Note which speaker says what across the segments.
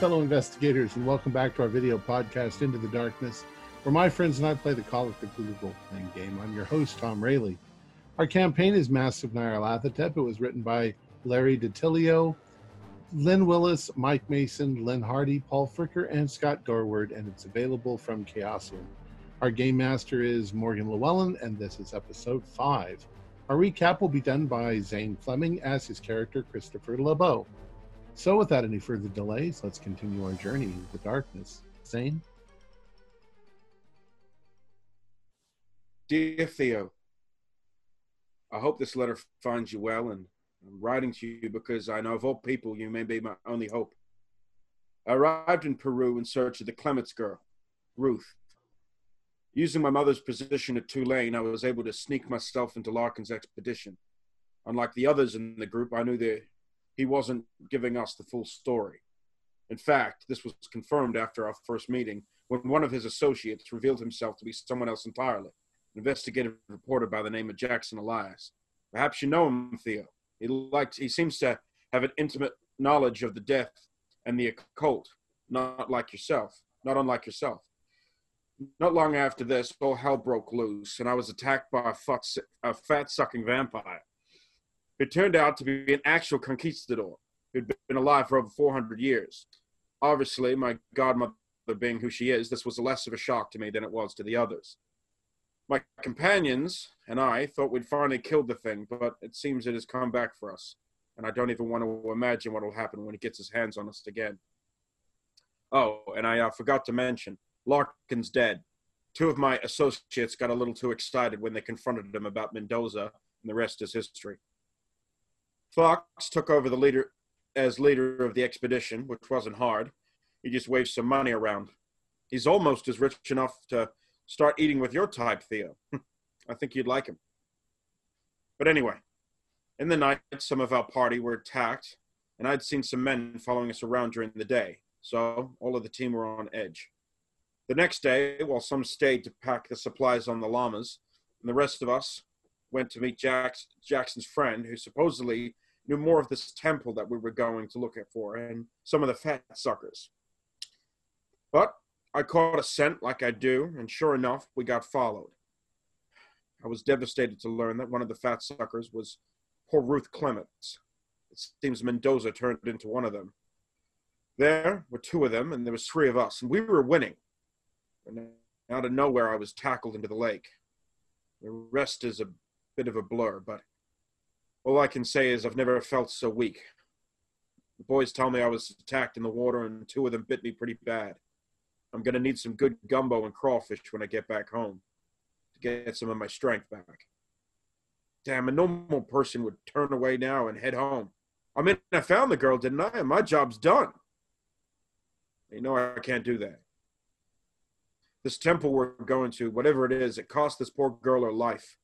Speaker 1: fellow investigators, and welcome back to our video podcast, Into the Darkness, where my friends and I play the Call of Cthulhu role-playing game. I'm your host, Tom Rayleigh. Our campaign is Massive Nyarlathotep. It was written by Larry DiTilio, Lynn Willis, Mike Mason, Lynn Hardy, Paul Fricker, and Scott Dorward, and it's available from Chaosium. Our game master is Morgan Llewellyn, and this is episode five. Our recap will be done by Zane Fleming as his character, Christopher LeBeau. So, without any further delays, let's continue our journey into the darkness. Zane?
Speaker 2: Dear Theo, I hope this letter finds you well, and I'm writing to you because I know of all people you may be my only hope. I arrived in Peru in search of the Clements girl, Ruth. Using my mother's position at Tulane, I was able to sneak myself into Larkin's expedition. Unlike the others in the group, I knew that he wasn't giving us the full story. In fact, this was confirmed after our first meeting when one of his associates revealed himself to be someone else entirely, an investigative reporter by the name of Jackson Elias. Perhaps you know him, Theo. He likes he seems to have an intimate knowledge of the death and the occult, not like yourself, not unlike yourself. Not long after this, all hell broke loose, and I was attacked by a fat, a fat-sucking vampire. It turned out to be an actual conquistador who'd been alive for over 400 years. Obviously, my godmother being who she is, this was less of a shock to me than it was to the others. My companions and I thought we'd finally killed the thing, but it seems it has come back for us, and I don't even want to imagine what will happen when it gets its hands on us again. Oh, and I uh, forgot to mention, Larkin's dead. Two of my associates got a little too excited when they confronted him about Mendoza, and the rest is history. Fox took over the leader as leader of the expedition, which wasn't hard. He just waved some money around. He's almost as rich enough to start eating with your type, Theo. I think you'd like him. But anyway, in the night, some of our party were attacked, and I'd seen some men following us around during the day, so all of the team were on edge. The next day, while some stayed to pack the supplies on the llamas, and the rest of us went to meet Jack's, Jackson's friend, who supposedly knew more of this temple that we were going to look at for, and some of the fat suckers. But I caught a scent like I do, and sure enough, we got followed. I was devastated to learn that one of the fat suckers was poor Ruth Clements. It seems Mendoza turned into one of them. There were two of them, and there was three of us, and we were winning. And out of nowhere, I was tackled into the lake. The rest is a bit of a blur, but all I can say is I've never felt so weak. The boys tell me I was attacked in the water, and two of them bit me pretty bad. I'm going to need some good gumbo and crawfish when I get back home to get some of my strength back. Damn, a normal person would turn away now and head home. I mean, I found the girl, didn't I? And my job's done. You know, I can't do that. This temple we're going to, whatever it is, it cost this poor girl her life.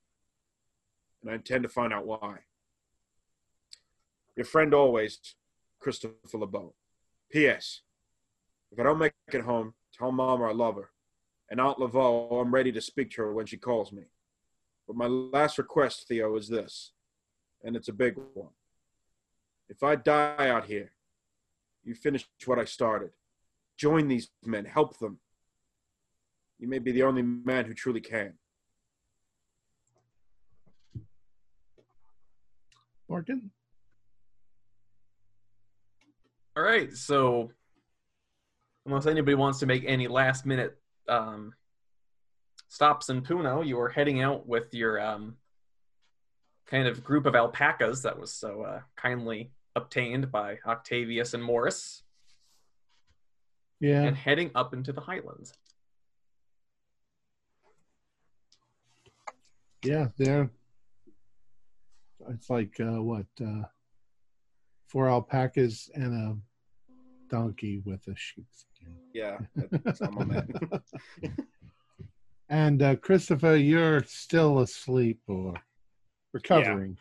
Speaker 2: And I intend to find out why. Your friend always, Christopher LeBeau. P.S. If I don't make it home, tell Mama I love her. And Aunt Laveau, I'm ready to speak to her when she calls me. But my last request, Theo, is this, and it's a big one. If I die out here, you finish what I started. Join these men, help them. You may be the only man who truly can.
Speaker 1: Morgan?
Speaker 3: All right, so unless anybody wants to make any last minute um, stops in Puno, you were heading out with your um, kind of group of alpacas that was so uh, kindly obtained by Octavius and Morris,
Speaker 1: Yeah.
Speaker 3: and heading up into the highlands.
Speaker 1: Yeah, they're it's like uh, what uh, four alpacas and a donkey with a sheepskin.
Speaker 2: Yeah, that's I'm on that.
Speaker 1: And uh, Christopher, you're still asleep or recovering.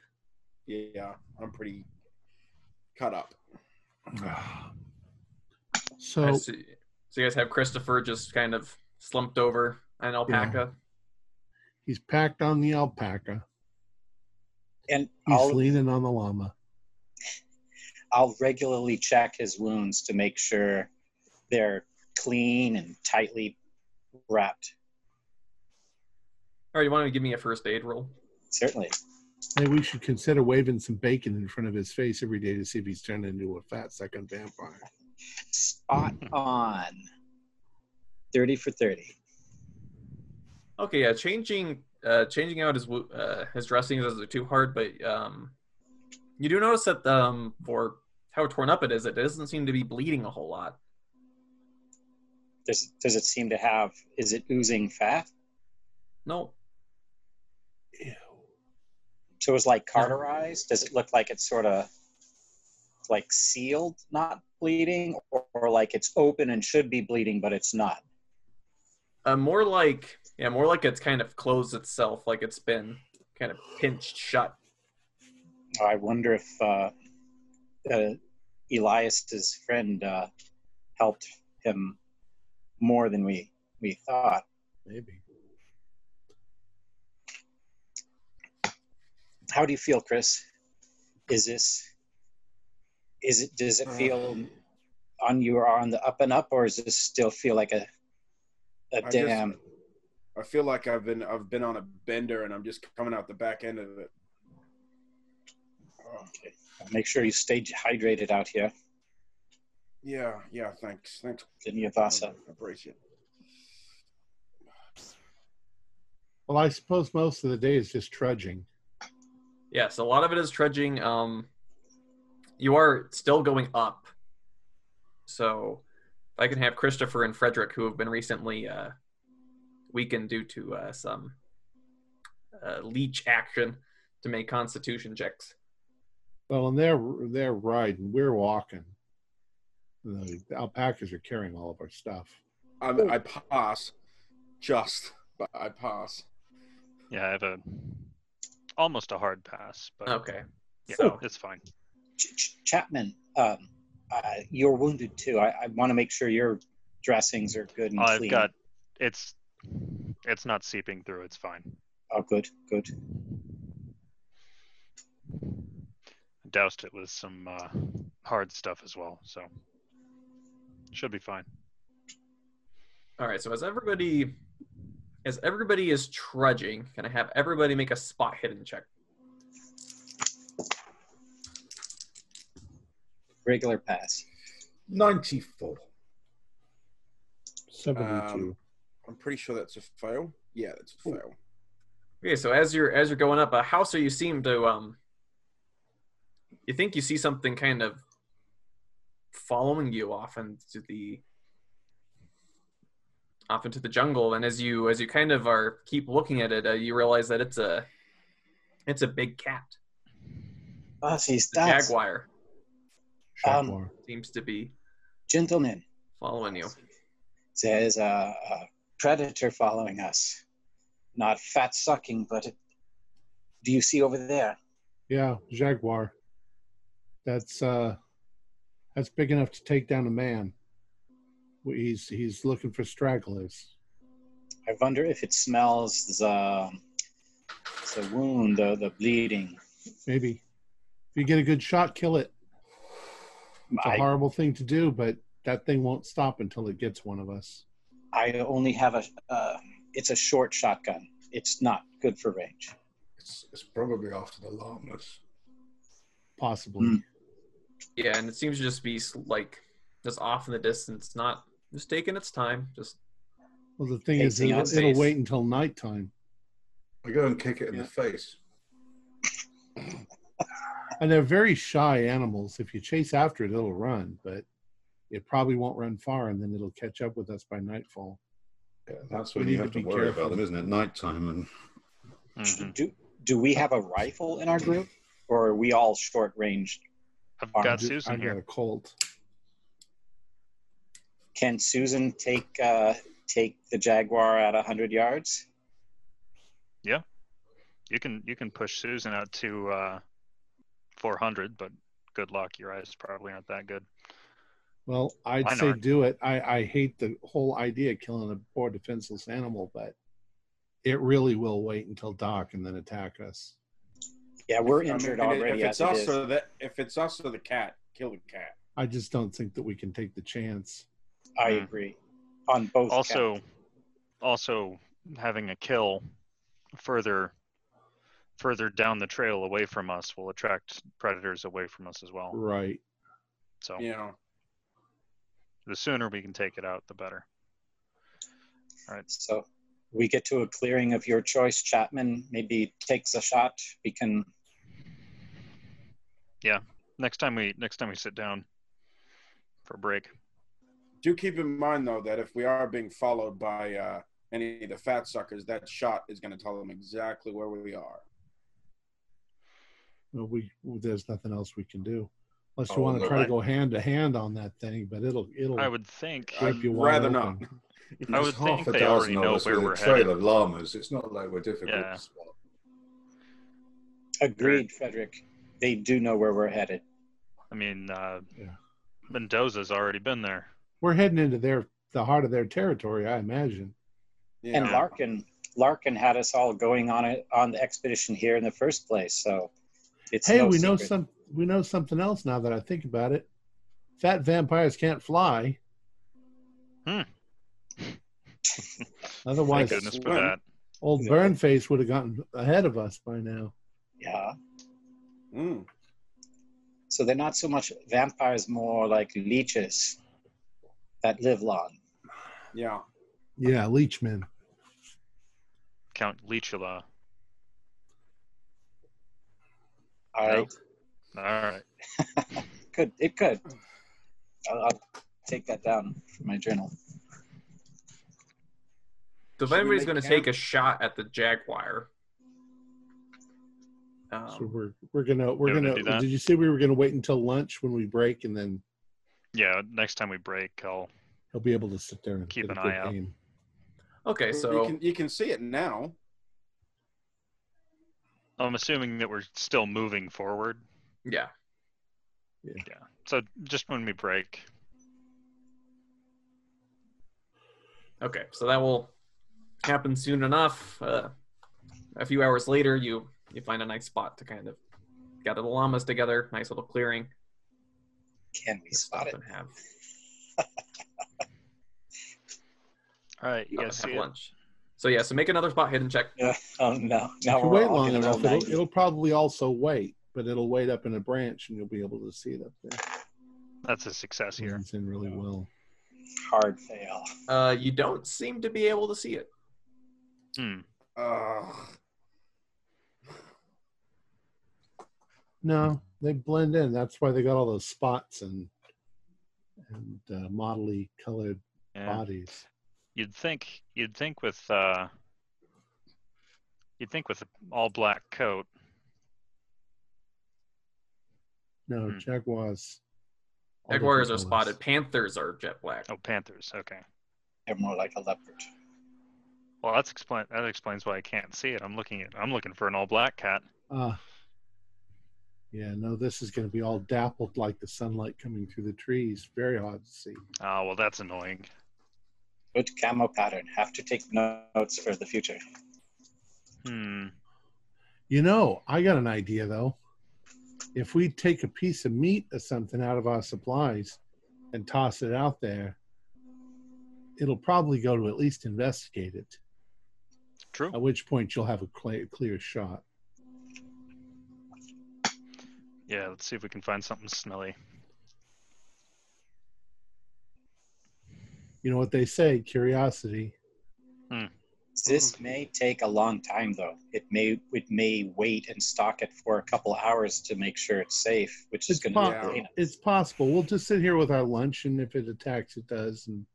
Speaker 2: Yeah, I'm pretty cut up.
Speaker 3: I
Speaker 1: So
Speaker 3: see. So you guys have Christopher just kind of slumped over an alpaca.
Speaker 1: he's packed on the alpaca.
Speaker 4: and
Speaker 1: He's
Speaker 4: I'll
Speaker 1: leaning on the llama.
Speaker 4: I'll regularly check his wounds to make sure they're clean and tightly wrapped.
Speaker 3: All right, you want to give me a first aid roll?
Speaker 4: Certainly.
Speaker 1: Maybe we should consider waving some bacon in front of his face every day to see if he's turned into a fat second vampire.
Speaker 4: Spot on. 30 for 30.
Speaker 3: Okay, yeah, changing uh, changing out his wo- uh, his dressing isn't too hard, but um, you do notice that um, for how torn up it is, it doesn't seem to be bleeding a whole lot.
Speaker 4: Does, does it seem to have, is it oozing fat?
Speaker 3: No,
Speaker 4: So it's like carterized? Does it look like it's sort of like sealed, not bleeding, or, or like it's open and should be bleeding, but it's not?
Speaker 3: uh, more like yeah, more like it's kind of closed itself, like it's been kind of pinched shut.
Speaker 4: I wonder if uh, uh, Elias's friend uh, helped him more than we, we thought.
Speaker 1: Maybe.
Speaker 4: How do you feel, Chris? Is this is it does
Speaker 2: Uh.
Speaker 4: it feel on you are on the up and up, or does this still feel like a a
Speaker 2: I just-
Speaker 4: damn?
Speaker 2: I feel like I've been I've been on a bender and I'm just coming out the back end of it. Oh,
Speaker 4: Make sure you stay hydrated out here.
Speaker 2: yeah, yeah. Thanks, thanks.
Speaker 4: Didn't you, Vasa?
Speaker 2: I appreciate it.
Speaker 1: Well, I suppose most of the day is just trudging.
Speaker 3: Yes, a lot of it is trudging. Um, you are still going up. So if I can have Christopher and Frederick, who have been recently uh, weakened due to uh, some uh, leech action, to make Constitution checks.
Speaker 1: Well, and they're they're riding, we're walking. The the alpacas are carrying all of our stuff.
Speaker 2: I, I pass, just but I pass.
Speaker 5: Yeah, I have a almost a hard pass, but
Speaker 3: Okay.
Speaker 5: yeah,
Speaker 3: so-
Speaker 5: it's fine.
Speaker 4: Ch- Ch- Chapman, um, uh, you're wounded too. I, I want to make sure your dressings are good and
Speaker 5: I've
Speaker 4: clean.
Speaker 5: got it's it's not seeping through. It's fine.
Speaker 4: Oh, good, good.
Speaker 5: Doused it with some uh, hard stuff as well, so should be fine.
Speaker 3: All right. So as everybody, as everybody is trudging, can I have everybody make a spot hidden check?
Speaker 4: Regular pass.
Speaker 2: Ninety four.
Speaker 1: Seventy-two.
Speaker 2: I'm pretty sure that's a fail. Yeah, that's a fail.
Speaker 3: Okay, so as you're as you're going up a house, or you seem to um, you think you see something kind of following you off into the off into the jungle, and as you as you kind of are keep looking at it, uh, you realize that it's a it's a big cat,
Speaker 4: Ah, these
Speaker 3: the
Speaker 4: dogs.
Speaker 3: jaguar
Speaker 4: Um,
Speaker 1: Jaguar.
Speaker 3: seems to be
Speaker 4: Gentlemen,
Speaker 3: following you.
Speaker 4: there's a, a uh, predator following us. Not fat sucking, but it, do you see over there?
Speaker 1: yeah, jaguar. That's uh, that's big enough to take down a man. He's he's looking for stragglers.
Speaker 4: I wonder if it smells the, the wound, the, the bleeding.
Speaker 1: Maybe if you get a good shot, kill it. It's a
Speaker 4: I,
Speaker 1: horrible thing to do, but that thing won't stop until it gets one of us.
Speaker 4: I only have a, uh, it's a short shotgun. It's not good for range.
Speaker 2: It's, it's probably after the llamas.
Speaker 1: Possibly.
Speaker 4: Hmm.
Speaker 3: Yeah, and it seems to just be s- like just off in the distance, not just taking its time, just
Speaker 1: Well, the thing is,
Speaker 4: Facing
Speaker 1: it'll,
Speaker 3: us.
Speaker 1: it'll wait until nighttime.
Speaker 2: I go and kick it in the face.
Speaker 1: And they're very shy animals. If you chase after it, it'll run, but it probably won't run far, and then it'll catch up with us by nightfall.
Speaker 6: Yeah, that's
Speaker 1: We
Speaker 6: when
Speaker 1: need
Speaker 6: you
Speaker 1: to
Speaker 6: have to
Speaker 1: be
Speaker 6: worry
Speaker 1: careful.
Speaker 6: about them, isn't it? Nighttime and
Speaker 3: Mm-hmm.
Speaker 5: Mhm.
Speaker 4: Do do we have a rifle in our group, or are we all short range?
Speaker 5: I've
Speaker 4: Alright,
Speaker 5: got
Speaker 1: I've
Speaker 5: Susan
Speaker 1: got a
Speaker 5: here.
Speaker 1: colt.
Speaker 4: Can Susan take uh, take the Jaguar at hundred yards?
Speaker 5: You can you can push Susan out to uh, 400, but good luck. Your eyes probably aren't that good.
Speaker 1: Well, I'd
Speaker 5: Why
Speaker 1: say
Speaker 5: not?
Speaker 1: do it. I, I hate the whole idea of killing a poor defenseless animal, but it really will wait until dark and then attack us.
Speaker 4: Yeah, we're
Speaker 2: I mean,
Speaker 4: injured
Speaker 2: and
Speaker 4: already.
Speaker 2: If it's
Speaker 4: as it
Speaker 2: us
Speaker 4: is.
Speaker 2: or the if it's us or the cat, kill the cat.
Speaker 1: I just don't think that we can take the chance.
Speaker 4: I
Speaker 5: Mm.
Speaker 4: agree on both.
Speaker 5: also
Speaker 4: counts.
Speaker 5: also having a kill further further down the trail away from us will attract predators away from us as well
Speaker 1: Right.
Speaker 5: so
Speaker 2: You know,
Speaker 5: the sooner we can take it out the better
Speaker 4: so we get to a clearing of your choice. Chapman maybe takes a shot. We can
Speaker 5: next time we next time we sit down for a break
Speaker 2: do keep in mind though that if we are being followed by uh, any of the fat suckers, that shot is going to tell them exactly where we are.
Speaker 1: Well, we there's nothing else we can do, unless you
Speaker 6: Oh,
Speaker 1: want to
Speaker 6: no,
Speaker 1: try to
Speaker 5: I-
Speaker 1: go hand to hand on that thing. But it'll it'll.
Speaker 5: i would think
Speaker 1: rip
Speaker 2: I'd
Speaker 1: you wide
Speaker 2: rather
Speaker 1: open.
Speaker 5: I would
Speaker 6: There's
Speaker 5: think
Speaker 6: half a
Speaker 5: they
Speaker 6: dozen
Speaker 5: already
Speaker 6: of
Speaker 5: know
Speaker 6: us
Speaker 5: where
Speaker 6: with
Speaker 5: we're
Speaker 6: a trail
Speaker 5: headed.
Speaker 6: of llamas. It's not like we're difficult
Speaker 5: Yeah.
Speaker 6: to spot.
Speaker 4: agreed, Frederick. They do know where we're headed.
Speaker 5: i mean uh
Speaker 1: Yeah.
Speaker 5: mendoza's already been there
Speaker 1: We're heading into their the heart of their territory, I imagine.
Speaker 2: Yeah.
Speaker 4: And Larkin, Larkin had us all going on it on the expedition here in the first place. So it's
Speaker 1: hey,
Speaker 4: no
Speaker 1: we know
Speaker 4: secret.
Speaker 1: some we know something else now that I think about it. Fat vampires can't fly.
Speaker 5: Hmm.
Speaker 1: Otherwise,
Speaker 5: thank goodness for
Speaker 2: Swim.
Speaker 5: that
Speaker 1: old burn face would have gotten ahead of us by now.
Speaker 4: Yeah.
Speaker 2: Mm.
Speaker 4: So they're not so much vampires, more like leeches that live long.
Speaker 2: Yeah.
Speaker 1: Yeah, leechmen.
Speaker 5: count lichula
Speaker 4: All
Speaker 5: Yeah.
Speaker 4: right,
Speaker 5: all right
Speaker 4: could it could? I'll, I'll take that down from my journal.
Speaker 3: So
Speaker 2: Should
Speaker 3: if
Speaker 2: we
Speaker 3: anybody's
Speaker 2: make
Speaker 3: going to
Speaker 2: camp?
Speaker 3: take a shot at the jaguar,
Speaker 1: So
Speaker 3: um,
Speaker 1: we're we're gonna we're gonna.
Speaker 5: Yeah, we're gonna do that.
Speaker 1: Did you say we were gonna wait until lunch when we break, and then
Speaker 5: yeah next time we break i'll
Speaker 1: he'll be able to sit there and
Speaker 5: Keep
Speaker 1: get a
Speaker 5: an
Speaker 1: good
Speaker 5: eye out.
Speaker 1: aim.
Speaker 3: okay,
Speaker 2: you
Speaker 3: so
Speaker 2: can you can see it now.
Speaker 5: i'm assuming that we're still moving forward
Speaker 3: yeah,
Speaker 5: yeah so just when we break
Speaker 3: okay, so that will happen soon enough. Uh, a few hours later, you you find a nice spot to kind of gather the llamas together, nice little clearing.
Speaker 4: Can we spot it?
Speaker 3: and have,
Speaker 5: all right you
Speaker 3: stop and
Speaker 5: guys see
Speaker 3: uh, have
Speaker 5: it?
Speaker 3: lunch. So yeah, so make another spot hidden check.
Speaker 4: Yeah. Oh no! Now
Speaker 1: If you
Speaker 4: we're
Speaker 1: wait
Speaker 4: all
Speaker 1: long
Speaker 4: gonna roll
Speaker 1: enough, it'll,
Speaker 4: 90.
Speaker 1: it'll probably also wait, but it'll wait up in a branch, and you'll be able to see it up there.
Speaker 5: that's a success here
Speaker 1: Blends in really well.
Speaker 4: hard fail.
Speaker 3: Uh, you don't seem to be able to see it.
Speaker 5: Hmm.
Speaker 2: Ugh.
Speaker 1: No, they blend in. That's why they got all those spots and and uh, modelly colored
Speaker 5: Yeah.
Speaker 1: bodies.
Speaker 5: You'd think you'd think with uh, you'd think with all black coat.
Speaker 1: No,
Speaker 5: Hmm.
Speaker 1: jaguars. all
Speaker 3: Jaguars are
Speaker 1: different
Speaker 3: spotted.
Speaker 1: colors.
Speaker 3: Panthers are jet black.
Speaker 5: Oh, panthers. Okay.
Speaker 4: They're more like a leopard.
Speaker 5: Well, that's explain that explains why I can't see it. I'm looking at I'm looking for an all black cat.
Speaker 1: Ah. yeah, no, this is going to be all dappled like the sunlight coming through the trees. Very hard to see.
Speaker 5: Oh, well, that's annoying.
Speaker 4: Good camo pattern. Have to take notes for the future.
Speaker 5: Hmm.
Speaker 1: You know, I got an idea though. If we take a piece of meat or something out of our supplies and toss it out there, it'll probably go to at least investigate it.
Speaker 5: True.
Speaker 1: At which point you'll have a clear, clear shot.
Speaker 5: Yeah. Let's see if we can find something smelly.
Speaker 1: You know what they say? Curiosity.
Speaker 4: This may take a long time, though. It may it may wait and stock it for a couple hours to make sure it's safe, which is
Speaker 1: It's,
Speaker 4: going
Speaker 1: po-
Speaker 4: to be.
Speaker 1: it's possible. We'll just sit here with our lunch, and if it attacks, it does, and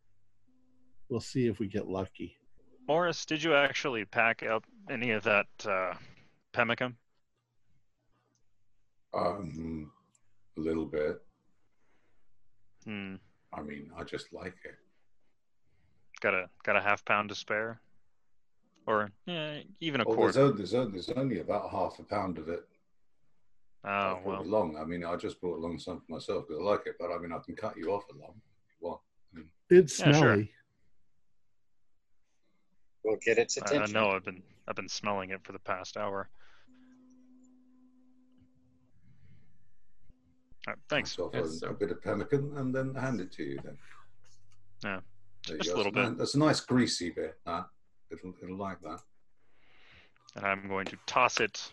Speaker 1: we'll see if we get lucky.
Speaker 5: Morris, did you actually pack up any of that uh, pemmican?
Speaker 6: Um, a little bit.
Speaker 5: Hmm.
Speaker 6: I mean, I just like it.
Speaker 5: Got a got a half pound to spare, or eh, even a
Speaker 6: Oh, there's,
Speaker 5: quarter.
Speaker 6: o- there's, o- there's only about half a pound of it. I
Speaker 5: Oh
Speaker 6: brought
Speaker 5: well.
Speaker 6: along. I mean, I just brought along some for myself because I like it. But I mean, I can cut you off a lump if you want.
Speaker 1: It's
Speaker 5: Yeah,
Speaker 1: smelly.
Speaker 5: sure.
Speaker 4: We'll get its
Speaker 5: I, I
Speaker 4: attention.
Speaker 5: know I've been I've been smelling it for the past hour. All right, thanks.
Speaker 6: Myself
Speaker 3: Yes,
Speaker 6: a,
Speaker 3: sir.
Speaker 6: a bit of pemmican and then hand it to you. Then
Speaker 5: Yeah.
Speaker 6: There you
Speaker 5: Just a
Speaker 6: go.
Speaker 5: little
Speaker 6: That's
Speaker 5: bit.
Speaker 6: That's a nice greasy bit. That it'll it'll like that.
Speaker 5: and I'm going to toss it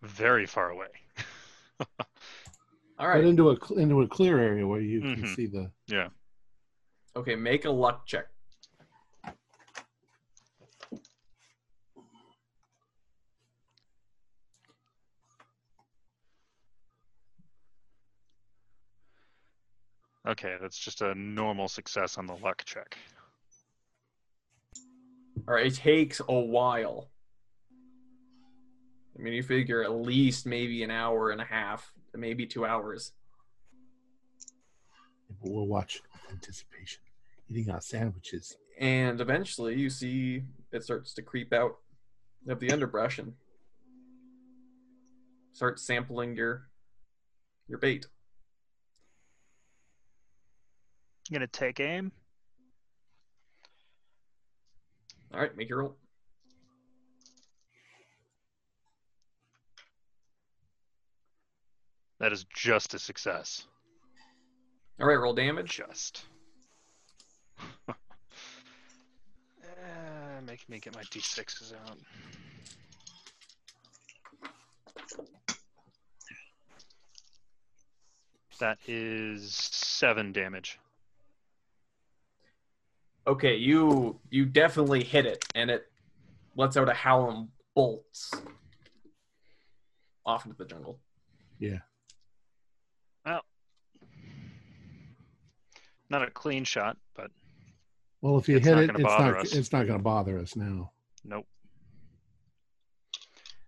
Speaker 5: very far away.
Speaker 3: All
Speaker 1: But
Speaker 3: right.
Speaker 1: into a cl- into a clear area where you can
Speaker 5: Mhm.
Speaker 1: see the.
Speaker 3: Okay, make a luck check.
Speaker 5: Okay, that's just a normal success on the luck check.
Speaker 3: All right, it takes a while. I mean, you figure at least maybe an hour and a half, maybe two hours.
Speaker 1: But we'll watch with anticipation, eating our sandwiches.
Speaker 3: And eventually you see it starts to creep out of the underbrush and start sampling your your bait.
Speaker 5: You gonna take aim?
Speaker 3: All right, make your roll.
Speaker 5: That is just a success.
Speaker 3: All right, roll damage.
Speaker 5: Just. Uh, make me get my d6s out. That is seven damage.
Speaker 3: Okay, you you definitely hit it, and it lets out a howl and bolts off into the jungle.
Speaker 5: Not a clean shot, but
Speaker 1: Well, if you
Speaker 5: It's
Speaker 1: hit
Speaker 5: not
Speaker 1: it,
Speaker 5: gonna
Speaker 1: it's
Speaker 5: bother
Speaker 1: not
Speaker 5: us.
Speaker 1: it's not going to bother us now.
Speaker 5: Nope.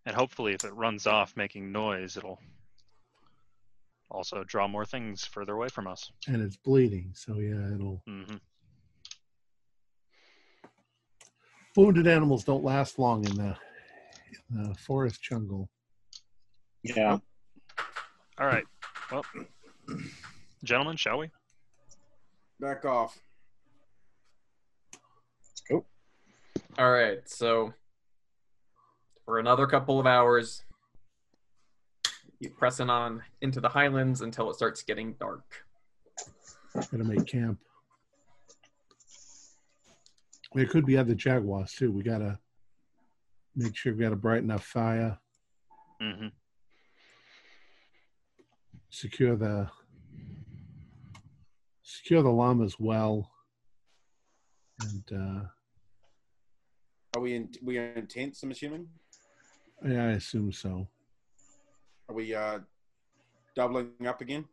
Speaker 5: And hopefully, if it runs off making noise, it'll also draw more things further away from us.
Speaker 1: And it's bleeding, so yeah, it'll.
Speaker 5: hmm
Speaker 1: Wounded animals don't last long in the, in the forest jungle.
Speaker 4: Yeah.
Speaker 5: All right. Well, gentlemen, shall we?
Speaker 2: Back off.
Speaker 3: All right, so for another couple of hours, you pressing on into the highlands until it starts getting dark.
Speaker 1: Got to make camp. There could be other jaguars too. We got to make sure we got a bright enough fire,
Speaker 5: hmm
Speaker 1: secure the secure the llamas well, and uh,
Speaker 2: Are we in? We are in tents. I'm assuming.
Speaker 1: uh, yeah, I assume so.
Speaker 2: Are we uh, doubling up again?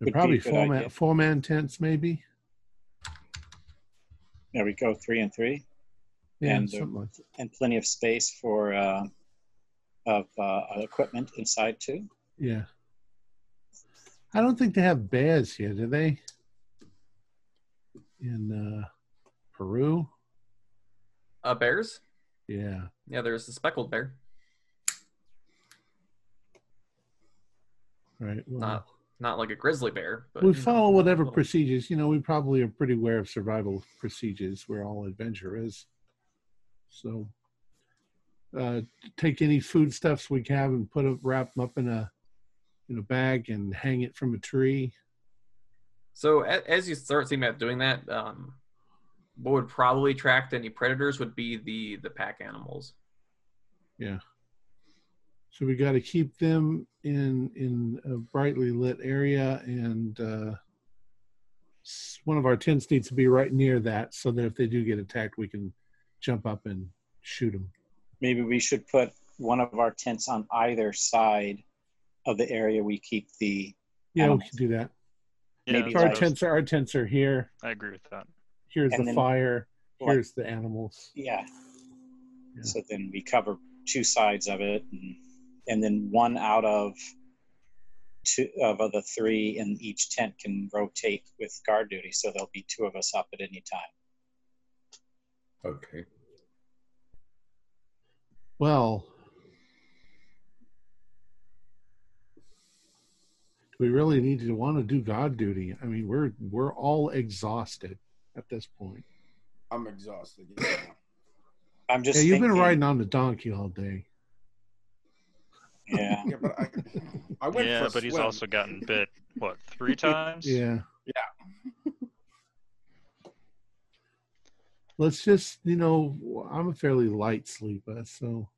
Speaker 1: They're
Speaker 4: Would be
Speaker 1: probably
Speaker 4: a good
Speaker 1: four man
Speaker 4: idea.
Speaker 1: four man tents, maybe.
Speaker 4: There we go. Three and three,
Speaker 1: Yeah,
Speaker 4: And they're-
Speaker 1: something like that.
Speaker 4: and plenty of space for uh, of uh, equipment inside too.
Speaker 1: Yeah. I don't think they have bears here, do they? In uh, Peru?
Speaker 3: Uh, bears?
Speaker 1: Yeah.
Speaker 3: Yeah, there's the speckled bear.
Speaker 1: Right. Well,
Speaker 3: Not not like a grizzly bear, but
Speaker 1: we
Speaker 3: you know,
Speaker 1: follow whatever
Speaker 3: little-
Speaker 1: procedures. You know, we probably are pretty aware of survival procedures where all adventure is. So, uh, take any foodstuffs we have and put them, wrap them up in a in a bag and hang it from a tree.
Speaker 3: So a- as you start thinking about doing that, um, what would probably attract any predators would be the the pack animals.
Speaker 1: So we got to keep them in in a brightly lit area, and uh, s- one of our tents needs to be right near that, so that if they do get attacked, we can jump up and shoot them.
Speaker 4: Maybe we should put one of our tents on either side of the area we keep the.
Speaker 1: Yeah, we
Speaker 4: Animals.
Speaker 1: can do that.
Speaker 5: Yeah,
Speaker 4: Maybe
Speaker 5: that's
Speaker 1: So our
Speaker 5: what I was-
Speaker 1: tents are our tents are here.
Speaker 5: I agree with that.
Speaker 1: Here's
Speaker 4: And
Speaker 1: the
Speaker 4: then-
Speaker 1: fire.
Speaker 4: like-
Speaker 1: Here's the animals.
Speaker 4: Yeah.
Speaker 1: Yeah.
Speaker 4: So then we cover two sides of it, and, and then one out of two of the three in each tent can rotate with guard duty, so there'll be two of us up at any time.
Speaker 6: Okay.
Speaker 1: Well, do we really need to want to do God duty? I mean, we're we're all exhausted at this point.
Speaker 2: I'm exhausted. Yeah.
Speaker 4: I'm just.
Speaker 1: Yeah, you've been
Speaker 4: thinking-
Speaker 1: riding on the donkey all day.
Speaker 4: Yeah.
Speaker 2: yeah, but I, I went
Speaker 5: yeah,
Speaker 2: for a
Speaker 5: but he's
Speaker 2: swim.
Speaker 5: also gotten bit what three times?
Speaker 1: Yeah. Let's just, you know, I'm a fairly light sleeper, so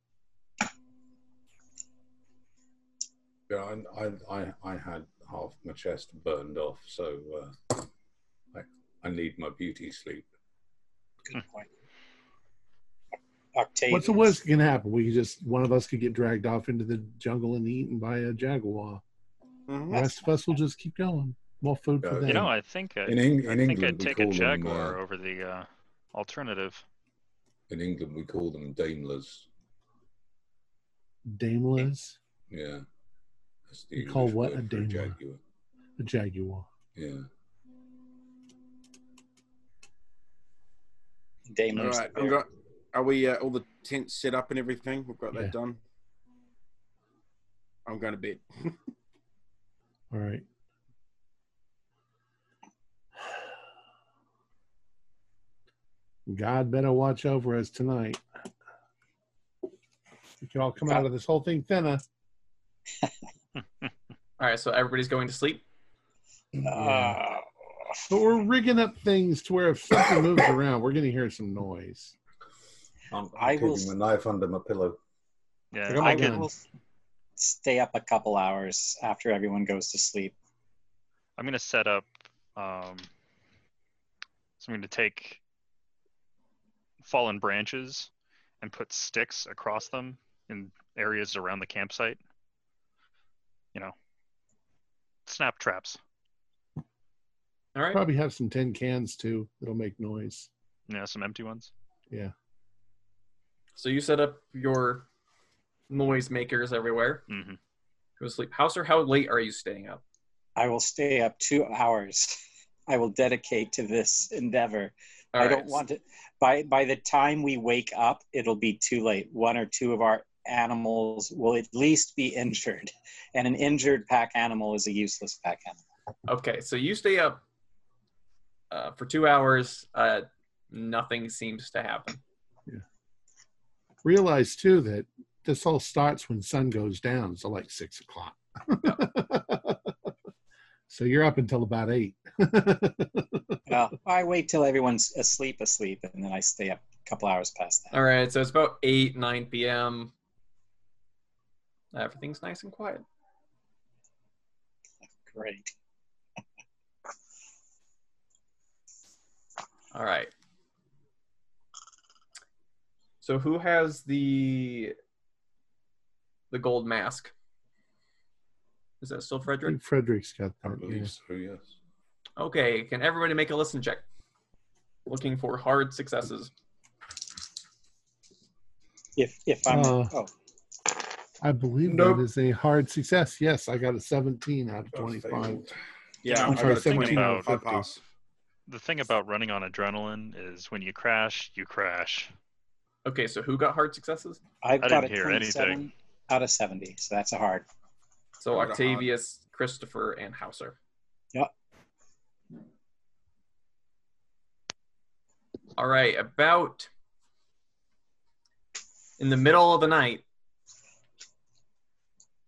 Speaker 6: Yeah, I, I, I, I had half my chest burned off, so uh, I, I need my beauty sleep.
Speaker 4: Good point. Octavius.
Speaker 1: what's the worst that can happen? We could just one of us could get dragged off into the jungle and eaten by a jaguar. The
Speaker 2: Mhm.
Speaker 5: Mm-hmm.
Speaker 4: That's
Speaker 1: rest of us will just keep going. More food for
Speaker 6: Yeah,
Speaker 1: them.
Speaker 5: You know, I think I,
Speaker 6: In, Eng-
Speaker 5: I
Speaker 6: in
Speaker 5: think
Speaker 6: England,
Speaker 5: I'd
Speaker 6: we
Speaker 5: take
Speaker 6: call
Speaker 5: a
Speaker 6: them,
Speaker 5: Jaguar
Speaker 6: uh,
Speaker 5: over the uh, alternative.
Speaker 6: in England, we call them Daimlers.
Speaker 1: Daimlers,
Speaker 6: Yeah. That's the
Speaker 1: You call
Speaker 6: English
Speaker 1: what
Speaker 6: word
Speaker 1: a
Speaker 6: for
Speaker 1: Daimler?
Speaker 6: Jaguar.
Speaker 1: a jaguar.
Speaker 6: Yeah.
Speaker 2: All
Speaker 4: Daimler's
Speaker 2: right.
Speaker 4: the
Speaker 2: I'm
Speaker 4: bear.
Speaker 2: got, are we uh, all the tents set up and everything? We've got
Speaker 1: Yeah.
Speaker 2: that done. I'm going to bed.
Speaker 1: All right. God better watch over us tonight. We can all come out of this whole thing thinner.
Speaker 3: All right, so everybody's going to sleep.
Speaker 4: Uh,
Speaker 1: But we're rigging up things to where if something moves around, we're going to hear some noise.
Speaker 4: I will
Speaker 6: Keeping my knife under my pillow.
Speaker 5: Yeah,
Speaker 1: Check out my
Speaker 5: I could,
Speaker 1: gun.
Speaker 4: will stay up a couple hours after everyone goes to sleep.
Speaker 5: I'm gonna set up. Um, so I'm gonna take fallen branches and put sticks across them in areas around the campsite. You know, snap traps.
Speaker 3: All right.
Speaker 1: Probably have some tin cans too that'll make noise.
Speaker 5: You know, some empty ones.
Speaker 3: So you set up your noise makers everywhere.
Speaker 5: hmm
Speaker 3: Go to sleep. How sir, how late are you staying up?
Speaker 4: I will stay up two hours. I will dedicate to this endeavor.
Speaker 3: All
Speaker 4: I don't
Speaker 3: right,
Speaker 4: want to. By by the time we wake up, it'll be too late. One or two of our animals will at least be injured, and an injured pack animal is a useless pack animal.
Speaker 3: Okay, so you stay up uh, for two hours. Uh, nothing seems to happen.
Speaker 1: Realize too that this all starts when sun goes down, so like six o'clock. so you're up until about eight.
Speaker 4: Well, I wait till everyone's asleep, asleep, and then I stay up a couple hours past that.
Speaker 3: All right, so it's about eight, nine p.m. Everything's nice and quiet.
Speaker 4: Great.
Speaker 3: All right. So who has the the gold mask? Is that still
Speaker 1: I
Speaker 3: Frederick?
Speaker 1: think Frederick's got
Speaker 6: I
Speaker 1: that.
Speaker 6: believe
Speaker 1: Yeah.
Speaker 6: so, yes.
Speaker 3: Okay, can everybody make a listen check? Looking for hard successes.
Speaker 4: If if I'm
Speaker 1: Uh,
Speaker 4: oh
Speaker 1: I believe
Speaker 2: Nope.
Speaker 1: that is a hard success. Yes, I got a 17 out of
Speaker 6: Oh,
Speaker 1: 25.
Speaker 6: failed.
Speaker 2: Yeah,
Speaker 1: I'm
Speaker 2: I
Speaker 1: sorry,
Speaker 2: got a 20.
Speaker 1: 17 out of
Speaker 2: I
Speaker 1: 50.
Speaker 2: pass.
Speaker 5: The thing about running on adrenaline is when you crash, you crash.
Speaker 3: Okay, so who got hard successes?
Speaker 4: I've
Speaker 5: I
Speaker 4: got a
Speaker 5: didn't hear anything.
Speaker 4: 27 out of 70, so that's a hard.
Speaker 3: So
Speaker 2: Got a hard.
Speaker 3: Octavius, Christopher, and Hauser.
Speaker 4: Yep.
Speaker 3: All right, about in the middle of the night,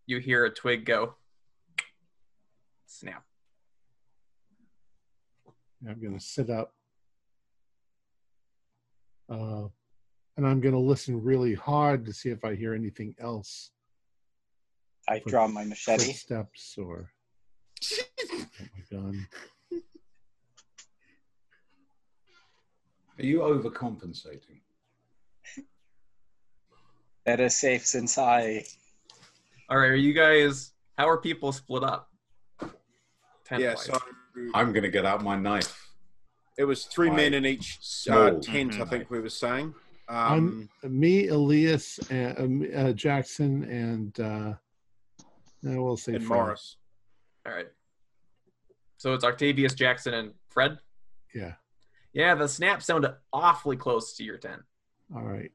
Speaker 3: you hear a twig go snap.
Speaker 1: I'm going to sit up. Uh, and I'm going to listen really hard to see if I hear anything else.
Speaker 4: I draw my machete.
Speaker 1: Footsteps or oh my gun.
Speaker 6: Are you overcompensating?
Speaker 4: Better safe than sorry.
Speaker 3: All right, are you guys, how are people split up? Ten
Speaker 2: Yeah,
Speaker 3: wise.
Speaker 2: so
Speaker 6: I'm going to get out my knife.
Speaker 2: it was three
Speaker 6: I-
Speaker 2: men in each uh,
Speaker 6: Small.
Speaker 2: tent, I
Speaker 5: Mhm.
Speaker 2: think we were saying.
Speaker 1: I'm-
Speaker 2: Um,
Speaker 1: Me, Elias, and, um, uh, Jackson, and uh, I will say
Speaker 2: and
Speaker 1: Fred.
Speaker 2: Morris.
Speaker 3: All right. So it's Octavius, Jackson, and Fred.
Speaker 1: Yeah.
Speaker 3: Yeah, the snap sounded awfully close to your tent.
Speaker 1: All right.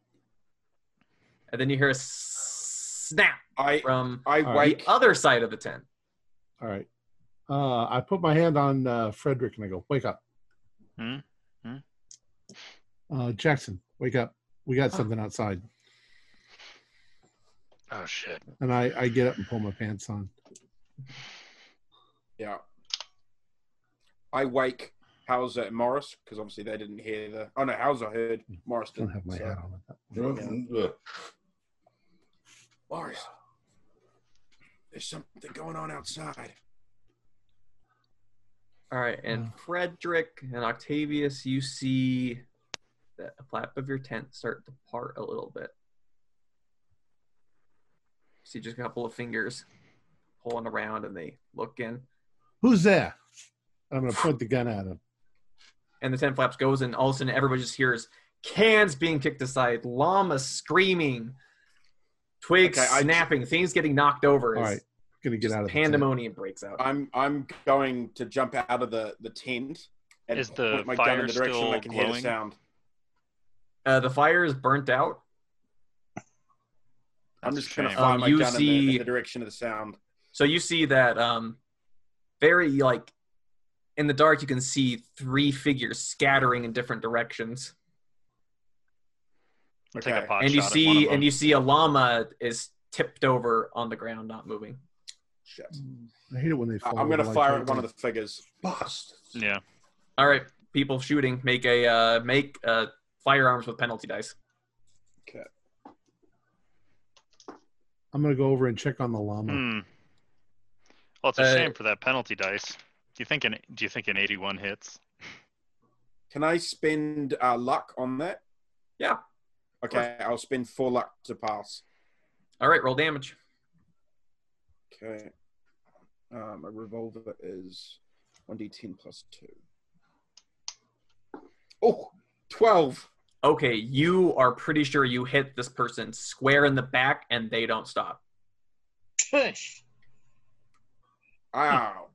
Speaker 3: And then you hear a s- snap
Speaker 2: I
Speaker 3: from
Speaker 2: I
Speaker 1: All
Speaker 3: the
Speaker 2: wake
Speaker 3: other side of the tent.
Speaker 1: All right. Uh, I put my hand on uh, Frederick and I go, wake up.
Speaker 5: Hmm? Hmm?
Speaker 1: Uh, Jackson, wake up. We got something outside.
Speaker 5: Oh shit!
Speaker 1: And I, I get up and pull my pants on.
Speaker 2: Yeah. I wake Hauser and Morris because obviously they didn't hear the. Oh no, Hauser heard. Morris
Speaker 1: I don't
Speaker 2: didn't.
Speaker 1: have my
Speaker 2: so-
Speaker 1: hat on. at that point.
Speaker 6: Ugh.
Speaker 2: Morris, there's something going on outside.
Speaker 3: All right, and
Speaker 1: Mm.
Speaker 3: Frederick and Octavius, you see the flap of your tent start to part a little bit. See just a couple of fingers pulling around, and they look in,
Speaker 1: Who's there? I'm going to point the gun at him.
Speaker 3: and the tent flaps goes, and all of a sudden everybody just hears cans being kicked aside, llamas screaming, twigs
Speaker 2: Okay, I-
Speaker 3: snapping, things getting knocked over.
Speaker 1: All
Speaker 3: as
Speaker 1: right. going to get
Speaker 3: just
Speaker 1: out of the tent.
Speaker 3: pandemonium breaks out.
Speaker 2: I'm I'm going to jump out of the the tent and
Speaker 5: Is the
Speaker 2: point my gun
Speaker 5: fire
Speaker 2: in the direction
Speaker 5: still
Speaker 2: I can hear the
Speaker 5: glowing?
Speaker 2: sound.
Speaker 3: Uh, the fire is burnt out.
Speaker 2: I'm
Speaker 5: That's a
Speaker 2: just going to
Speaker 5: shame.
Speaker 2: fire
Speaker 3: Um,
Speaker 2: my
Speaker 3: you
Speaker 2: gun in, the,
Speaker 3: see-
Speaker 2: in the direction of the sound.
Speaker 3: So you see that um, very like in the dark, you can see three figures scattering in different directions,
Speaker 5: I'll Take a pot
Speaker 3: and you
Speaker 5: shot at one
Speaker 3: see
Speaker 5: of
Speaker 3: and
Speaker 5: them.
Speaker 3: you see a llama is tipped over on the ground, not moving.
Speaker 2: Shit.
Speaker 1: I hate it when they
Speaker 2: I-
Speaker 1: fall.
Speaker 2: I'm going
Speaker 1: over
Speaker 2: to
Speaker 1: like
Speaker 2: fire
Speaker 1: that.
Speaker 2: at one of the figures.
Speaker 6: Bastards.
Speaker 5: Yeah.
Speaker 3: All right, people shooting, make a uh, make uh, firearms with penalty dice.
Speaker 1: I'm going to go over and check on the llama.
Speaker 5: Hmm. Well, it's a
Speaker 3: Uh,
Speaker 5: shame for that penalty dice. Do you think an Do you think an eighty-one hits?
Speaker 2: Can I spend uh, luck on that?
Speaker 3: Yeah.
Speaker 2: Okay, I'll spend four luck to pass.
Speaker 3: All right, roll damage.
Speaker 2: Okay. Um, a revolver is 1d10 plus 2. Oh, 12.
Speaker 3: Okay, you are pretty sure you hit this person square in the back, and they don't stop.
Speaker 4: Tush.
Speaker 2: Wow.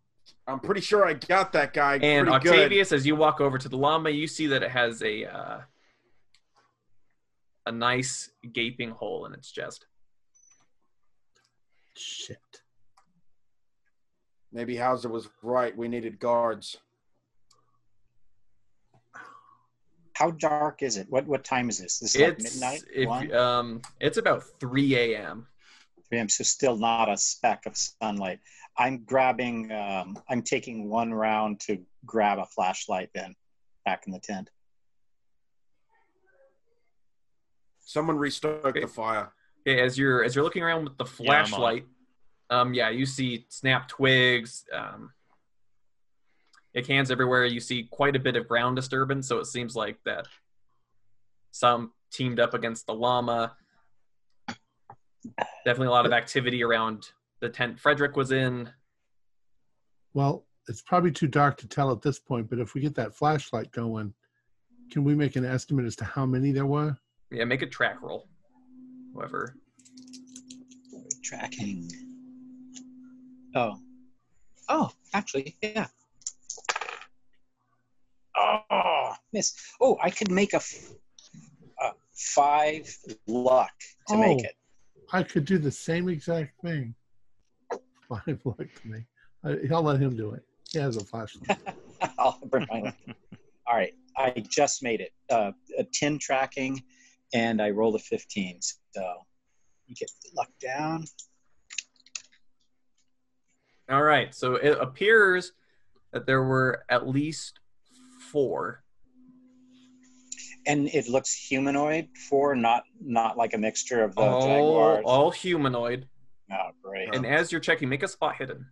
Speaker 2: I'm pretty sure I got that guy.
Speaker 3: And
Speaker 2: pretty
Speaker 3: Octavius, as you walk over to the llama, you see that it has a uh, a nice gaping hole in its chest.
Speaker 1: Shit.
Speaker 2: Good. Maybe Hauser was right. We needed guards.
Speaker 4: How dark is it? What what time is this? This is like
Speaker 3: It's
Speaker 4: midnight,
Speaker 3: if,
Speaker 4: one,
Speaker 3: um, it's about three a.m.
Speaker 4: three a.m. So still not a speck of sunlight. I'm grabbing. Um, I'm taking one round to grab a flashlight. Then back in the tent.
Speaker 2: Someone restoked
Speaker 3: Okay.
Speaker 2: the fire.
Speaker 3: Okay, as you're as you're looking around with the
Speaker 5: Yeah, I'm on.
Speaker 3: flashlight, um, yeah, you see snap twigs, um, it cans everywhere. You see quite a bit of ground disturbance, so it seems like that some teamed up against the llama. Definitely a lot of activity around the tent Frederick was in.
Speaker 1: Well, it's probably too dark to tell at this point, but if we get that flashlight going, can we make an estimate as to how many there were?
Speaker 3: Yeah, make a track roll. However,
Speaker 4: Tracking. Oh. Oh, actually, yeah. Oh, miss. Oh, I could make a, f- a five luck to make
Speaker 1: Oh.
Speaker 4: it.
Speaker 1: I could do the same exact thing. Five luck to me. I, I'll let him do it. He has a flashlight.
Speaker 4: I'll bring my luck. All right, I just made it. Uh, a ten tracking, and I rolled a fifteen. So you get luck down.
Speaker 3: all right. So it appears that there were at least four.
Speaker 4: And it looks humanoid for not not like a mixture of the
Speaker 3: Oh, all,
Speaker 4: jaguars.
Speaker 3: all humanoid.
Speaker 4: Oh, great.
Speaker 3: And as you're checking, make a spot hidden.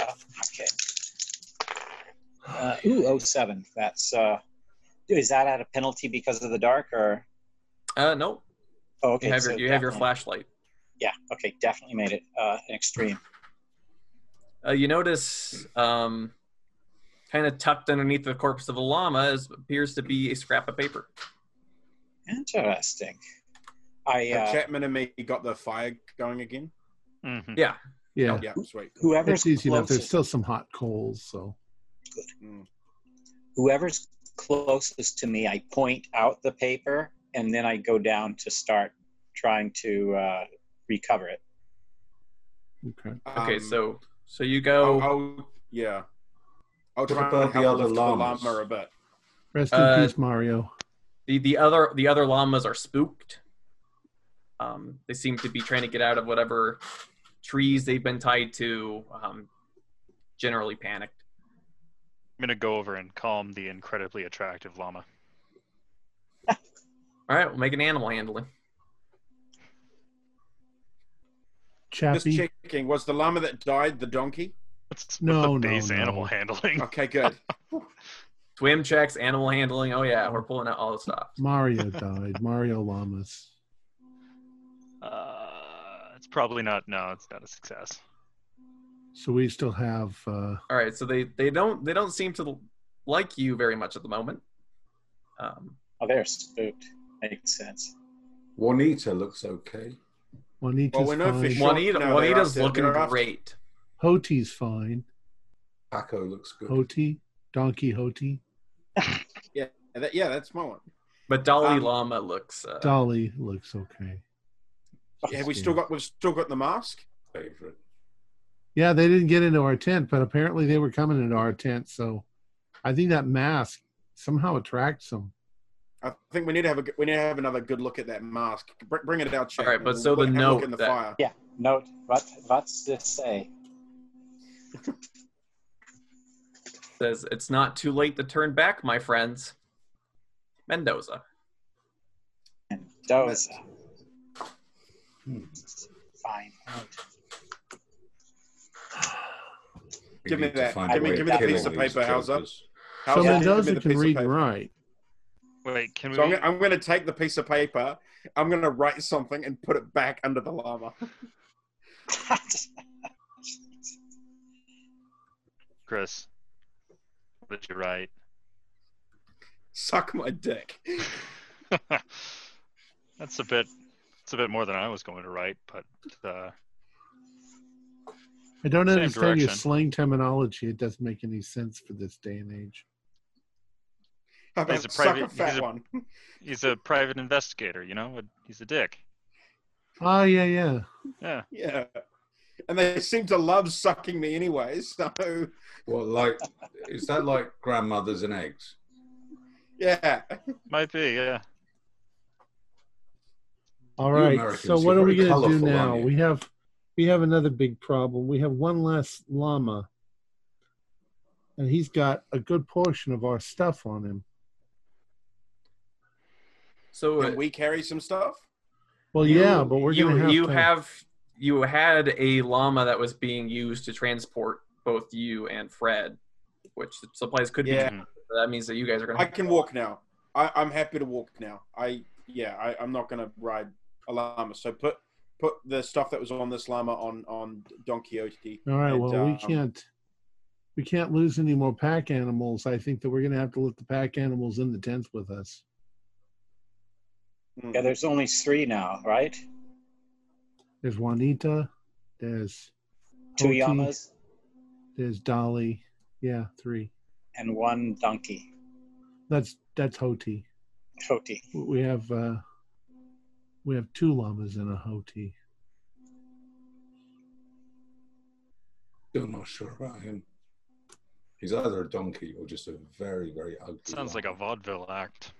Speaker 4: Uh, okay. Uh, ooh, 07. That's uh, is that at a penalty because of the dark or?
Speaker 3: Uh, no,
Speaker 4: Oh, okay.
Speaker 3: you have your
Speaker 4: so
Speaker 3: you have your
Speaker 4: definitely-
Speaker 3: flashlight.
Speaker 4: Yeah. Okay. Definitely made it uh, an extreme.
Speaker 3: Uh, you notice, um, kind of tucked underneath the corpse of a llama, is, appears to be a scrap of paper.
Speaker 4: Interesting. I
Speaker 2: Have
Speaker 4: uh,
Speaker 2: Chapman and me got the fire going again.
Speaker 5: hmm
Speaker 3: Yeah.
Speaker 1: Yeah.
Speaker 2: Yeah, sweet.
Speaker 4: whoever's
Speaker 1: It's easy enough. There's
Speaker 4: closest,
Speaker 1: still some hot coals, so
Speaker 2: Mm.
Speaker 4: whoever's closest to me, I point out the paper and then I go down to start trying to uh, recover it.
Speaker 1: okay.
Speaker 3: Okay,
Speaker 2: Um,
Speaker 3: so Oh. so you go.
Speaker 2: I'll, I'll- yeah. I'll try
Speaker 6: about
Speaker 2: and
Speaker 6: the
Speaker 2: help
Speaker 6: other
Speaker 2: lift the
Speaker 6: llamas?
Speaker 2: llama a bit.
Speaker 1: Rest in
Speaker 3: Uh,
Speaker 1: peace, Mario.
Speaker 3: the the other the other llamas are spooked. Um, they seem to be trying to get out of whatever trees they've been tied to. Um, generally panicked.
Speaker 5: gonna go over and calm the incredibly attractive llama.
Speaker 3: All right, we'll make an animal handling.
Speaker 2: Just
Speaker 1: Chappie.
Speaker 2: checking. Was the llama that died the donkey?
Speaker 5: That's, that's
Speaker 1: No, no,
Speaker 5: the base animal
Speaker 1: no.
Speaker 5: handling.
Speaker 2: Okay, good.
Speaker 3: Swim checks, animal handling. Oh yeah, we're pulling out all the stops.
Speaker 1: Mario died. Mario Lamas.
Speaker 5: Uh, it's probably not. No, it's not a success.
Speaker 1: So we still have. Uh,
Speaker 3: All right, so they they don't they don't seem to like you very much at the moment. Um,
Speaker 4: Oh, they're spooked. Makes sense.
Speaker 6: Juanita looks okay.
Speaker 1: Juanita's
Speaker 2: Well, we're not
Speaker 1: fine.
Speaker 2: fishing. Sure,
Speaker 3: Juanita,
Speaker 2: no, they're
Speaker 3: Juanita's
Speaker 2: after-
Speaker 3: looking
Speaker 2: they're after-
Speaker 3: great.
Speaker 1: Hoti's fine.
Speaker 6: Paco looks good.
Speaker 1: Hoti, Donkey Hoti,
Speaker 2: And that- yeah, that's my one.
Speaker 3: But Dalai
Speaker 2: Um,
Speaker 3: Lama looks. Uh,
Speaker 1: Dolly looks okay.
Speaker 2: Have we still got? We've still got the mask.
Speaker 6: Favorite.
Speaker 1: Yeah, they didn't get into our tent, but apparently they were coming into our tent. So I think that mask somehow attracts them.
Speaker 2: I think we need to have a g- we need to have another good look at that mask. Br- bring it out, check.
Speaker 3: All right, but so the
Speaker 2: have a
Speaker 3: note
Speaker 2: look in the
Speaker 3: that-
Speaker 2: fire.
Speaker 4: Yeah. Note what what's this say?
Speaker 3: says it's not too late to turn back, my friends. Mendoza.
Speaker 4: Mendoza. Hmm. Fine.
Speaker 6: We
Speaker 2: Give me
Speaker 6: need to
Speaker 2: that.
Speaker 6: find a
Speaker 4: Give me-
Speaker 6: way
Speaker 4: give
Speaker 6: of
Speaker 4: me that
Speaker 6: killing
Speaker 4: piece
Speaker 2: of
Speaker 6: these
Speaker 2: paper, how's that?
Speaker 6: jokers.
Speaker 2: How
Speaker 1: so
Speaker 2: Oh, yeah.
Speaker 1: Mendoza
Speaker 2: Give me the
Speaker 1: can
Speaker 2: piece of
Speaker 1: read and
Speaker 2: paper.
Speaker 1: write.
Speaker 5: Wait, can we?
Speaker 2: So I'm, gonna- I'm going to take the piece of paper. I'm going to write something and put it back under the llama.
Speaker 5: Chris, what did you write?
Speaker 2: Suck my dick.
Speaker 5: that's a bit. It's a bit more than I was going to write, but uh,
Speaker 1: I don't
Speaker 5: Same
Speaker 1: understand your
Speaker 5: direction.
Speaker 1: slang terminology. It doesn't make any sense for this day and age.
Speaker 2: How about
Speaker 5: He's a
Speaker 2: suck a
Speaker 5: private-
Speaker 2: fat
Speaker 5: he's a-
Speaker 2: one.
Speaker 5: he's a private investigator. You know, he's a dick.
Speaker 1: Oh yeah, yeah.
Speaker 5: Yeah.
Speaker 2: Yeah. And they seem to love sucking me anyway. So
Speaker 6: Well, like, is that like grandmothers and eggs?
Speaker 2: yeah.
Speaker 5: Might be, yeah.
Speaker 1: All
Speaker 6: You
Speaker 1: right.
Speaker 6: Americans,
Speaker 1: So
Speaker 6: you're
Speaker 1: what are we
Speaker 6: very
Speaker 1: going to do
Speaker 6: colorful,
Speaker 1: now?
Speaker 6: aren't you?
Speaker 1: We have we have another big problem. We have one less llama, and he's got a good portion of our stuff on him.
Speaker 3: So uh,
Speaker 2: Can we carry some stuff?
Speaker 1: Well,
Speaker 3: you-
Speaker 1: yeah, but we're
Speaker 3: you
Speaker 1: going to have
Speaker 3: you
Speaker 1: to.
Speaker 3: have you had a llama that was being used to transport both you and Fred, which the supplies could
Speaker 2: Yeah.
Speaker 3: be. That means that you guys are gonna.
Speaker 2: I can walk now. I, I'm happy to walk now. I yeah. I, I'm not going to ride a llama. So put put the stuff that was on this llama on on Don Quixote.
Speaker 1: All right.
Speaker 2: and,
Speaker 1: Well, we
Speaker 2: um,
Speaker 1: can't we can't lose any more pack animals. I think that we're going to have to let the pack animals in the tents with us.
Speaker 2: mm.
Speaker 4: yeah, there's only three now, right?
Speaker 1: There's Juanita. There's
Speaker 4: Two
Speaker 1: Hoti,
Speaker 4: llamas
Speaker 1: There's Dolly. Yeah, three.
Speaker 4: and one donkey.
Speaker 1: That's that's Hoti.
Speaker 4: Hoti.
Speaker 1: We have uh, we have two llamas and a Hoti.
Speaker 6: Still not sure about him. He's either a donkey or just a very, very ugly.
Speaker 5: Sounds like a vaudeville act.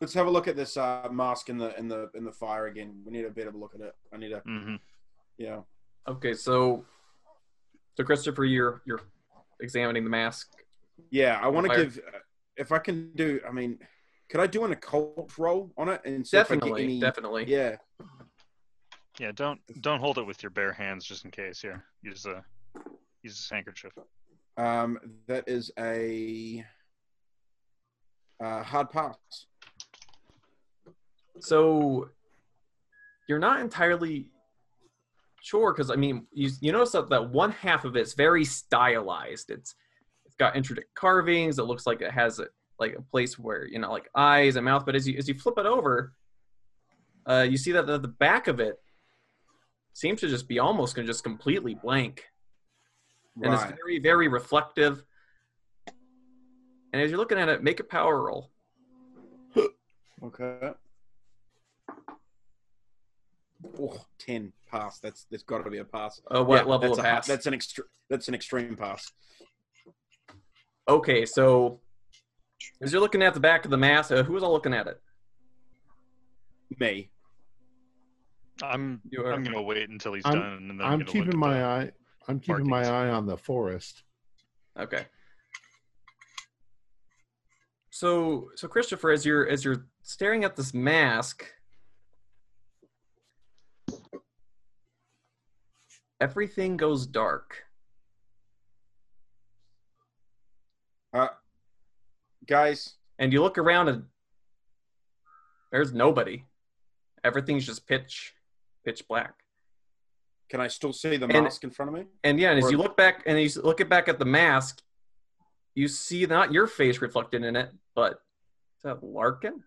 Speaker 2: Let's have a look at this uh, mask in the in the in the fire again. We need a bit of a look at it. I need a
Speaker 5: hmm
Speaker 2: yeah.
Speaker 3: Okay, so so Christopher, you're you're examining the mask.
Speaker 2: Yeah, I want to
Speaker 3: Fire.
Speaker 2: give. uh, If I can do, I mean, could I do an occult roll on it and see if I get
Speaker 3: definitely,
Speaker 2: any-
Speaker 3: definitely.
Speaker 2: Yeah,
Speaker 5: Yeah, don't don't hold it with your bare hands just in case. Here, use a use a handkerchief.
Speaker 2: um, that is a uh, hard pass.
Speaker 3: So you're not entirely sure because I mean you you notice that, that one half of it's very stylized. It's it's got intricate carvings. It looks like it has a, like a place where you know like eyes and mouth. But as you as you flip it over, uh, you see that the, the back of it seems to just be almost gonna just completely blank, and
Speaker 2: Right.
Speaker 3: it's very very reflective. And as you're looking at it, make a power roll.
Speaker 2: Okay. Oh, 10 pass. That's that's got to be a pass.
Speaker 3: Uh, what
Speaker 2: Yeah,
Speaker 3: level
Speaker 2: that's
Speaker 3: of
Speaker 2: a-
Speaker 3: pass?
Speaker 2: That's an extreme. That's an extreme pass.
Speaker 3: Okay, so as you're looking at the back of the mask, uh, who was all looking at it?
Speaker 2: Me.
Speaker 5: I'm
Speaker 3: You
Speaker 5: I'm gonna wait until he's
Speaker 1: I'm-
Speaker 5: done, and then
Speaker 1: I'm
Speaker 5: gonna look
Speaker 1: keeping
Speaker 5: at
Speaker 1: my
Speaker 5: the-
Speaker 1: eye. I'm keeping my
Speaker 5: Markings.
Speaker 1: eye on the forest.
Speaker 3: Okay. So so Christopher, as you're as you're staring at this mask, everything goes dark.
Speaker 2: Guys,
Speaker 3: And you look around and there's nobody. Everything's just pitch pitch black.
Speaker 2: can I still see the
Speaker 3: And-
Speaker 2: mask in front of me?
Speaker 3: And yeah, and as
Speaker 2: Or-
Speaker 3: you look back and as you look back at the mask, you see not your face reflected in it, but is that Larkin?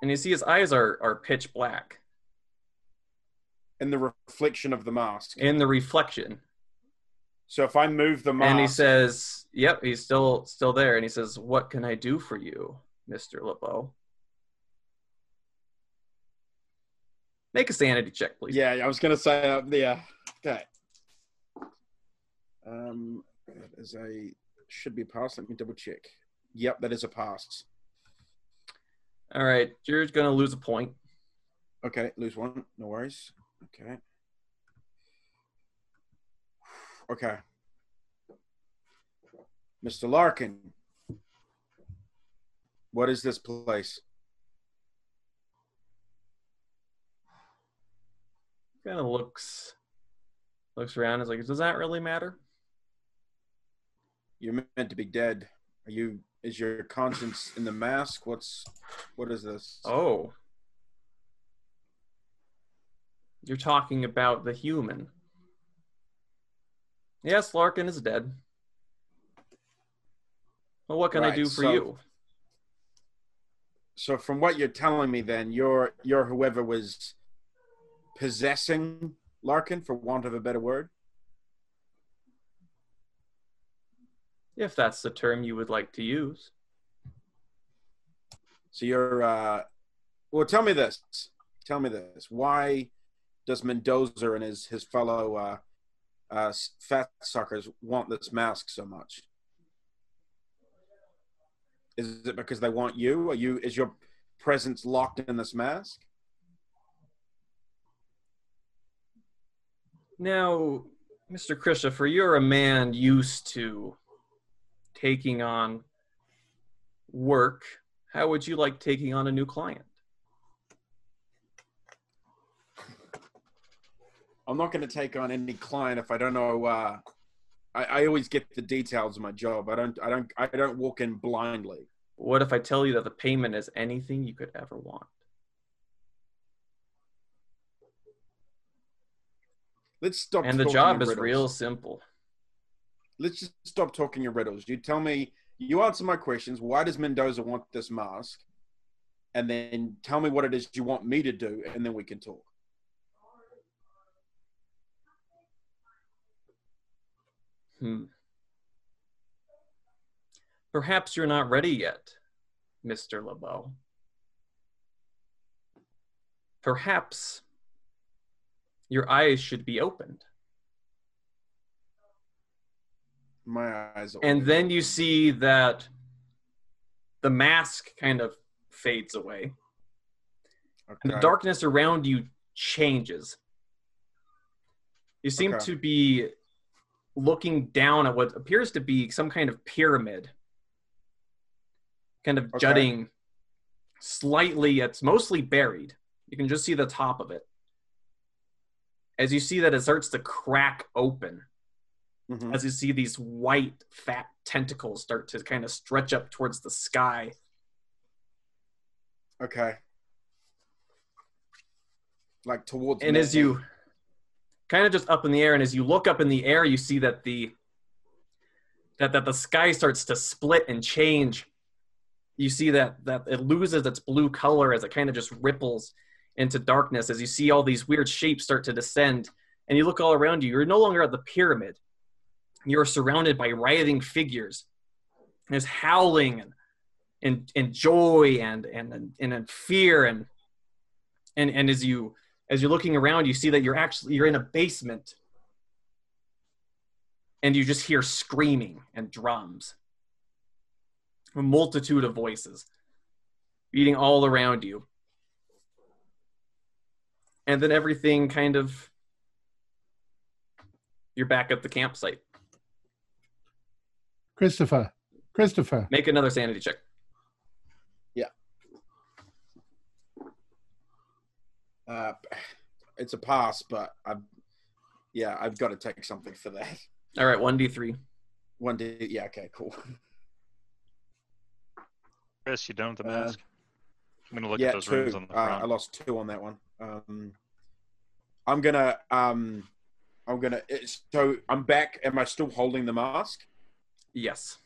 Speaker 3: And you see his eyes are are pitch black
Speaker 2: In the reflection of the mask.
Speaker 3: in the reflection.
Speaker 2: So if I move the mask,
Speaker 3: And he says, "Yep, he's still still there." And he says, "What can I do for you, Mister LeBeau?" Make a sanity check, please.
Speaker 2: "Yeah, I was gonna say, uh, yeah, okay." Um, that is a should be a pass. Let me double check. Yep, that is a pass.
Speaker 3: All right, you're gonna lose a point.
Speaker 2: Okay, lose one. No worries. Okay. Okay. Mr. Larkin, what is this place?
Speaker 3: kind of looks looks around and is like does that really matter
Speaker 2: You're meant to be dead. Are you? Is your conscience in the mask? What's? What is this?
Speaker 3: oh you're talking about the human yes larkin is dead well what can i
Speaker 2: Right,
Speaker 3: do for
Speaker 2: so-
Speaker 3: you
Speaker 2: So from what you're telling me, then you're you're whoever was possessing Larkin, for want of a better word.
Speaker 3: if that's the term you would like to use
Speaker 2: So you're uh well tell me this. Tell me this. Why does Mendoza and his his fellow uh uh s- fat suckers want this mask so much? Is it because they want you? Are you is your presence locked in this mask?
Speaker 3: now mr christopher you're a man used to taking on work how would you like taking on a new client
Speaker 2: I'm not going to take on any client if I don't know. Uh, I, I always get the details of my job. I don't. I don't. I don't walk in blindly.
Speaker 3: What if I tell you that the payment is anything you could ever want?
Speaker 2: Let's stop.
Speaker 3: and the
Speaker 2: talking
Speaker 3: job
Speaker 2: in
Speaker 3: is
Speaker 2: riddles.
Speaker 3: real simple.
Speaker 2: Let's just stop talking your riddles. You tell me. You answer my questions. Why does Mendoza want this mask? And then tell me what it is you want me to do, and then we can talk.
Speaker 3: Hmm. Perhaps you're not ready yet, Mr. LeBeau. Perhaps your eyes should be opened.
Speaker 2: My eyes. Are
Speaker 3: And then you see that the mask kind of fades away. and
Speaker 2: Okay.
Speaker 3: the darkness around you changes. You seem
Speaker 2: Okay.
Speaker 3: to be looking down at what appears to be some kind of pyramid, kind of
Speaker 2: Okay.
Speaker 3: jutting slightly. It's mostly buried. You can just see the top of it. As you see that, it starts to crack open
Speaker 2: Mhm.
Speaker 3: as you see these white fat tentacles start to kind of stretch up towards the sky
Speaker 2: Okay. Like towards.
Speaker 3: and
Speaker 2: me.
Speaker 3: as you kind of just up in the air and as you look up in the air you see that the that that the sky starts to split and change you see that that it loses its blue color as it kind of just ripples into darkness as you see all these weird shapes start to descend and you look all around you you're no longer at the pyramid you're surrounded by writhing figures there's howling and and, and joy and and and, and fear and and and as you as you're looking around you see that you're actually you're in a basement and you just hear screaming and drums a multitude of voices beating all around you and then everything kind of you're back at the campsite.
Speaker 1: Christopher. Christopher.
Speaker 3: Make another sanity check.
Speaker 2: Uh, it's a pass, but I've yeah, I've got to take something for that.
Speaker 3: All right, one d three.
Speaker 2: One day, yeah, okay, cool.
Speaker 5: Chris, you done with the
Speaker 2: Uh,
Speaker 5: mask? I'm gonna look
Speaker 2: yeah,
Speaker 5: at those
Speaker 2: two.
Speaker 5: runes on the
Speaker 2: Uh,
Speaker 5: front.
Speaker 2: I lost two on that one. Um, I'm gonna, um, I'm gonna. It's, so I'm back. Am I still holding the mask?
Speaker 3: Yes.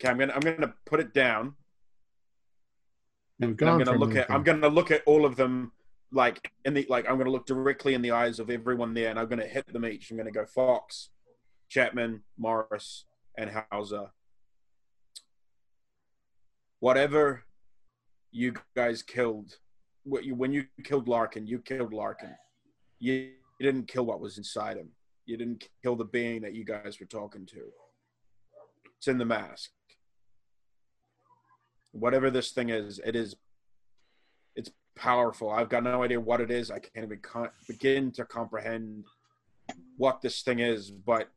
Speaker 2: Okay, I'm gonna, I'm gonna put it down.
Speaker 1: You've
Speaker 2: And I'm
Speaker 1: gone
Speaker 2: gonna
Speaker 1: from
Speaker 2: look at, I'm
Speaker 1: anything.
Speaker 2: gonna look at all of them, like in the, like I'm gonna look directly in the eyes of everyone there, and I'm gonna hit them each. I'm gonna go Fox, Chapman, Morris, and Hauser. Whatever you guys killed, what you, when you killed Larkin, you killed Larkin. You, you didn't kill what was inside him. You didn't kill the being that you guys were talking to. It's in the mask. Whatever this thing is, it is. It's powerful. I've got no idea what it is. I can't even con- begin to comprehend what this thing is, but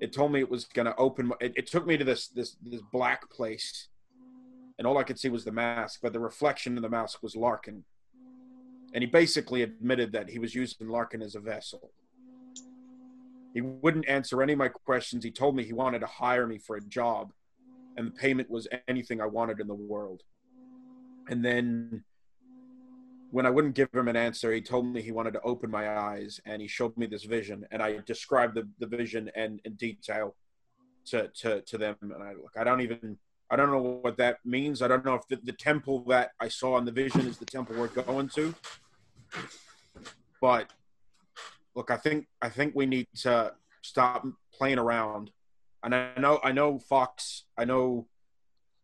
Speaker 2: it told me it was going to open. my- It, it took me to this this this black place, and all I could see was the mask. But the reflection in the mask was Larkin, and he basically admitted that he was using Larkin as a vessel. He wouldn't answer any of my questions. He told me he wanted to hire me for a job, and the payment was anything I wanted in the world. And then when I wouldn't give him an answer, he told me he wanted to open my eyes and he showed me this vision and I described the, the vision and in detail to, to, to them. And I look, I don't even, I don't know what that means. I don't know if the, the temple that I saw in the vision is the temple we're going to, but look, I think, I think we need to stop playing around. And I know, I know Fox, I know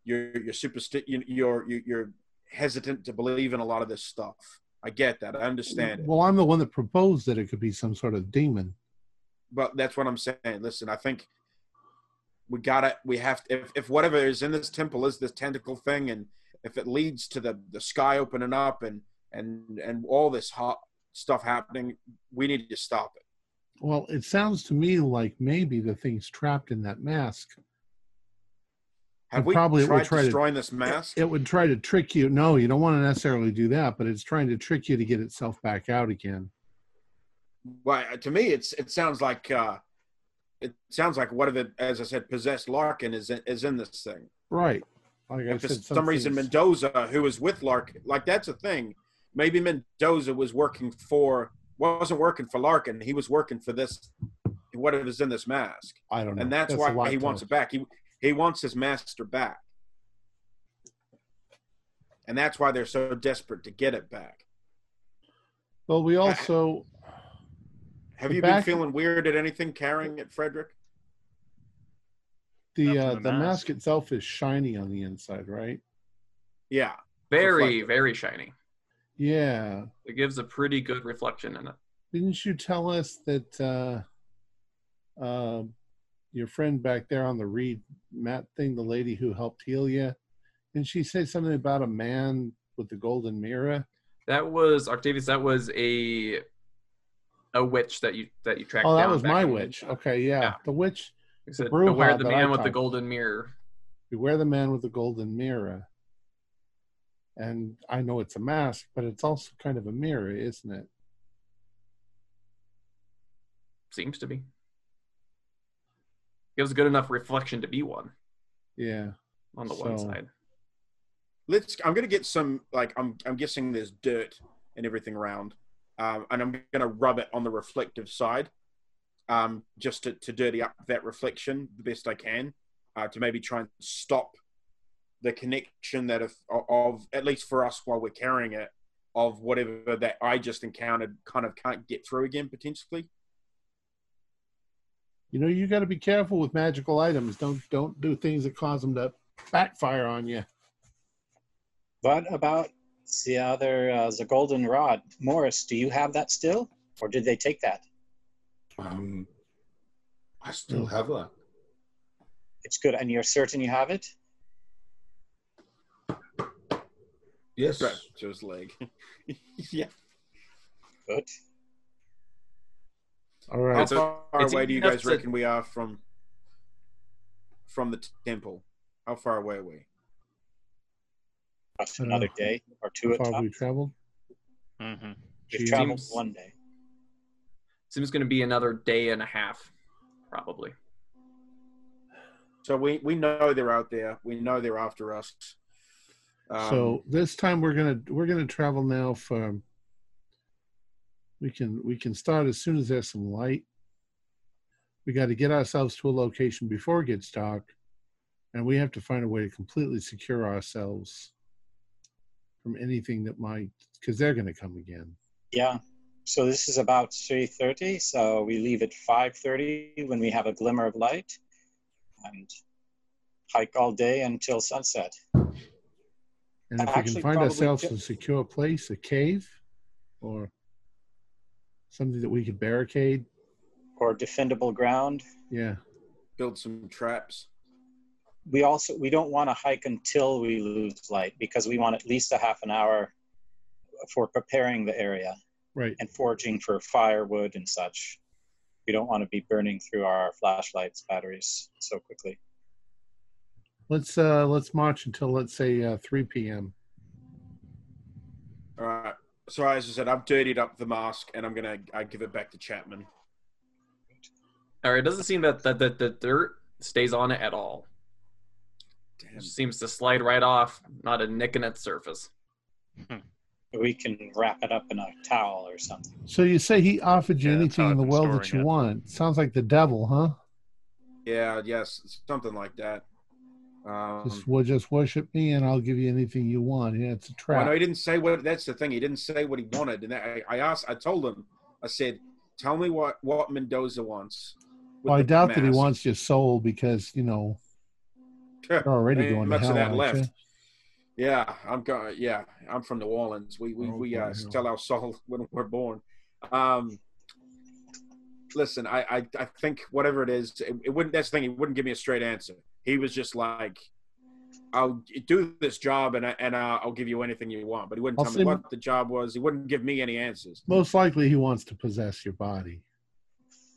Speaker 2: you're, you're supersti- you- you're, you're, you're hesitant to believe in a lot of this stuff. I get that. I understand it.
Speaker 1: Well, I'm the one that proposed that it could be some sort of demon.
Speaker 2: But that's what I'm saying. Listen, I think we gotta we have to if, if whatever is in this temple is this tentacle thing and if it leads to the the sky opening up and and and all this hot stuff happening, we need to stop it.
Speaker 1: Well, it sounds to me like maybe the thing's trapped in that mask.
Speaker 2: Have
Speaker 1: And
Speaker 2: we
Speaker 1: probably it will
Speaker 2: tried
Speaker 1: try to-
Speaker 2: destroying this mask?
Speaker 1: It would try to trick you. No, you don't want to necessarily do that, but it's trying to trick you to get itself back out again.
Speaker 2: Well, to me, it's it sounds like uh, it sounds like whatever, as I said, possessed Larkin is in, is in this thing.
Speaker 1: Right. Like I
Speaker 2: And for
Speaker 1: said,
Speaker 2: some reason,
Speaker 1: things-
Speaker 2: Mendoza, who was with Larkin, like that's a thing. Maybe Mendoza was working for, wasn't working for Larkin. He was working for this, whatever's in this mask,
Speaker 1: I don't know.
Speaker 2: and that's,
Speaker 1: a
Speaker 2: why
Speaker 1: lot
Speaker 2: he
Speaker 1: to
Speaker 2: wants
Speaker 1: it.
Speaker 2: it back. He he wants his master back, and that's why they're so desperate to get it back.
Speaker 1: Well, we also
Speaker 2: Have
Speaker 1: The
Speaker 2: you
Speaker 1: back-
Speaker 2: been feeling weird at anything carrying it, Frederick?
Speaker 1: the
Speaker 5: Not
Speaker 1: uh,
Speaker 5: from
Speaker 1: the
Speaker 5: the
Speaker 1: mask
Speaker 5: mask.
Speaker 1: itself is shiny on the inside, right?
Speaker 2: Yeah,
Speaker 3: Very,
Speaker 2: Reflective.
Speaker 3: very shiny.
Speaker 1: Yeah.
Speaker 3: It gives a pretty good reflection in it.
Speaker 1: Didn't you tell us that uh, uh, your friend back there on the reed mat thing, the lady who helped heal you, and she said something about a man with the golden mirror?
Speaker 3: That was Octavius. That was a a witch that you that you tracked.
Speaker 1: Oh, that
Speaker 3: down
Speaker 1: was
Speaker 3: back
Speaker 1: my
Speaker 3: in-
Speaker 1: witch. Okay, yeah,
Speaker 3: Yeah.
Speaker 1: the witch.
Speaker 3: It said,
Speaker 1: Bruja
Speaker 3: Beware the
Speaker 1: that I
Speaker 3: man with the
Speaker 1: talked-
Speaker 3: golden mirror.
Speaker 1: Beware the man with the golden mirror. And I know it's a mask, but it's also kind of a mirror, isn't it?
Speaker 3: Seems to be. Gives good enough reflection to be one
Speaker 1: Yeah.
Speaker 3: on the one
Speaker 1: So-
Speaker 3: side.
Speaker 2: let's i'm gonna get some like i'm i'm guessing there's dirt and everything around um, and i'm gonna rub it on the reflective side um, just to, to dirty up that reflection the best i can uh, to maybe try and stop the connection that if, of at least for us while we're carrying it of whatever that i just encountered kind of can't get through again potentially
Speaker 1: You know, you got to be careful with magical items. Don't don't do things that cause them to backfire on you.
Speaker 4: What about the other, uh, the golden rod? Morris, do you have that still? Or did they take that?
Speaker 6: Um, I still have that.
Speaker 4: It's good. And you're certain you have it?
Speaker 6: Yes.
Speaker 2: Right, to his leg yeah
Speaker 4: Good.
Speaker 1: All
Speaker 2: How
Speaker 1: right.
Speaker 3: That's-
Speaker 2: far
Speaker 3: it's
Speaker 2: away do you
Speaker 3: enough
Speaker 2: guys
Speaker 3: to-
Speaker 2: reckon we are from from the temple? How far away are we?
Speaker 4: But another
Speaker 1: Uh,
Speaker 4: day or two
Speaker 1: How
Speaker 4: at
Speaker 1: far
Speaker 4: top.
Speaker 1: we traveled?
Speaker 5: hmm
Speaker 4: We've traveled
Speaker 3: Seems-
Speaker 4: one day.
Speaker 3: Seems going to be another day and a half, probably.
Speaker 2: So we we know they're out there. We know they're after us. Um,
Speaker 1: so this time we're gonna we're gonna travel now from. We can we can start as soon as there's some light. We got to get ourselves to a location before it gets dark, and we have to find a way to completely secure ourselves from anything that might because they're gonna come again.
Speaker 4: Yeah. So this is about 3:30. So we leave at 5:30 when we have a glimmer of light, and hike all day until sunset.
Speaker 1: And if we
Speaker 4: Actually,
Speaker 1: can find
Speaker 4: probably
Speaker 1: ourselves
Speaker 4: ju-
Speaker 1: a secure place, a cave, or something that we could barricade,
Speaker 4: Or defendable ground.
Speaker 1: yeah.
Speaker 2: build some traps.
Speaker 4: We also we don't want to hike until we lose light because we want at least a half an hour for preparing the area
Speaker 1: Right.
Speaker 4: and foraging for firewood and such. We don't want to be burning through our flashlights batteries so quickly.
Speaker 1: Let's uh let's march until let's say uh, 3 p.m.
Speaker 2: All right. So as I said, I've dirtied up the mask, and I'm gonna I give it back to Chapman.
Speaker 3: All right, it doesn't seem that that the, the dirt stays on it at all. It
Speaker 2: Damn.
Speaker 3: just seems to slide right off, not a nick in its surface.
Speaker 5: Hmm.
Speaker 4: We can wrap it up in a towel or something.
Speaker 1: So you say he offered you
Speaker 5: Yeah, that's
Speaker 1: anything
Speaker 5: how
Speaker 1: in the
Speaker 5: I've been
Speaker 1: world that you
Speaker 5: storing it.
Speaker 1: want? Sounds like the devil, huh?
Speaker 2: Yeah. Yes. Something like that. Um,
Speaker 1: Just well, just worship me and I'll give you anything you want. Yeah, it's a
Speaker 2: Well, no, he
Speaker 1: trap.
Speaker 2: didn't say what. That's the thing. He didn't say what he wanted, and that, I, I asked. I told him. I said, "Tell me what what Mendoza wants." with
Speaker 1: Well, I
Speaker 2: the
Speaker 1: doubt that he
Speaker 2: mask."
Speaker 1: wants your soul because you know you're already
Speaker 2: Ain't
Speaker 1: going to
Speaker 2: much of
Speaker 1: hell.
Speaker 2: that
Speaker 1: aren't
Speaker 2: left.
Speaker 1: you?
Speaker 2: Yeah, I'm going. Yeah, I'm from New Orleans. We we
Speaker 1: Oh,
Speaker 2: we
Speaker 1: okay,
Speaker 2: uh,
Speaker 1: yeah.
Speaker 2: sell our soul when we're born. Um, listen, I, I I think whatever it is, it, it wouldn't. That's the thing. He wouldn't give me a straight answer. He was just like, "I'll do this job and I, and uh, I'll give you anything you want." But he wouldn't
Speaker 1: I'll
Speaker 2: tell me
Speaker 1: see-
Speaker 2: what the job was. He wouldn't give me any answers.
Speaker 1: Most likely, he wants to possess your body.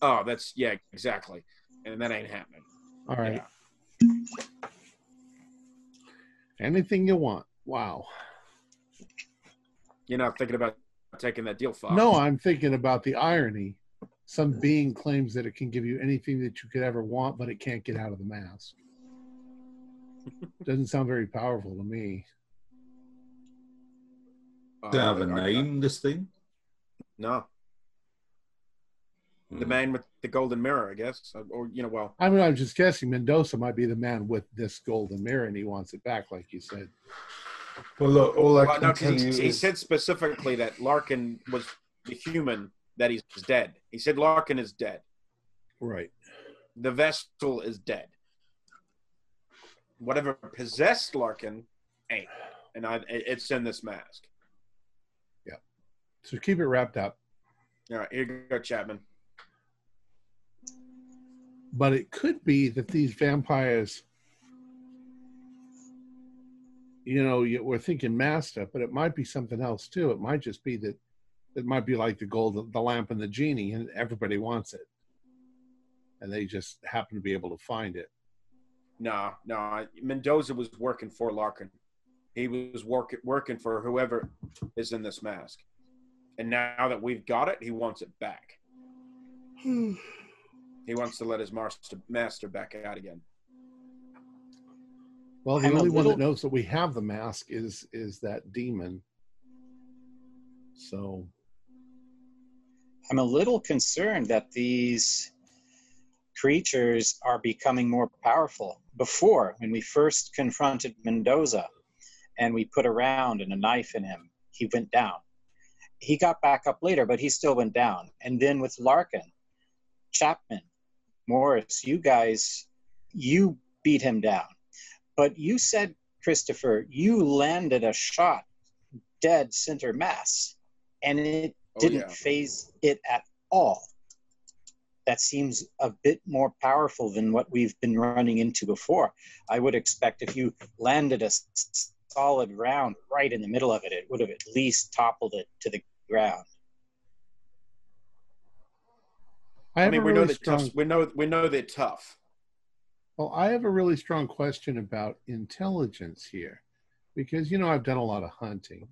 Speaker 2: Oh, that's yeah, exactly. And that ain't happening.
Speaker 1: All right. Anything you want. Wow.
Speaker 2: You're not thinking about taking that deal far.
Speaker 1: No, I'm thinking about the irony. Some being claims that it can give you anything that you could ever want, but it can't get out of the mask. Doesn't sound very powerful to me.
Speaker 2: Uh,
Speaker 6: Does it have a
Speaker 2: I- I-
Speaker 6: name, this thing?
Speaker 2: No, the
Speaker 6: Hmm.
Speaker 2: man with the golden mirror, I guess, or you know, well,
Speaker 1: I mean, I'm just guessing Mendoza might be the man with this golden mirror, and he wants it back, like you said.
Speaker 6: Well, look, all I
Speaker 2: well
Speaker 6: can
Speaker 2: no, 'cause
Speaker 6: tell
Speaker 2: he,
Speaker 6: you
Speaker 2: he
Speaker 6: is
Speaker 2: said specifically that Larkin was the human that he's dead. He said Larkin is dead.
Speaker 1: Right.
Speaker 2: The vessel is dead. Whatever possessed Larkin ain't, and I, it- it's in this mask.
Speaker 1: So keep it wrapped up,
Speaker 2: All right, here you go, Chapman.
Speaker 1: but it could be that these vampires. You know, you, we're thinking master, but it might be something else too. It might just be that it might be like the gold, the lamp, and the genie, and everybody wants it, and they just happen to be able to find it.
Speaker 2: No, no. Mendoza was working for Larkin. He was work, working for whoever is in this mask. And now that we've got it, he wants it back. he wants to let his master, master back out again.
Speaker 1: Well, the
Speaker 4: I'm a
Speaker 1: only one that
Speaker 4: little-
Speaker 1: knows that we have the mask is is that demon. So
Speaker 4: I'm a little concerned that these creatures are becoming more powerful. Before, when we first confronted Mendoza and we put a round and a knife in him, he went down. He got back up later, but he still went down. And then with Larkin, Chapman, Morris, you guys, you beat him down. But you said, Christopher, you landed a shot dead center mass, and it
Speaker 2: Oh,
Speaker 4: didn't
Speaker 2: yeah.
Speaker 4: phase it at all. That seems a bit more powerful than what we've been running into before. I would expect if you landed a s- solid round right in the middle of it, it would have at least toppled it to the ground.
Speaker 1: I,
Speaker 2: I,
Speaker 1: have
Speaker 2: mean,
Speaker 1: a
Speaker 2: we know
Speaker 1: really
Speaker 2: they're
Speaker 1: strong.
Speaker 2: tough. We know we know they're tough.
Speaker 1: Well, I have a really strong question about intelligence here, because you know I've done a lot of hunting.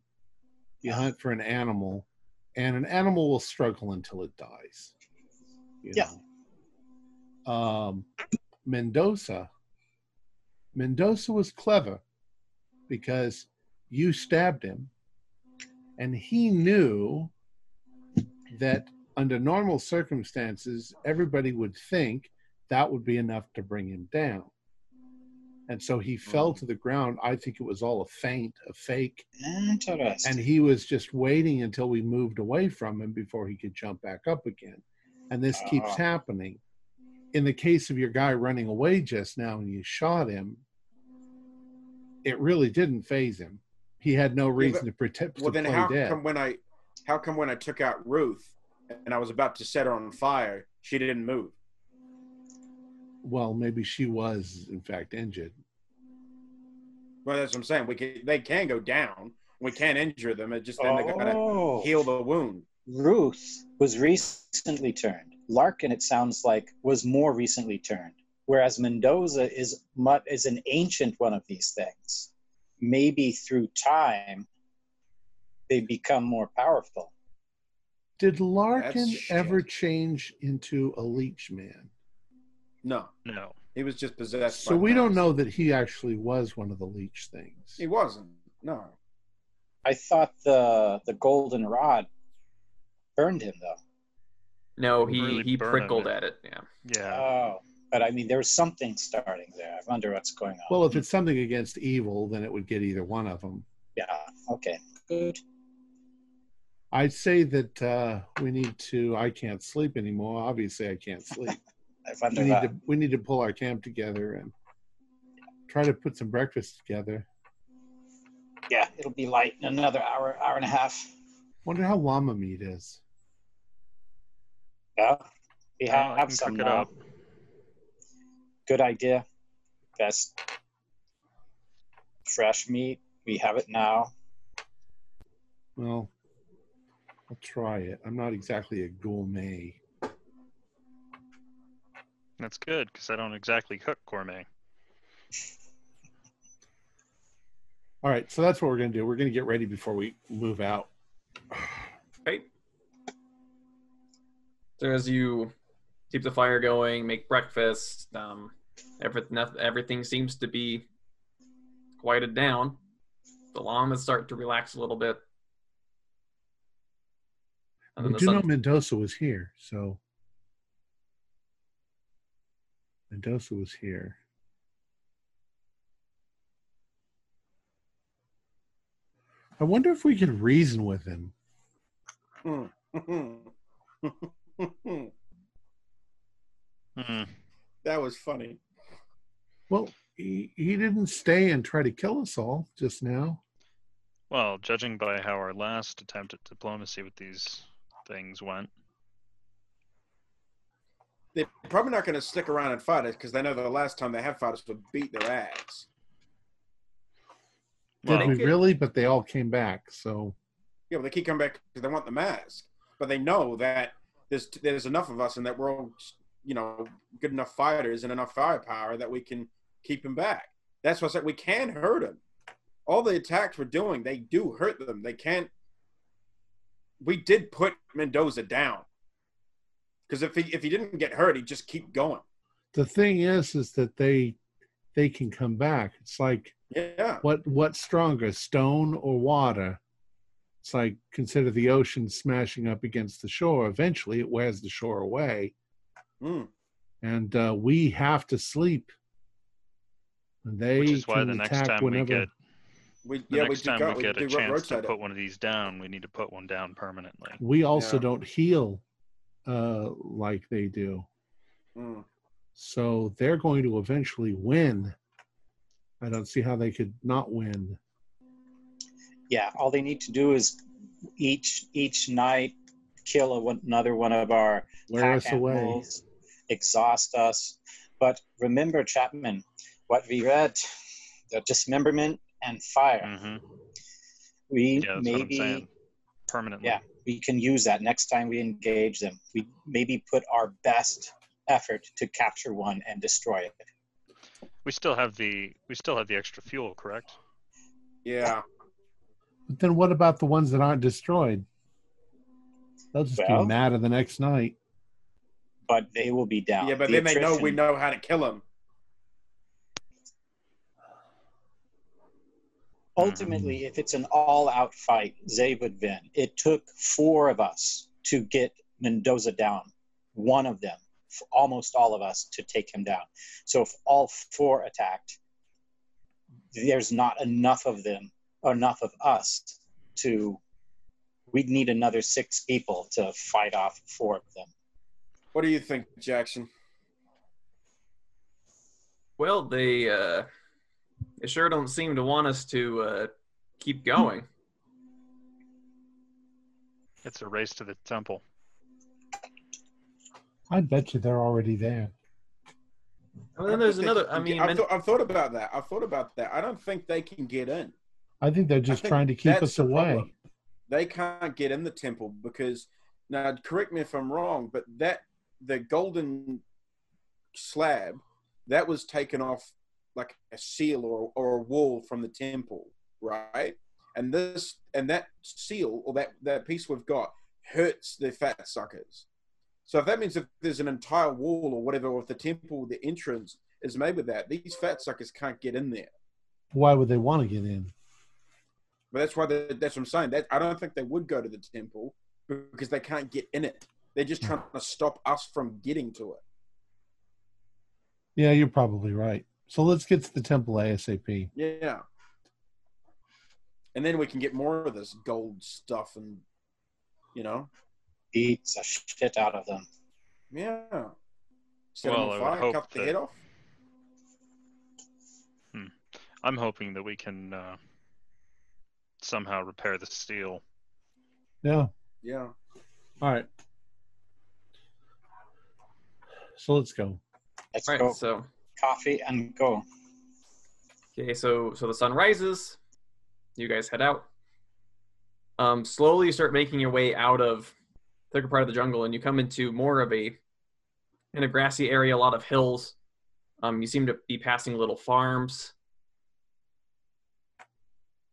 Speaker 1: You hunt for an animal, and an animal will struggle until it dies. you
Speaker 4: Yeah.
Speaker 1: know. Um, Mendoza. Mendoza was clever because you stabbed him, and he knew that under normal circumstances, everybody would think that would be enough to bring him down. And so he fell
Speaker 2: Mm.
Speaker 1: to the ground. I think it was all a feint, a fake.
Speaker 4: Interesting.
Speaker 1: And he was just waiting until we moved away from him before he could jump back up again. And this keeps
Speaker 4: Ah.
Speaker 1: happening. In the case of your guy running away just now and you shot him, it really didn't phase him. He had no reason to protect
Speaker 2: Well,
Speaker 1: to
Speaker 2: then
Speaker 1: play
Speaker 2: how
Speaker 1: dead.
Speaker 2: come when I how come when I took out Ruth and I was about to set her on fire, she didn't move?
Speaker 1: well, maybe she was in fact injured.
Speaker 2: Well, that's what I'm saying. We can, they can go down. We can't injure them. It just then they gotta
Speaker 4: oh,
Speaker 2: heal the wound.
Speaker 4: Ruth was recently turned. Larkin, it sounds like, was more recently turned. Whereas Mendoza is mu is an ancient one of these things. Maybe through time, they become more powerful.
Speaker 1: Did Larkin
Speaker 2: shit.
Speaker 1: ever change into a leech man?
Speaker 2: No,
Speaker 5: No.
Speaker 2: he was just possessed.
Speaker 1: so
Speaker 2: by
Speaker 1: we don't
Speaker 2: Max.
Speaker 1: know that he actually was one of the leech things.
Speaker 2: He wasn't. No.
Speaker 4: I thought the the golden rod burned him though.
Speaker 3: No, he
Speaker 5: Really
Speaker 3: he
Speaker 5: burn
Speaker 3: prickled
Speaker 5: it.
Speaker 3: at it. Yeah.
Speaker 5: Yeah.
Speaker 4: Oh, but I mean, there's something starting there. I wonder what's going on.
Speaker 1: Well, if it's something against evil, then it would get either one of them.
Speaker 4: yeah. Okay. Good.
Speaker 1: I'd say that uh, we need to. I can't sleep anymore. Obviously, I can't sleep.
Speaker 4: I
Speaker 1: we
Speaker 4: wonder
Speaker 1: need
Speaker 4: that.
Speaker 1: to. We need to pull our camp together and try to put some breakfast together.
Speaker 4: Yeah, it'll be light in another hour, hour and a half.
Speaker 1: Wonder how llama meat is.
Speaker 4: Yeah, we
Speaker 5: Oh,
Speaker 4: have
Speaker 5: I can
Speaker 4: some uh,
Speaker 5: cook it
Speaker 4: now.
Speaker 5: up.
Speaker 4: Good idea. Best fresh meat. We have it now.
Speaker 1: Well, I'll try it. I'm not exactly a gourmet.
Speaker 5: That's good because I don't exactly cook gourmet.
Speaker 1: All right, so that's what we're gonna do. We're gonna get ready before we move out.
Speaker 3: Right. So as you keep the fire going, make breakfast, um, everything everything seems to be quieted down. The llamas start to relax a little bit. And
Speaker 1: We
Speaker 3: then the
Speaker 1: do know
Speaker 3: sun,
Speaker 1: Mendoza was here, so Mendoza was here. I wonder if we could reason with him.
Speaker 5: Hmm.
Speaker 2: that was funny.
Speaker 1: Well, he, he didn't stay and try to kill us all just now.
Speaker 5: Well, judging by how our last attempt at diplomacy with these things went,
Speaker 2: They're probably not going to stick around and fight us because they know the last time they have fighters would beat their ass.
Speaker 1: Did
Speaker 5: well,
Speaker 1: we
Speaker 3: get-
Speaker 1: really? But they all came back, so
Speaker 2: Yeah, but they keep coming back because they want the mask. But they know that there's there's enough of us and that we're all, you know, good enough fighters and enough firepower that we can keep him back. That's why I said we can hurt him. All the attacks we're doing, they do hurt them. They can't. We did put Mendoza down because if he if he didn't get hurt, he'd just keep going.
Speaker 1: the thing is, is that they they can come back. It's like
Speaker 2: Yeah,
Speaker 1: what what's stronger stone or water it's like consider the ocean smashing up against the shore eventually it wears the shore away
Speaker 2: Mm.
Speaker 1: and uh, we have to sleep and they
Speaker 5: which is why
Speaker 1: can
Speaker 5: the next
Speaker 1: attack
Speaker 5: time
Speaker 1: whenever
Speaker 5: we get
Speaker 2: we
Speaker 5: the
Speaker 2: yeah we
Speaker 5: next
Speaker 2: do
Speaker 5: time
Speaker 2: go,
Speaker 5: we get a
Speaker 2: do ro-
Speaker 5: chance to
Speaker 2: rotate it.
Speaker 5: put one of these down, we need to put one down permanently.
Speaker 1: we also
Speaker 2: Yeah.
Speaker 1: don't heal uh, like they do
Speaker 2: Mm.
Speaker 1: so they're going to eventually win i don't see how they could not win
Speaker 4: Yeah, all they need to do is each each night kill a, one- another one of our
Speaker 1: wear
Speaker 4: pack
Speaker 1: us away
Speaker 4: animals, exhaust us. But remember, Chapman, what we read: the dismemberment and fire.
Speaker 5: hmm
Speaker 4: We
Speaker 5: Yeah, that's what I'm
Speaker 4: maybe
Speaker 5: saying. Permanently.
Speaker 4: Yeah. we can use that next time we engage them. We maybe put our best effort to capture one and destroy it.
Speaker 5: We still have the we still have the extra fuel, correct?
Speaker 2: Yeah.
Speaker 1: But then what about the ones that aren't destroyed? They'll just
Speaker 4: Well-
Speaker 1: be mad at the next night.
Speaker 4: But they will be down.
Speaker 2: Yeah, but
Speaker 4: The
Speaker 2: then they know we
Speaker 4: attrition-
Speaker 2: know how to kill them.
Speaker 4: ultimately, if it's an all-out fight, Zay would win. It took four of us to get Mendoza down. One of them, f- almost all of us, to take him down. So if all four attacked, there's not enough of them, enough of us to. We'd need another six people to fight off four of them.
Speaker 2: What do you think, Jackson?
Speaker 3: Well, they uh, they sure don't seem to want us to uh, keep going.
Speaker 5: It's a race to the temple.
Speaker 1: I bet you they're already there.
Speaker 3: And then there's
Speaker 2: think they
Speaker 3: another. I
Speaker 2: can get-
Speaker 3: mean,
Speaker 2: I've,
Speaker 3: men-
Speaker 2: thought- I've thought about that. I've thought about that. I don't think they can get in.
Speaker 1: I think they're
Speaker 2: I
Speaker 1: just
Speaker 2: think
Speaker 1: trying to keep
Speaker 2: that's
Speaker 1: us
Speaker 2: the
Speaker 1: away.
Speaker 2: problem. They can't get in the temple because now correct me if I'm wrong, but that the golden slab that was taken off like a seal or or a wall from the temple, right? And this and that seal or that that piece we've got hurts the fat suckers. So if that means if there's an entire wall or whatever, or if the temple, the entrance is made with that, these fat suckers can't get in there.
Speaker 1: Why would they want to get in?
Speaker 2: But that's why they, that's what I'm saying. That I don't think they would go to the temple because they can't get in it. They're just trying to stop us from getting to it.
Speaker 1: Yeah, you're probably right. So let's get to the temple ASAP.
Speaker 2: Yeah. And then we can get more of this gold stuff and you know.
Speaker 4: Beats the shit out of them.
Speaker 2: Yeah. Set 'em
Speaker 5: Well, I
Speaker 2: on
Speaker 5: would
Speaker 2: fire,
Speaker 5: hope
Speaker 2: cut the
Speaker 5: that-
Speaker 2: head off.
Speaker 5: I'm hoping that we can uh, somehow repair the steel.
Speaker 1: Yeah.
Speaker 2: Yeah.
Speaker 1: All right. So let's go.
Speaker 4: Let's
Speaker 3: right.
Speaker 4: go
Speaker 3: So
Speaker 4: coffee and go.
Speaker 3: okay. So so the sun rises. You guys head out. Um, slowly you start making your way out of thicker part of the jungle, and you come into more of a in a grassy area, a lot of hills. Um, you seem to be passing little farms.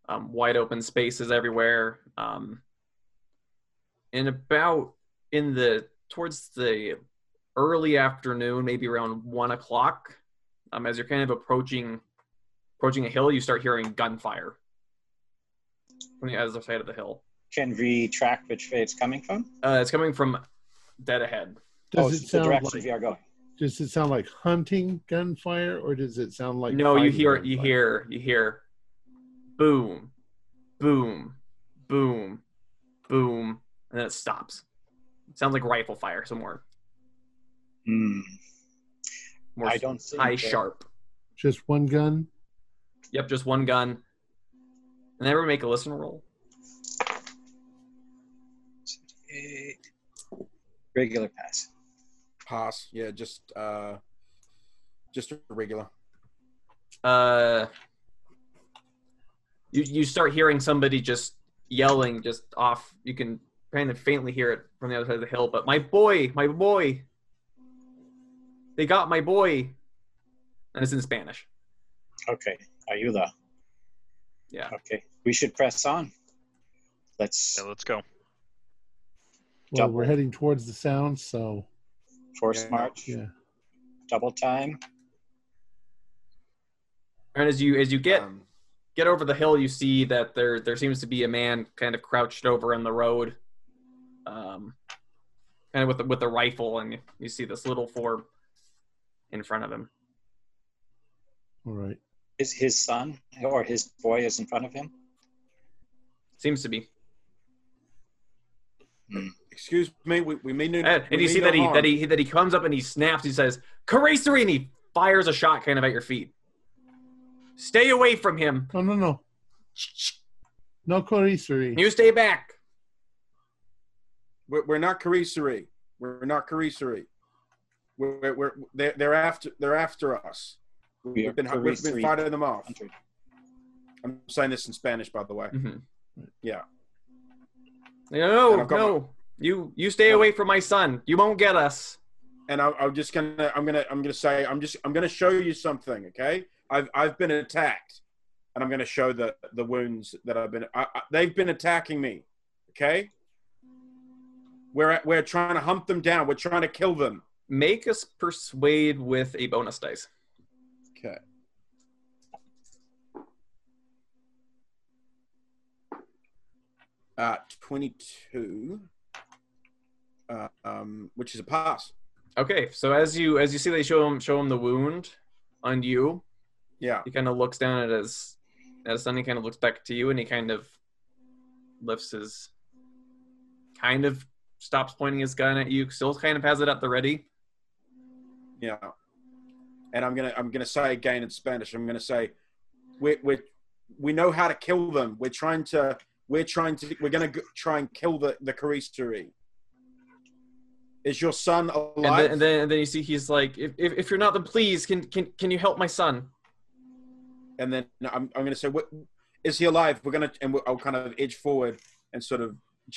Speaker 3: Um, wide open spaces everywhere. Um, and about in the towards the early afternoon, maybe around one o'clock, um, as you're kind of approaching approaching a hill, you start hearing gunfire from the other side of the hill.
Speaker 4: Can we track which way it's coming from?
Speaker 3: Uh, it's coming from dead ahead.
Speaker 1: Does
Speaker 4: oh,
Speaker 1: it
Speaker 4: it's the
Speaker 1: sound
Speaker 4: direction
Speaker 1: like
Speaker 4: we are going.
Speaker 1: does it sound like hunting gunfire or does it sound like
Speaker 3: no, you
Speaker 1: fighting
Speaker 3: hear you
Speaker 1: gunfire?
Speaker 3: hear you hear boom, boom, boom, boom, and then it stops. Sounds like rifle fire, so more
Speaker 4: Hmm.
Speaker 3: more
Speaker 4: I don't think
Speaker 3: high
Speaker 4: that-
Speaker 3: sharp.
Speaker 1: just one gun?
Speaker 3: Yep, just one gun. And everyone make a listen roll.
Speaker 4: Regular pass.
Speaker 2: Pass. Yeah, just uh just a regular.
Speaker 3: uh you you start hearing somebody just yelling just off you can kind of faintly hear it from the other side of the hill but my boy my boy they got my boy and it's in spanish
Speaker 4: Okay. Ayuda.
Speaker 3: Yeah.
Speaker 4: Okay. We should press on. Let's
Speaker 5: Yeah, let's go.
Speaker 1: Well,
Speaker 4: Double.
Speaker 1: we're heading towards the sound, so
Speaker 4: force
Speaker 2: Yeah.
Speaker 4: march.
Speaker 1: yeah.
Speaker 4: Double time.
Speaker 3: and as you as you get
Speaker 2: Um,
Speaker 3: get over the hill you see that there there seems to be a man kind of crouched over in the road um kind of with the, with a rifle and you, you see this little form in front of him
Speaker 1: All right.
Speaker 4: Is his son or his boy is in front of him?
Speaker 3: seems to be
Speaker 2: excuse me, we, we mean no,
Speaker 3: And,
Speaker 2: we
Speaker 3: and
Speaker 2: mean
Speaker 3: you see
Speaker 2: no
Speaker 3: that he,
Speaker 2: harm.
Speaker 3: that he that he comes up and he snaps. He says, "Caracerini!" and he fires a shot kind of at your feet. Stay away from him.
Speaker 1: No, no, no. No Corisuri.
Speaker 3: You stay back.
Speaker 2: We're, we're not Karisari. We're not Karisari. We're, we're, we're they're, they're after they're after us.
Speaker 4: We are
Speaker 2: We've been, we've been
Speaker 4: Karisari.
Speaker 2: fighting them off.
Speaker 4: Hundred.
Speaker 3: Mm-hmm.
Speaker 2: I'm saying this in Spanish, by the way.
Speaker 3: Mhm.
Speaker 2: Yeah. Mm-hmm. And
Speaker 3: No,
Speaker 2: I've got
Speaker 3: no. You you stay away from my son. You won't get us.
Speaker 2: and I, I'm just gonna I'm gonna I'm gonna say I'm just I'm gonna show you something. Okay, I've I've been attacked, and I'm gonna show the the wounds that I've been. I, I, they've been attacking me. Okay, we're we're trying to hunt them down. We're trying to kill them.
Speaker 3: Make us persuade with a bonus dice.
Speaker 2: Okay. Uh, 22, uh, um, which is a pass.
Speaker 3: Okay, so as you as you see, they show him show him the wound on you.
Speaker 2: Yeah.
Speaker 3: He kind of looks down at his at his son. He kind of looks back to you, and he kind of lifts his, kind of stops pointing his gun at you. Still kind of has it at the ready.
Speaker 2: Yeah. And I'm gonna I'm gonna say again in Spanish. I'm gonna say, we we we know how to kill them. We're trying to we're trying to we're gonna go, try and kill the the Karistari. Is your son alive?
Speaker 3: And then, and then and then you see he's like, if, if, if you're not, then please can can can you help my son?
Speaker 2: and then I'm, I'm going to say, what, is he alive? We're going to, and we'll, I'll kind of edge forward and sort of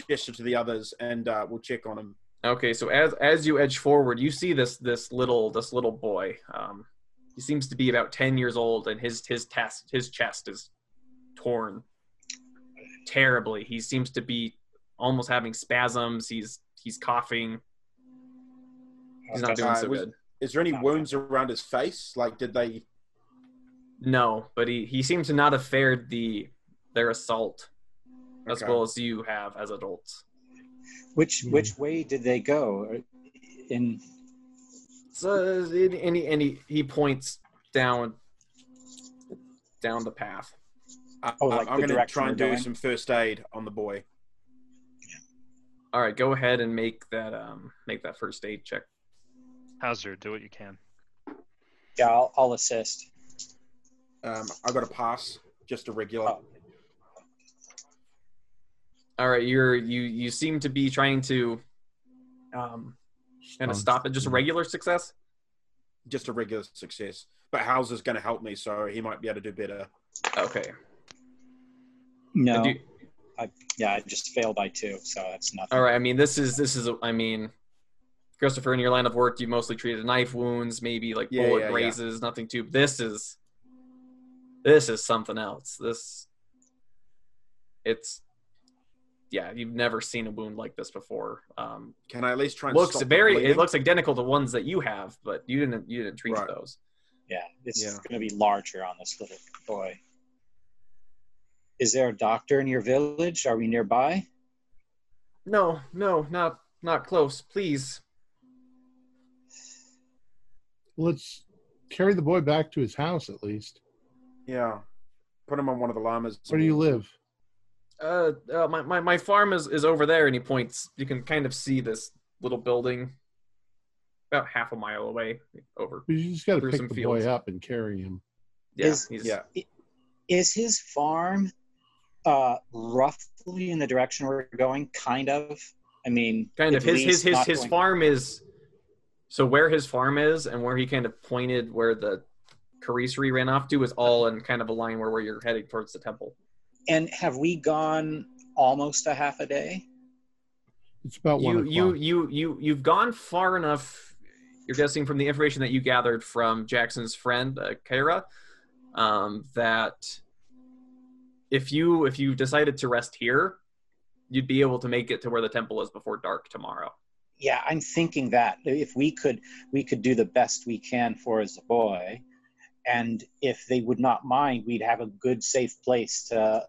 Speaker 2: gesture to the others and uh, we'll check on him.
Speaker 3: Okay, so as as you edge forward, you see this this little this little boy. Um, he seems to be about ten years old, and his his test his chest is torn terribly. He seems to be almost having spasms. He's he's coughing. He's not
Speaker 4: Okay.
Speaker 3: doing so
Speaker 2: Uh, was-
Speaker 3: good.
Speaker 2: Is there any
Speaker 4: Okay.
Speaker 2: wounds around his face? Like, did they,
Speaker 3: No, but he he seems to not have fared the their assault as
Speaker 2: Okay.
Speaker 3: well as you have as adults.
Speaker 4: Which
Speaker 1: Hmm.
Speaker 4: which way did they go? In
Speaker 3: So and he, and he, he points down down the path.
Speaker 2: I,
Speaker 4: Oh, like
Speaker 2: I'm going
Speaker 4: the
Speaker 2: to
Speaker 4: direction
Speaker 2: try and
Speaker 4: we're
Speaker 2: do
Speaker 4: going?
Speaker 2: some first aid on the boy.
Speaker 3: All right, go ahead and make that um make that first aid check.
Speaker 5: Hazard, do what you can.
Speaker 4: yeah, I'll, I'll
Speaker 3: Uh,
Speaker 4: assist.
Speaker 2: Um, I got a pass, just a regular.
Speaker 4: Oh.
Speaker 3: All right, you're you you seem to be trying to um kind of stop it. Just regular success.
Speaker 2: just a regular success. But Howes is going to help me, so he might be able to do better.
Speaker 3: Okay.
Speaker 4: No,
Speaker 3: And do-
Speaker 4: yeah, I just failed by two, so that's nothing.
Speaker 3: all right. I mean, this is this is a- I mean, Christopher, in your line of work, you mostly treated knife wounds, maybe like
Speaker 2: Yeah,
Speaker 3: bullet
Speaker 2: yeah, yeah.
Speaker 3: grazes, nothing too. This is this is something else. This it's yeah, you've never seen a wound like this before. Um,
Speaker 2: Can I at least try and
Speaker 3: looks
Speaker 2: stop the
Speaker 3: very
Speaker 2: bleeding?
Speaker 3: it looks identical to ones that you have but you didn't you didn't treat
Speaker 2: Right.
Speaker 3: those
Speaker 4: Yeah, it's
Speaker 2: Yeah.
Speaker 4: going to be larger on this little boy. Is there a doctor in your village? Are we nearby?
Speaker 3: no no not not close please
Speaker 1: Let's carry the boy back to his house at least.
Speaker 2: Yeah. Put him on one of the llamas.
Speaker 1: Where do you live?
Speaker 3: uh, uh my, my my farm is is over there and he points you can kind of see this little building about half a mile away over
Speaker 1: You just got to
Speaker 3: Through
Speaker 1: pick
Speaker 3: some
Speaker 1: the
Speaker 3: fields.
Speaker 1: boy up and carry him.
Speaker 3: yeah
Speaker 4: Is-
Speaker 3: he's,
Speaker 2: Yeah.
Speaker 4: Is his farm uh, roughly in the direction we're going? Kind of. I mean,
Speaker 3: kind of
Speaker 4: at
Speaker 3: his his
Speaker 4: least
Speaker 3: his
Speaker 4: not
Speaker 3: his
Speaker 4: going-
Speaker 3: farm is so where his farm is and where he kind of pointed where the Carisserie ran off to is all in kind of a line where, where you're headed towards the temple.
Speaker 4: And have we gone almost a half a day?
Speaker 1: It's about
Speaker 3: you
Speaker 1: one
Speaker 3: you
Speaker 1: o'clock.
Speaker 3: you you you've gone far enough you're guessing from the information that you gathered from jackson's friend uh, kara um, that if you if you decided to rest here you'd be able to make it to where the temple is before dark tomorrow
Speaker 4: yeah i'm thinking that if we could we could do the best we can for his boy and if they would not mind we'd have a good safe place to,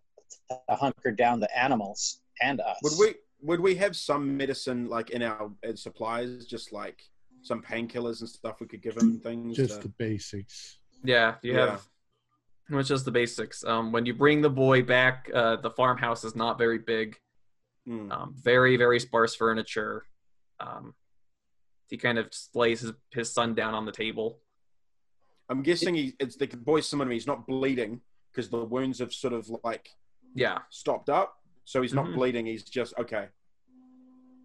Speaker 4: to hunker down the animals and us
Speaker 2: Would we would we have some medicine like in our uh, supplies, just like some painkillers and stuff we could give him things?
Speaker 1: Just
Speaker 2: to-
Speaker 1: the basics.
Speaker 3: yeah you have which is the basics um, when you bring the boy back uh, the farmhouse is not very big
Speaker 2: Mm.
Speaker 3: um, very very sparse furniture um, he kind of lays his, his son down on the table
Speaker 2: I'm guessing he, it's the boy's similar to me. He's not bleeding because the wounds have sort of like
Speaker 3: yeah
Speaker 2: stopped up, so he's not
Speaker 3: Mhm.
Speaker 2: bleeding. He's just okay.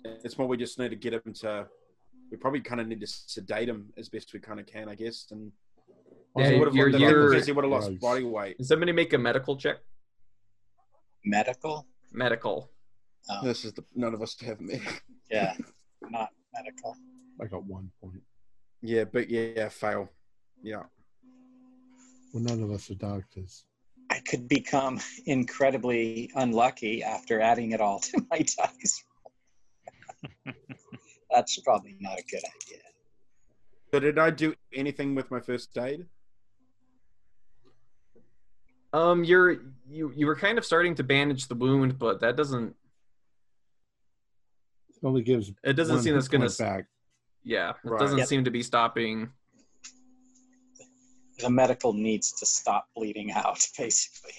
Speaker 2: It's more we just need to get him to. We probably kind of need to sedate him as best we kind of can, I guess. And
Speaker 3: Yeah,
Speaker 2: he would have
Speaker 3: you're-
Speaker 2: looked it up
Speaker 3: you're-
Speaker 2: because he would have lost
Speaker 1: Drugs.
Speaker 2: body weight.
Speaker 3: Can somebody make a medical check?
Speaker 4: medical
Speaker 3: Medical.
Speaker 4: Um,
Speaker 2: This is the none of us have me.
Speaker 4: Yeah, not medical.
Speaker 1: I got one point.
Speaker 2: Yeah, but yeah, yeah, fail. Yeah.
Speaker 1: Well, none of us are doctors.
Speaker 4: I could become incredibly unlucky after adding it all to my dice. That's probably not a good idea.
Speaker 2: So did I do anything with my first aid?
Speaker 3: Um, you're you you were kind of starting to bandage the wound, but that doesn't
Speaker 1: It only gives.
Speaker 3: it doesn't
Speaker 1: one
Speaker 3: seem that's
Speaker 1: hit
Speaker 3: gonna
Speaker 1: point back.
Speaker 3: yeah it
Speaker 2: Right.
Speaker 3: doesn't
Speaker 4: Yep.
Speaker 3: seem to be stopping.
Speaker 4: The medical needs to stop bleeding out, basically.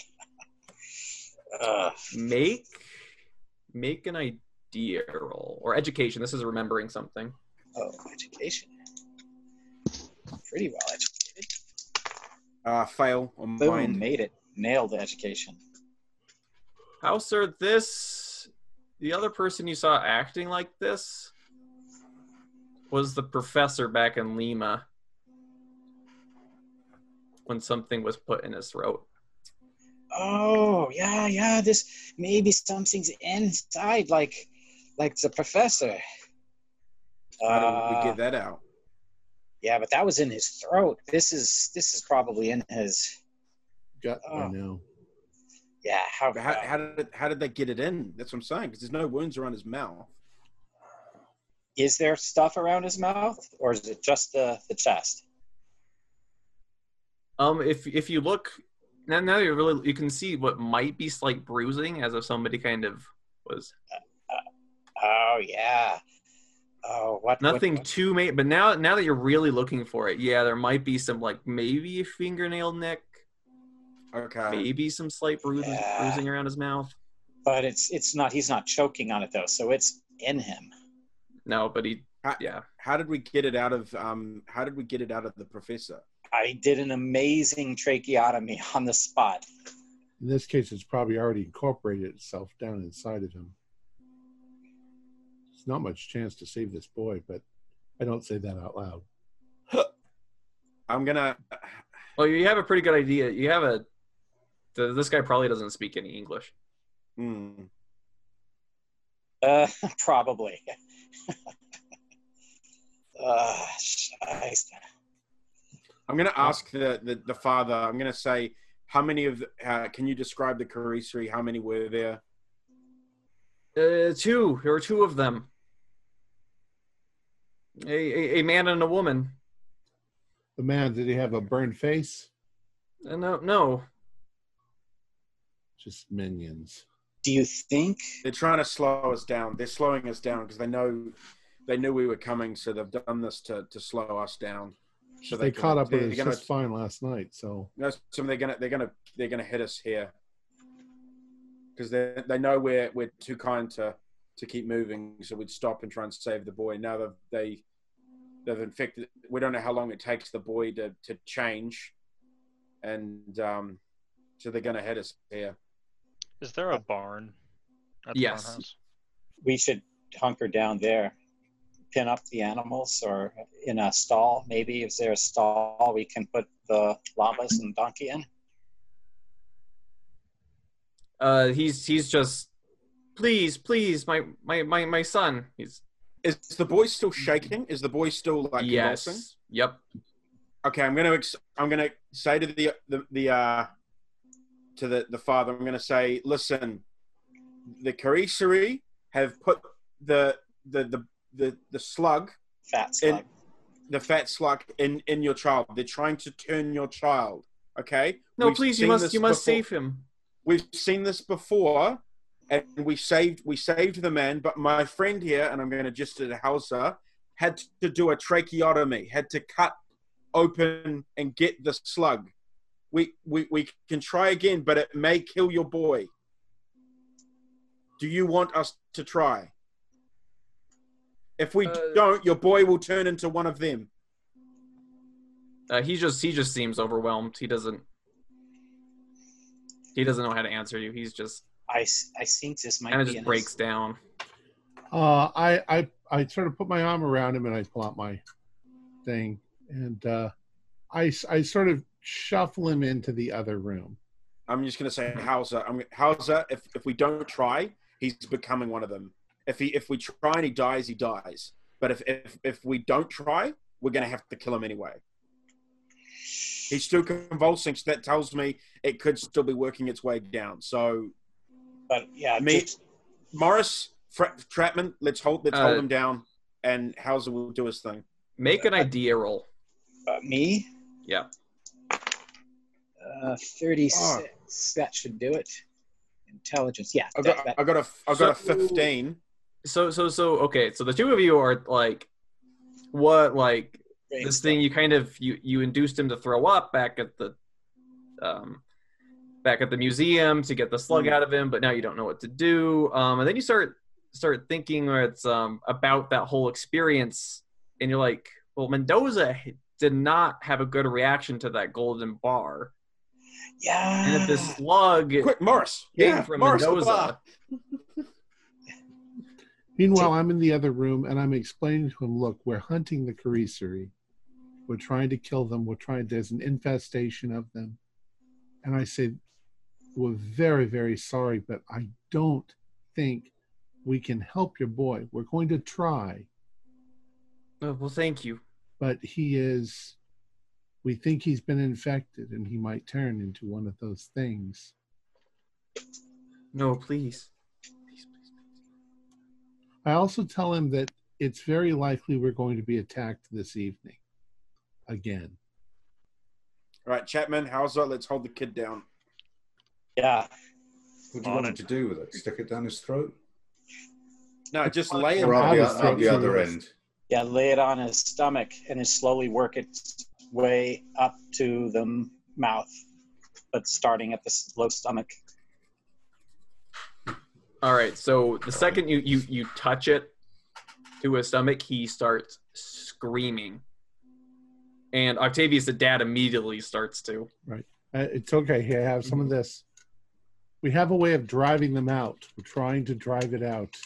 Speaker 4: uh,
Speaker 3: Make make an idea roll or education. This is remembering something.
Speaker 4: oh, education. Pretty well educated.
Speaker 2: Uh, fail on
Speaker 4: Boom,
Speaker 2: mine.
Speaker 4: made it. Nailed the education.
Speaker 3: How, sir? This the other person you saw acting like this was the professor back in Lima when something was put in his throat.
Speaker 4: Oh, yeah, yeah. This maybe something's inside, like, like the professor.
Speaker 2: How do we
Speaker 4: Uh,
Speaker 2: get that out?
Speaker 4: Yeah, but that was in his throat. This is this is probably in his.
Speaker 1: Gut
Speaker 4: Oh.
Speaker 3: Ah.
Speaker 1: I know.
Speaker 4: Yeah, how?
Speaker 2: But How, how did how did they get it in? That's what I'm saying. Because there's no wounds around his mouth.
Speaker 4: is there stuff around his mouth, or is it just the the chest?
Speaker 3: Um, if if you look now, now you really you can see what might be slight bruising, as if somebody kind of was
Speaker 4: Oh yeah. Oh what? what-
Speaker 3: nothing
Speaker 4: what-
Speaker 3: too ma But now now that you're really looking for it, yeah, there might be some like maybe a fingernail nick,
Speaker 2: Okay.
Speaker 3: maybe some slight bruising,
Speaker 4: Yeah.
Speaker 3: bruising around his mouth.
Speaker 4: but it's it's not. He's not choking on it though, so it's in him.
Speaker 3: No, but he
Speaker 2: I-
Speaker 3: yeah.
Speaker 2: How did we get it out of um? How did we get it out of the professor?
Speaker 4: I did an amazing tracheotomy on the spot.
Speaker 1: In this case, it's probably already incorporated itself down inside of him. It's not much chance to save this boy, but I don't say that out loud.
Speaker 2: I'm gonna.
Speaker 3: Well, you have a pretty good idea. You have a th- this guy probably doesn't speak any English.
Speaker 2: hmm.
Speaker 4: Uh, probably. uh, shiza.
Speaker 2: I'm gonna ask the, the the father. I'm gonna say, how many of? the- Uh, can you describe the Carisseri? How many were there?
Speaker 3: Uh, two. There were two of them. A, a, a man and a woman.
Speaker 1: The man, did he have a burned face?
Speaker 3: Uh, no, no.
Speaker 1: Just minions.
Speaker 4: Do you think
Speaker 2: They're trying to slow us down. They're slowing us down because they know they knew we were coming, so they've done this to to slow us down. So
Speaker 1: they
Speaker 2: can-
Speaker 1: caught up with
Speaker 2: they're
Speaker 1: us
Speaker 2: gonna-
Speaker 1: just fine last night, so
Speaker 2: No, so they're gonna they're gonna they're gonna hit us here because they they know we're we're too kind to to keep moving, so we'd stop and try and save the boy. Now they've they they've infected. We don't know how long it takes the boy to to change, and um, so they're gonna hit us here.
Speaker 5: Is there a barn? At the
Speaker 3: Yes.
Speaker 5: barnhouse?
Speaker 4: we should hunker down there, pin up the animals, or in a stall. Maybe if there's a stall, we can put the llamas and donkey in.
Speaker 3: Uh, he's he's just please, please, my my my, my son. He's
Speaker 2: Is the boy still shaking? Is the boy still like
Speaker 3: yes,
Speaker 2: convulsing?
Speaker 3: yep.
Speaker 2: okay i'm gonna ex- i'm gonna say to the the, the uh to the the father i'm gonna say listen the Carisseri have put the the the the, the slug
Speaker 4: Fat
Speaker 2: And-
Speaker 4: slug.
Speaker 2: the fat slug in in your child they're trying to turn your child okay
Speaker 3: No,
Speaker 2: We've
Speaker 3: please, you
Speaker 2: seen
Speaker 3: must
Speaker 2: this
Speaker 3: you must
Speaker 2: before.
Speaker 3: save him.
Speaker 2: we've seen this before and we saved we saved the man but my friend here and i'm going to just at Hauser, had to do a tracheotomy had to cut open and get the slug we, we we can try again but it may kill your boy do you want us to try if we
Speaker 3: Uh,
Speaker 2: don't your boy will turn into one of them
Speaker 3: Uh, he just he just seems overwhelmed. He doesn't he doesn't know how to answer you. He's just
Speaker 4: I, s- I think this might
Speaker 3: kind of
Speaker 4: be
Speaker 3: just
Speaker 4: in
Speaker 3: breaks
Speaker 4: his,
Speaker 3: down.
Speaker 1: uh, I, I I sort of put my arm around him and I pull out my thing and uh, I s- I sort of shuffle him into the other room.
Speaker 2: I'm just going to say Hauser. I'm, Hauser, if, if we don't try, he's becoming one of them. If he if we try and he dies, he dies. But if if, if we don't try, we're going to have to kill him anyway. He's still convulsing, so that tells me it could still be working its way down. So
Speaker 4: But yeah,
Speaker 2: Me-
Speaker 4: just-
Speaker 2: Morris Fra- Trapman, let's hold let's
Speaker 3: Uh,
Speaker 2: hold him down, and Hauser will do his thing.
Speaker 3: Make an idea roll.
Speaker 4: uh, me.
Speaker 3: Yeah.
Speaker 4: Uh, Thirty-six. That should do it. Intelligence. Yeah.
Speaker 2: I
Speaker 4: that-
Speaker 2: got
Speaker 4: that-
Speaker 2: I got a I got a
Speaker 3: So-
Speaker 2: fifteen.
Speaker 3: So so so okay. So the two of you are like, what like
Speaker 4: great.
Speaker 3: this thing you kind of you you induced him to throw up back at the um back at the museum to get the slug
Speaker 2: Mm.
Speaker 3: out of him but now you don't know what to do um and then you start start thinking or it's um about that whole experience and you're like well mendoza h- did not have a good reaction to that golden bar
Speaker 4: Yeah.
Speaker 3: and if the slug
Speaker 2: Quick, Morris.
Speaker 3: came
Speaker 2: Yeah,
Speaker 3: from
Speaker 2: Morris.
Speaker 3: mendoza
Speaker 2: blah.
Speaker 1: Meanwhile, I'm in the other room and I'm explaining to him, look, we're hunting the Carisseri. We're trying to kill them. We're trying, there's an infestation of them. And I say, we're very, very sorry, but I don't think we can help your boy. We're going to try,
Speaker 3: Oh, well thank you
Speaker 1: but he is, we think he's been infected and he might turn into one of those things.
Speaker 3: no please please please
Speaker 1: I also tell him that it's very likely we're going to be attacked this evening again.
Speaker 2: All right, Chapman, Hauser, let's hold the kid down.
Speaker 4: yeah.
Speaker 6: What do you want him to do with it? Stick it down his throat?
Speaker 2: No, just lay him.
Speaker 6: Or out
Speaker 1: I
Speaker 6: the,
Speaker 1: was
Speaker 6: out the
Speaker 1: thinking-
Speaker 6: other end?
Speaker 4: Yeah. Lay it on his stomach and then slowly work its way up to the m- mouth, but starting at the s- low stomach.
Speaker 3: All right. So the second you you you touch it to his stomach, he starts screaming, and Octavius, the dad, immediately starts to.
Speaker 1: Uh, it's okay. Here, have some of this. We have a way of driving them out. We're trying to drive it out.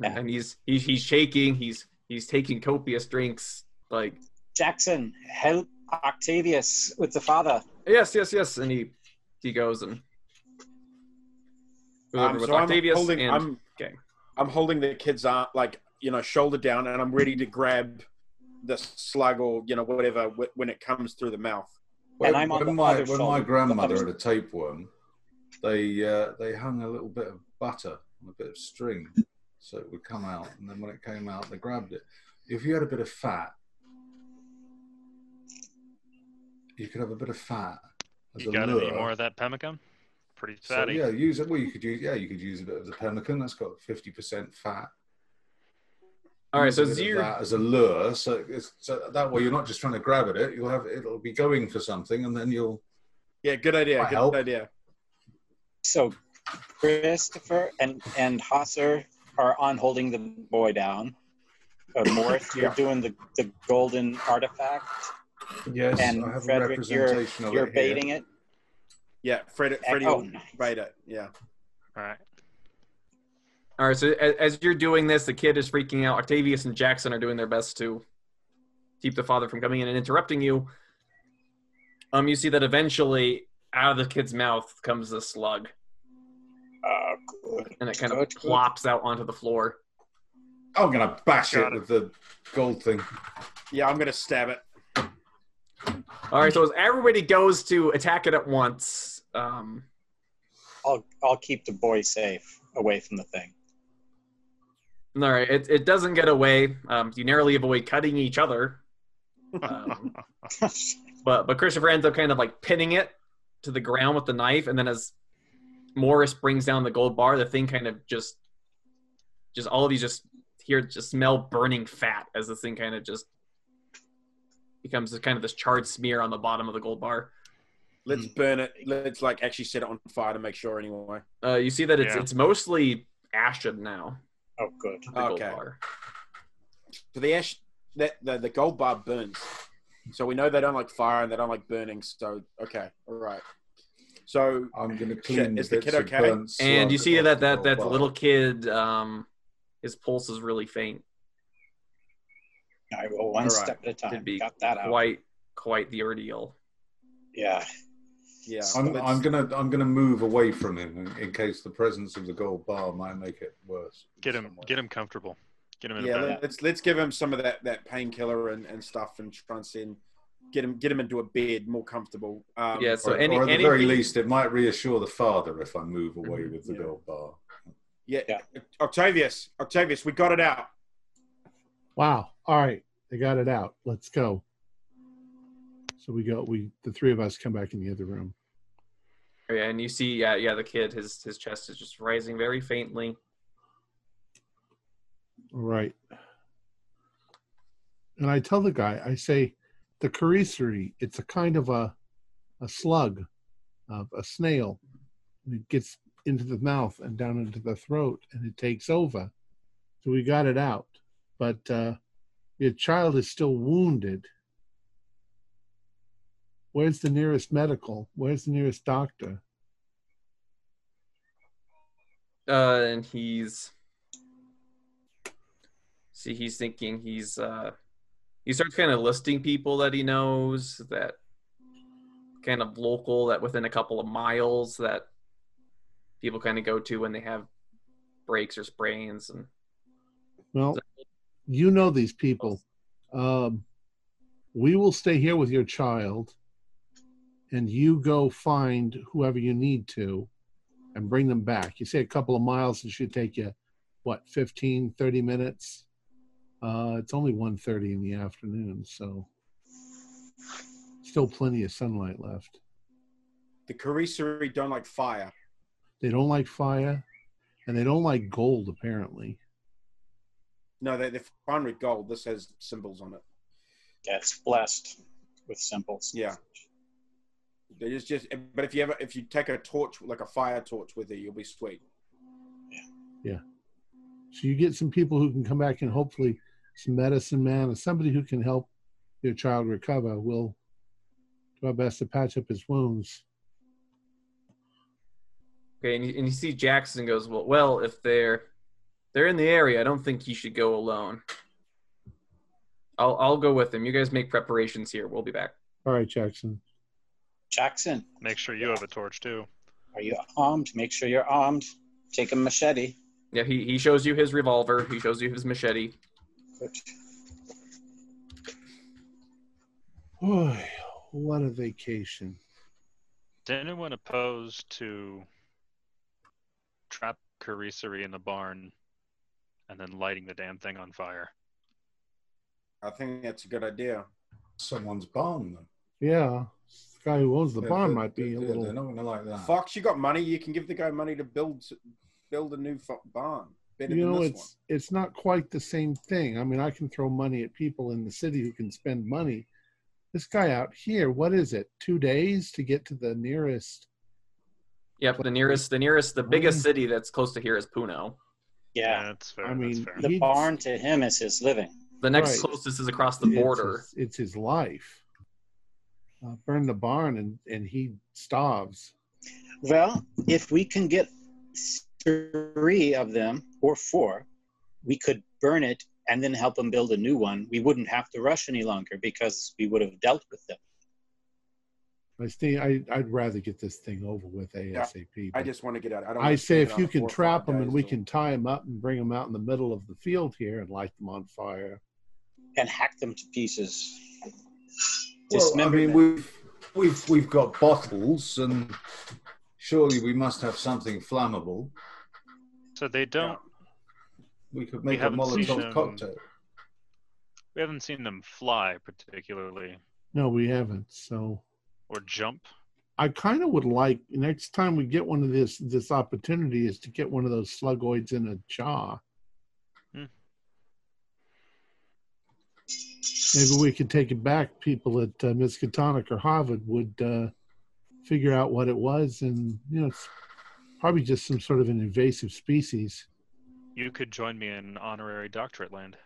Speaker 4: Yeah.
Speaker 3: And he's he's he's shaking. He's he's taking copious drinks. Like
Speaker 4: Jackson, help Octavius with the father.
Speaker 3: yes, yes, yes. And he he goes and goes over
Speaker 2: Um,
Speaker 3: with
Speaker 2: so I'm
Speaker 3: Octavius
Speaker 2: holding.
Speaker 3: and
Speaker 2: I'm
Speaker 3: okay.
Speaker 2: I'm holding the kid's arm, like you know, shoulder down, and I'm ready to grab the slug or you know whatever wh- when it comes through the mouth.
Speaker 4: And I'm on
Speaker 6: when
Speaker 4: the
Speaker 6: my,
Speaker 4: other
Speaker 6: when
Speaker 4: shoulder,
Speaker 6: my
Speaker 4: the
Speaker 6: grandmother
Speaker 4: other-
Speaker 6: had a tapeworm, they uh, they hung a little bit of butter on a bit of string, so it would come out. And then when it came out, they grabbed it. If you had a bit of fat, you could have a bit of fat. As
Speaker 5: You
Speaker 6: a
Speaker 5: got
Speaker 6: lure.
Speaker 5: any more of that pemmican? Pretty
Speaker 6: So,
Speaker 5: fatty.
Speaker 6: yeah, use it. Well, you could use yeah, you could use a bit of the pemmican. That's got fifty percent fat.
Speaker 3: All right.
Speaker 6: Use
Speaker 3: So
Speaker 6: a bit of
Speaker 3: zero.
Speaker 6: that as a lure, so it's, so that way you're not just trying to grab at it. You'll have it'll be going for something, and then you'll
Speaker 2: Yeah, good idea.
Speaker 6: Might
Speaker 2: Good
Speaker 6: help.
Speaker 2: idea.
Speaker 4: So Christopher and and Hosser are on holding the boy down. Uh, Morris, you're
Speaker 2: Yeah.
Speaker 4: doing the, the golden artifact.
Speaker 6: yes,
Speaker 4: And
Speaker 6: I have a
Speaker 4: Frederick, you're-
Speaker 6: representation of
Speaker 4: You're
Speaker 6: it here.
Speaker 4: baiting it.
Speaker 2: Yeah, Fred, Freddie
Speaker 4: Oh,
Speaker 2: will
Speaker 4: nice.
Speaker 2: bait it. Yeah.
Speaker 5: All right.
Speaker 3: All right. So as, as you're doing this, the kid is freaking out. Octavius and Jackson are doing their best to keep the father from coming in and interrupting you. Um, you see that eventually out of the kid's mouth comes the slug,
Speaker 4: Oh, good.
Speaker 3: and it kind of
Speaker 4: Good, good.
Speaker 3: plops out onto the floor.
Speaker 6: I'm gonna bash
Speaker 5: Got
Speaker 6: it,
Speaker 5: it.
Speaker 6: with the gold thing.
Speaker 2: Yeah, I'm gonna stab it.
Speaker 3: All right. So as everybody goes to attack it at once, um,
Speaker 4: I'll I'll keep the boy safe away from the thing.
Speaker 3: all right, it it doesn't get away. Um, you narrowly avoid cutting each other. Um,
Speaker 4: Oh,
Speaker 3: But but Christopher ends up kind of like pinning it to the ground with the knife, and then as Morris brings down the gold bar, the thing kind of just just all of you just hear just smell burning fat as this thing kind of just becomes this kind of this charred smear on the bottom of the gold bar.
Speaker 2: Let's
Speaker 6: Hmm.
Speaker 2: burn it. Let's like actually set it on fire to make sure. Anyway.
Speaker 3: Uh, you see that it's
Speaker 5: Yeah.
Speaker 3: it's mostly ashen now.
Speaker 4: oh, good.
Speaker 3: The gold
Speaker 2: Okay.
Speaker 3: bar.
Speaker 2: So the ash, that the, the gold bar burns. So we know they don't like fire and they don't like burning. So okay, all right. So
Speaker 6: I'm gonna
Speaker 2: Shit,
Speaker 6: clean
Speaker 2: is the
Speaker 6: bits
Speaker 2: kid
Speaker 6: of
Speaker 2: okay?
Speaker 6: burnt slug
Speaker 3: And you see
Speaker 6: off
Speaker 3: that
Speaker 6: the
Speaker 3: that
Speaker 6: gold
Speaker 3: that
Speaker 6: bar.
Speaker 3: little kid um, his pulse is really faint.
Speaker 4: I will one
Speaker 2: All right.
Speaker 4: step at a time.
Speaker 3: Could be
Speaker 4: Got that out.
Speaker 3: quite quite the ordeal.
Speaker 4: Yeah.
Speaker 2: Yeah.
Speaker 6: I'm,
Speaker 2: Let's-
Speaker 6: I'm gonna I'm gonna move away from him in, in case the presence of the gold bar might make it worse. in
Speaker 5: Get him,
Speaker 6: some way.
Speaker 5: get him comfortable. Get him in
Speaker 2: yeah,
Speaker 5: a bed.
Speaker 2: let- let's let's give him some of that that painkiller and, and stuff and try and send, get him get him into a bed more comfortable. Um,
Speaker 3: Yeah, so
Speaker 6: or,
Speaker 3: any-
Speaker 6: or at the
Speaker 3: any-
Speaker 6: very least, it might reassure the father if I move away with the
Speaker 2: Yeah.
Speaker 6: gold bar.
Speaker 2: yeah,
Speaker 4: Yeah.
Speaker 2: Octavius, Octavius, we got it out.
Speaker 1: Wow. All right. They got it out. Let's go. So we go, we, the three of us come back in the other room.
Speaker 3: Yeah, and you see, yeah, yeah, the kid, his his chest is just rising very faintly.
Speaker 1: All right. And I tell the guy, I say, the corycery, it's a kind of a, a slug, of a snail. And it gets into the mouth and down into the throat and it takes over. So we got it out. But uh, your child is still wounded. Where's the nearest medical? Where's the nearest doctor?
Speaker 3: Uh, and he's see, he's thinking he's uh, he starts kind of listing people that he knows that kind of local that within a couple of miles that people kind of go to when they have breaks or sprains and
Speaker 1: Well, you know these people. Um, we will stay here with your child, and you go find whoever you need to and bring them back. You say a couple of miles, it should take you, what, 15, 30 minutes? Uh, it's only 1.30 in the afternoon, so still plenty of sunlight left.
Speaker 2: The Carisseri don't like fire.
Speaker 1: They don't like fire, and they don't like gold, apparently.
Speaker 2: No, they, they're fine with gold. This has symbols on it.
Speaker 4: Yeah, it's blessed with symbols.
Speaker 2: Yeah. They just just. But if you ever if you take a torch like a fire torch with you, you'll be sweet.
Speaker 1: So you get some people who can come back and hopefully some medicine man or somebody who can help your child recover. We'll do our best to patch up his wounds.
Speaker 3: Okay, and you, and you see Jackson goes, well, well, if they're they're in the area, I don't think he should go alone. I'll I'll go with him. You guys make preparations here. We'll be back.
Speaker 1: All right, Jackson.
Speaker 4: Jackson,
Speaker 5: Make sure you have a torch too.
Speaker 4: are you armed? Make sure you're armed. Take a machete.
Speaker 3: Yeah, he, he shows you his revolver. He shows you his machete.
Speaker 4: Good.
Speaker 1: Boy, what a vacation.
Speaker 5: Did anyone oppose to trap Carisseri in the barn and then lighting the damn thing on fire?
Speaker 2: I think that's a good idea.
Speaker 6: Someone's barn, though.
Speaker 1: Yeah. The guy who owns the
Speaker 6: Yeah,
Speaker 1: barn
Speaker 6: they-
Speaker 1: might be
Speaker 6: they-
Speaker 1: a
Speaker 6: yeah, They're
Speaker 1: little.
Speaker 6: not gonna like that.
Speaker 2: Fox, you got money. You can give the guy money to build build a new fu- barn. Better
Speaker 1: You
Speaker 2: than
Speaker 1: know,
Speaker 2: this
Speaker 1: it's it's not quite the same thing. I mean, I can throw money at people in the city who can spend money. This guy out here, what is it? Two days to get to the nearest.
Speaker 3: Yep, the nearest the nearest the biggest city that's close to here is Puno.
Speaker 4: Yeah.
Speaker 5: that's fair.
Speaker 1: I
Speaker 5: that's
Speaker 1: mean,
Speaker 5: fair.
Speaker 4: The
Speaker 1: He's-
Speaker 4: barn to him is his living.
Speaker 3: The next
Speaker 1: Right.
Speaker 3: closest is across the
Speaker 1: It's
Speaker 3: border.
Speaker 1: his- It's his, life. Uh, burn the barn and, and he starves.
Speaker 4: Well, if we can get three of them or four, we could burn it and then help them build a new one. We wouldn't have to rush any longer because we would have dealt with them.
Speaker 1: I see, I, I'd rather get this thing over with ASAP.
Speaker 2: one. I
Speaker 1: but
Speaker 2: just want to get out. I, don't
Speaker 1: I
Speaker 2: want to
Speaker 1: say
Speaker 2: spend
Speaker 1: if you
Speaker 2: another four
Speaker 1: can
Speaker 2: or
Speaker 1: trap
Speaker 2: five
Speaker 1: them and
Speaker 2: days
Speaker 1: we
Speaker 2: or-
Speaker 1: can tie them up and bring them out in the middle of the field here and light them on fire.
Speaker 4: and hack them to pieces.
Speaker 6: Well, I
Speaker 4: Dismember
Speaker 6: mean,
Speaker 4: them.
Speaker 6: we've we've we've got bottles, and surely we must have something flammable.
Speaker 5: so they don't.
Speaker 6: We could make a
Speaker 5: haven't seen
Speaker 6: Molotov
Speaker 5: them.
Speaker 6: cocktail.
Speaker 5: We haven't seen them fly particularly
Speaker 1: No, we haven't. So
Speaker 5: or jump.
Speaker 1: I kind of would like next time we get one of this this opportunity is to get one of those slugoids in a jar.
Speaker 5: Hmm.
Speaker 1: Maybe we could take it back. People at uh, Miskatonic or Harvard would uh, figure out what it was, and you know, it's probably just some sort of an invasive species.
Speaker 5: You could join me in honorary doctorate land.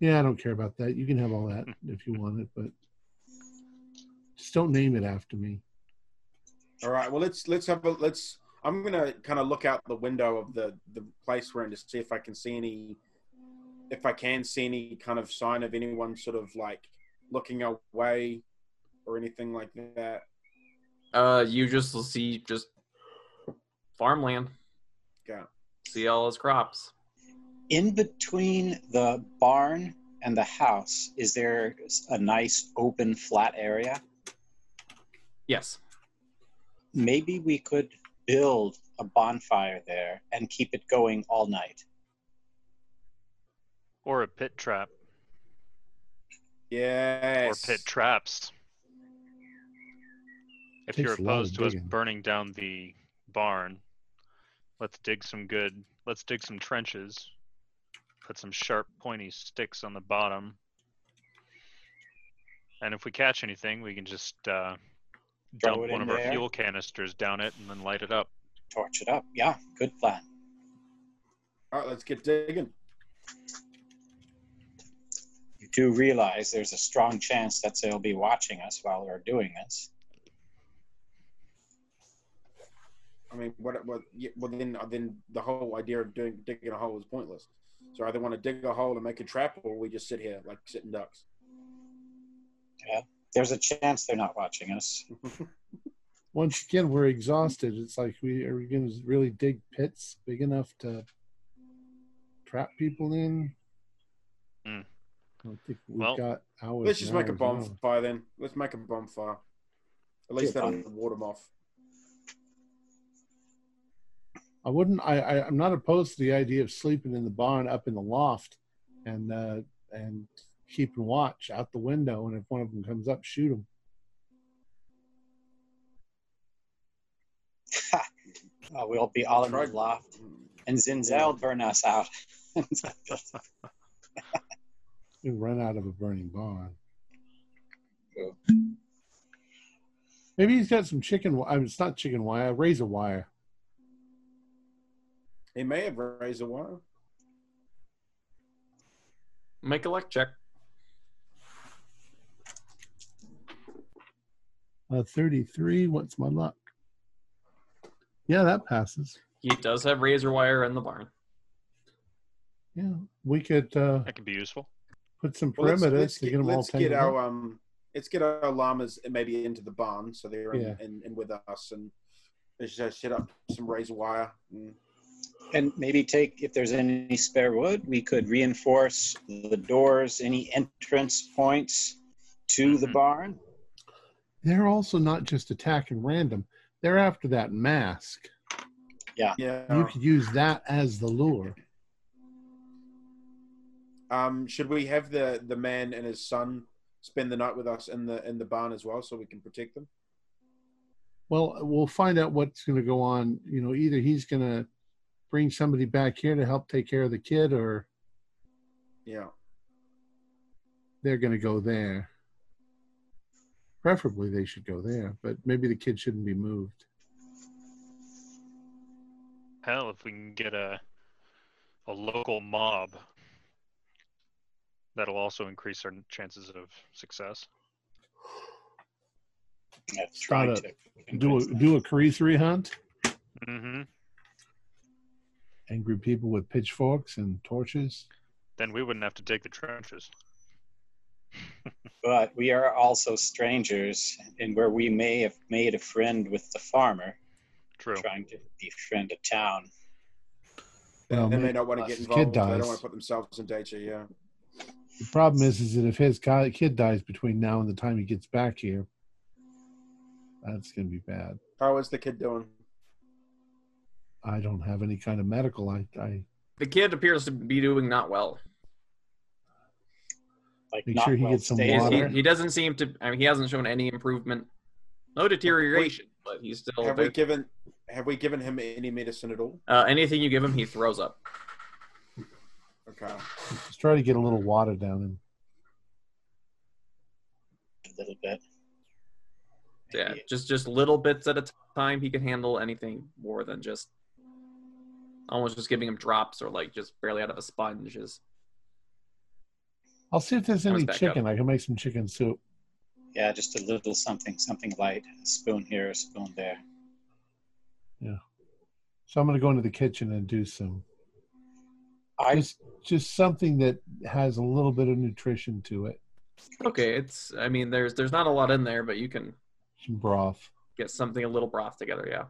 Speaker 1: Yeah, I don't care about that. You can have all that if you want it, but just don't name it after me.
Speaker 2: All right. Well, let's let's have a let's. I'm gonna kind of look out the window of the the place we're in to see if I can see any, if I can see any kind of sign of anyone sort of like looking away, or anything like that.
Speaker 3: Uh, you just will see just farmland.
Speaker 2: Got it.
Speaker 3: See all his crops.
Speaker 4: in between the barn and the house is there a nice open flat area
Speaker 3: Yes.
Speaker 4: maybe we could build a bonfire there and keep it going all night
Speaker 5: Or a pit trap.
Speaker 2: Yes.
Speaker 5: Or pit traps. If you're
Speaker 1: Takes a lot of
Speaker 5: opposed to us
Speaker 1: digging.
Speaker 5: burning down the barn, let's dig some good. Let's dig some trenches. Put some sharp, pointy sticks on the bottom. And if we catch anything, we can just uh,
Speaker 4: Throw
Speaker 5: dump
Speaker 4: it
Speaker 5: one
Speaker 4: in
Speaker 5: of
Speaker 4: there.
Speaker 5: our fuel canisters down it and then light it up.
Speaker 4: torch it up yeah good plan
Speaker 2: All right, let's get digging.
Speaker 4: you do realize there's a strong chance that they'll be watching us while we're doing this
Speaker 2: I mean, what? What? yeah, Well, then, then the whole idea of doing digging a hole is pointless. So I either want to dig a hole and make a trap, or we just sit here like sitting ducks.
Speaker 4: there's a chance they're not watching us
Speaker 1: Once again, we're exhausted. It's like we are we going to really dig pits big enough to trap people in.
Speaker 5: Hmm.
Speaker 1: I don't think we've
Speaker 5: Well,
Speaker 1: got hours.
Speaker 2: Let's just
Speaker 1: and
Speaker 2: make a
Speaker 1: hours and hours.
Speaker 2: bonfire then. Let's make a bonfire. At least
Speaker 4: Yeah,
Speaker 2: that'll
Speaker 4: bonfire.
Speaker 2: ward them off.
Speaker 1: I wouldn't. I, I I'm not opposed to the idea of sleeping in the barn, up in the loft, and uh, and keeping watch out the window. And if one of them comes up, shoot them.
Speaker 4: uh, we'll be all in the
Speaker 2: Tried-
Speaker 4: loft and Zinzel burn us out.
Speaker 1: We run out of a burning barn.
Speaker 6: Yeah.
Speaker 1: Maybe he's got some chicken. wi- I mean, it's not chicken wire, razor wire.
Speaker 2: He may have raised a wire.
Speaker 3: Make a luck check.
Speaker 1: Uh, 33. What's my luck? Yeah, that passes.
Speaker 3: He does have razor wire in the barn.
Speaker 1: Yeah, we could uh,
Speaker 5: That could be useful.
Speaker 1: put some
Speaker 2: Well, let's-
Speaker 1: perimeters
Speaker 2: let's
Speaker 1: to
Speaker 2: get-
Speaker 1: get them all
Speaker 2: Let's get
Speaker 1: tangled.
Speaker 2: our
Speaker 1: up.
Speaker 2: um, let's get our llamas maybe into the barn so they're in,
Speaker 1: Yeah.
Speaker 2: in, in with us and let's just set up some razor wire. And
Speaker 4: and maybe take, if there's any spare wood, we could reinforce the doors, any entrance points to the
Speaker 5: Mhm.
Speaker 4: barn.
Speaker 1: They're also not just attacking random. They're after that mask.
Speaker 2: yeah,
Speaker 1: You could use that as the lure.
Speaker 2: um, should we have the the man and his son spend the night with us in the in the barn as well so we can protect them?
Speaker 1: Well, we'll find out what's going to go on. You know, either he's going to bring somebody back here to help take care of the kid, or
Speaker 2: Yeah,
Speaker 1: they're going to go there. Preferably, they should go there, but maybe the kid shouldn't be moved.
Speaker 5: Hell, if we can get a a local mob, that'll also increase our chances of success.
Speaker 4: Yeah, try
Speaker 1: Gotta
Speaker 4: to
Speaker 1: Do a
Speaker 4: convince them.
Speaker 1: do a cariserie hunt.
Speaker 5: hmm
Speaker 1: Angry people with pitchforks and torches.
Speaker 5: Then we wouldn't have to dig the trenches.
Speaker 4: But we are also strangers, and where we may have made a friend with the farmer,
Speaker 5: True.
Speaker 4: trying to befriend a town.
Speaker 1: Well,
Speaker 2: they
Speaker 1: maybe-
Speaker 2: may not want to get
Speaker 1: his
Speaker 2: involved.
Speaker 1: kid
Speaker 2: so They
Speaker 1: dies.
Speaker 2: don't want to put themselves in danger. Yeah,
Speaker 1: The problem is, is that if his ki- kid dies between now and the time he gets back here, that's going to be bad.
Speaker 2: how is the kid doing?
Speaker 1: I don't have any kind of medical. I, I
Speaker 3: The kid appears to be doing not well.
Speaker 4: Like
Speaker 1: Make
Speaker 4: not
Speaker 1: sure he
Speaker 4: well
Speaker 1: gets some
Speaker 4: stable.
Speaker 3: He's- He,
Speaker 1: Water.
Speaker 3: he doesn't seem to. I mean, he hasn't shown any improvement. No deterioration, but he's still.
Speaker 2: Have we given have we given him any medicine at all?
Speaker 3: uh, anything you give him, he throws up.
Speaker 2: Okay.
Speaker 1: just try to get a little water down him.
Speaker 4: a little bit.
Speaker 3: Yeah,
Speaker 4: Maybe
Speaker 3: just just little bits at a time. He can handle anything more than just almost just giving him drops or like just barely out of a sponge is
Speaker 1: I'll see if there's
Speaker 3: Comes
Speaker 1: any
Speaker 3: back up.
Speaker 1: chicken. I can make some chicken soup.
Speaker 4: Yeah, just a little something, something light. A spoon here, a spoon there.
Speaker 1: So I'm going to go into the kitchen and do some
Speaker 4: I
Speaker 1: just just something that has a little bit of nutrition to it.
Speaker 3: okay. It's I mean there's there's not a lot in there, but you can
Speaker 1: Some broth.
Speaker 3: get something a little broth together. Yeah.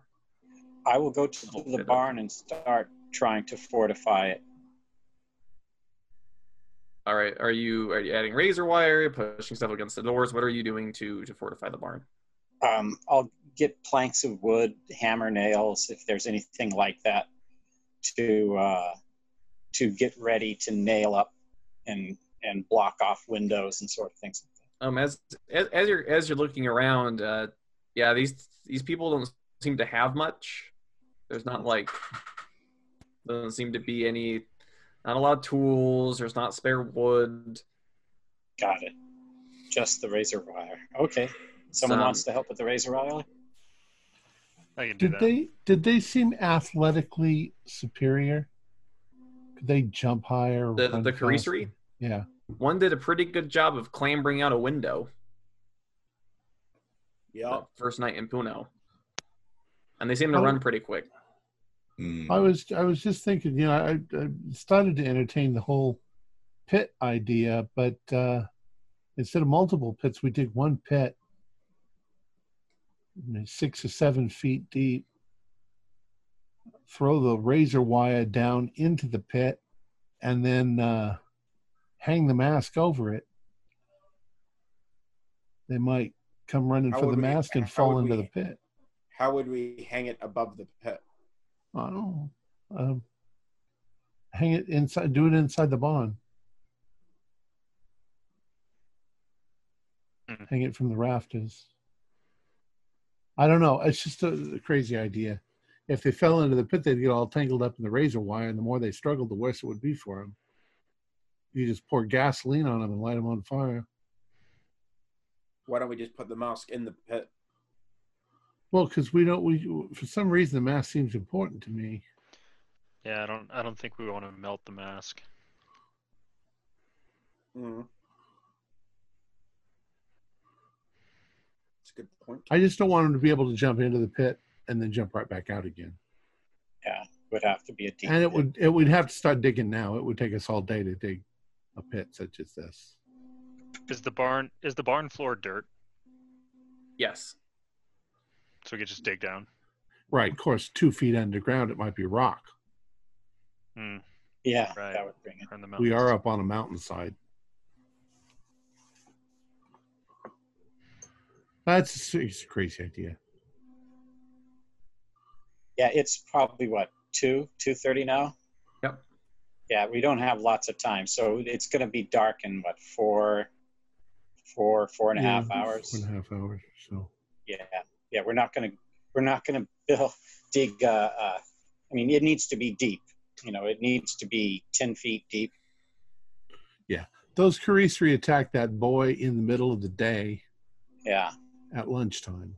Speaker 4: I will go to the barn and start trying to fortify it.
Speaker 3: All right. Are you are you adding razor wire, pushing stuff against the doors? What are you doing to to fortify the barn?
Speaker 4: Um, I'll get planks of wood, hammer nails, if there's anything like that, to uh, to get ready to nail up and and block off windows and sort of things.
Speaker 3: Um, as as, as you're as you're looking around, uh, yeah, these these people don't seem to have much. There's not like doesn't seem to be any not a lot of tools. There's not spare wood.
Speaker 4: Got it. Just the razor wire. Okay. Someone
Speaker 3: Some-
Speaker 4: wants to help with the razor wire.
Speaker 5: I can do
Speaker 1: Did
Speaker 5: that.
Speaker 1: they did they seem athletically superior? Could they jump higher?
Speaker 3: The
Speaker 1: run
Speaker 3: the
Speaker 1: faster?
Speaker 3: Karisri,
Speaker 1: Yeah.
Speaker 3: one did a pretty good job of clambering out a window
Speaker 2: Yeah.
Speaker 3: the first night in Puno, and they seem to
Speaker 1: How-
Speaker 3: run pretty quick.
Speaker 6: Mm.
Speaker 2: Hmm.
Speaker 1: I was I was just thinking, you know, I, I started to entertain the whole pit idea, but uh, instead of multiple pits, we did one pit, you know, six or seven feet deep. Throw the razor wire down into the pit, and then uh, hang the mask over it. They might come running
Speaker 2: How
Speaker 1: for the
Speaker 2: would we-
Speaker 1: mask and
Speaker 2: how
Speaker 1: fall
Speaker 2: would
Speaker 1: into
Speaker 2: we-
Speaker 1: the pit.
Speaker 2: How would we hang it above the pit?
Speaker 1: I don't know. Um, hang it inside, do it inside the barn.
Speaker 5: Hmm.
Speaker 1: Hang it from the rafters. I don't know. It's just a, a crazy idea. If they fell into the pit, they'd get all tangled up in the razor wire, and the more they struggled, the worse it would be for them. You just pour gasoline on them and light them on fire.
Speaker 2: Why don't we just put the mask in the pit?
Speaker 1: Well, because we don't, we for some reason the mask seems important to me.
Speaker 5: Yeah, I don't. I don't think we want to melt the mask.
Speaker 2: Mm. That's a good point.
Speaker 1: I just don't want them to be able to jump into the pit and then jump right back out again.
Speaker 4: Would have to be a deep.
Speaker 1: and it
Speaker 4: pit.
Speaker 1: would it would have to start digging now. It would take us all day to dig a pit such as this.
Speaker 5: Is the barn is the barn floor dirt?
Speaker 3: Yes.
Speaker 5: So we could just dig down.
Speaker 1: Right, of course, two feet underground, it might be rock.
Speaker 5: Mm,
Speaker 4: Yeah,
Speaker 5: Right.
Speaker 4: that would bring it.
Speaker 5: or in the
Speaker 1: We are
Speaker 5: mountains.
Speaker 1: up on a mountainside. That's it's a crazy idea.
Speaker 4: Yeah, it's probably what two two thirty now.
Speaker 3: Yep.
Speaker 4: Yeah, we don't have lots of time, so it's going to be dark in what four, four four and a half
Speaker 1: Yeah,
Speaker 4: hours.
Speaker 1: Four and a half hours or so.
Speaker 4: Yeah, yeah, we're not going to we're not going to build dig. Uh, uh, I mean, it needs to be deep. You know, it needs to be ten feet deep.
Speaker 1: Those Carisri attacked that boy in the middle of the day
Speaker 4: Yeah.
Speaker 1: at lunchtime.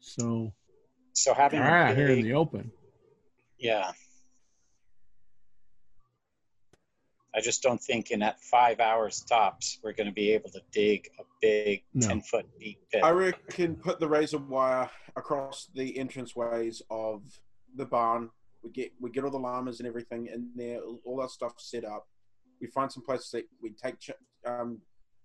Speaker 1: So
Speaker 4: So having a
Speaker 1: ah, here in
Speaker 4: big-
Speaker 1: the open.
Speaker 4: Yeah. I just don't think in that five hours tops we're going to be able to dig a big
Speaker 1: No.
Speaker 4: ten foot deep pit.
Speaker 2: I reckon put the razor wire across the entranceways of the barn. We get we get all the llamas and everything in there, all that stuff set up. We find some place that we take ch- um,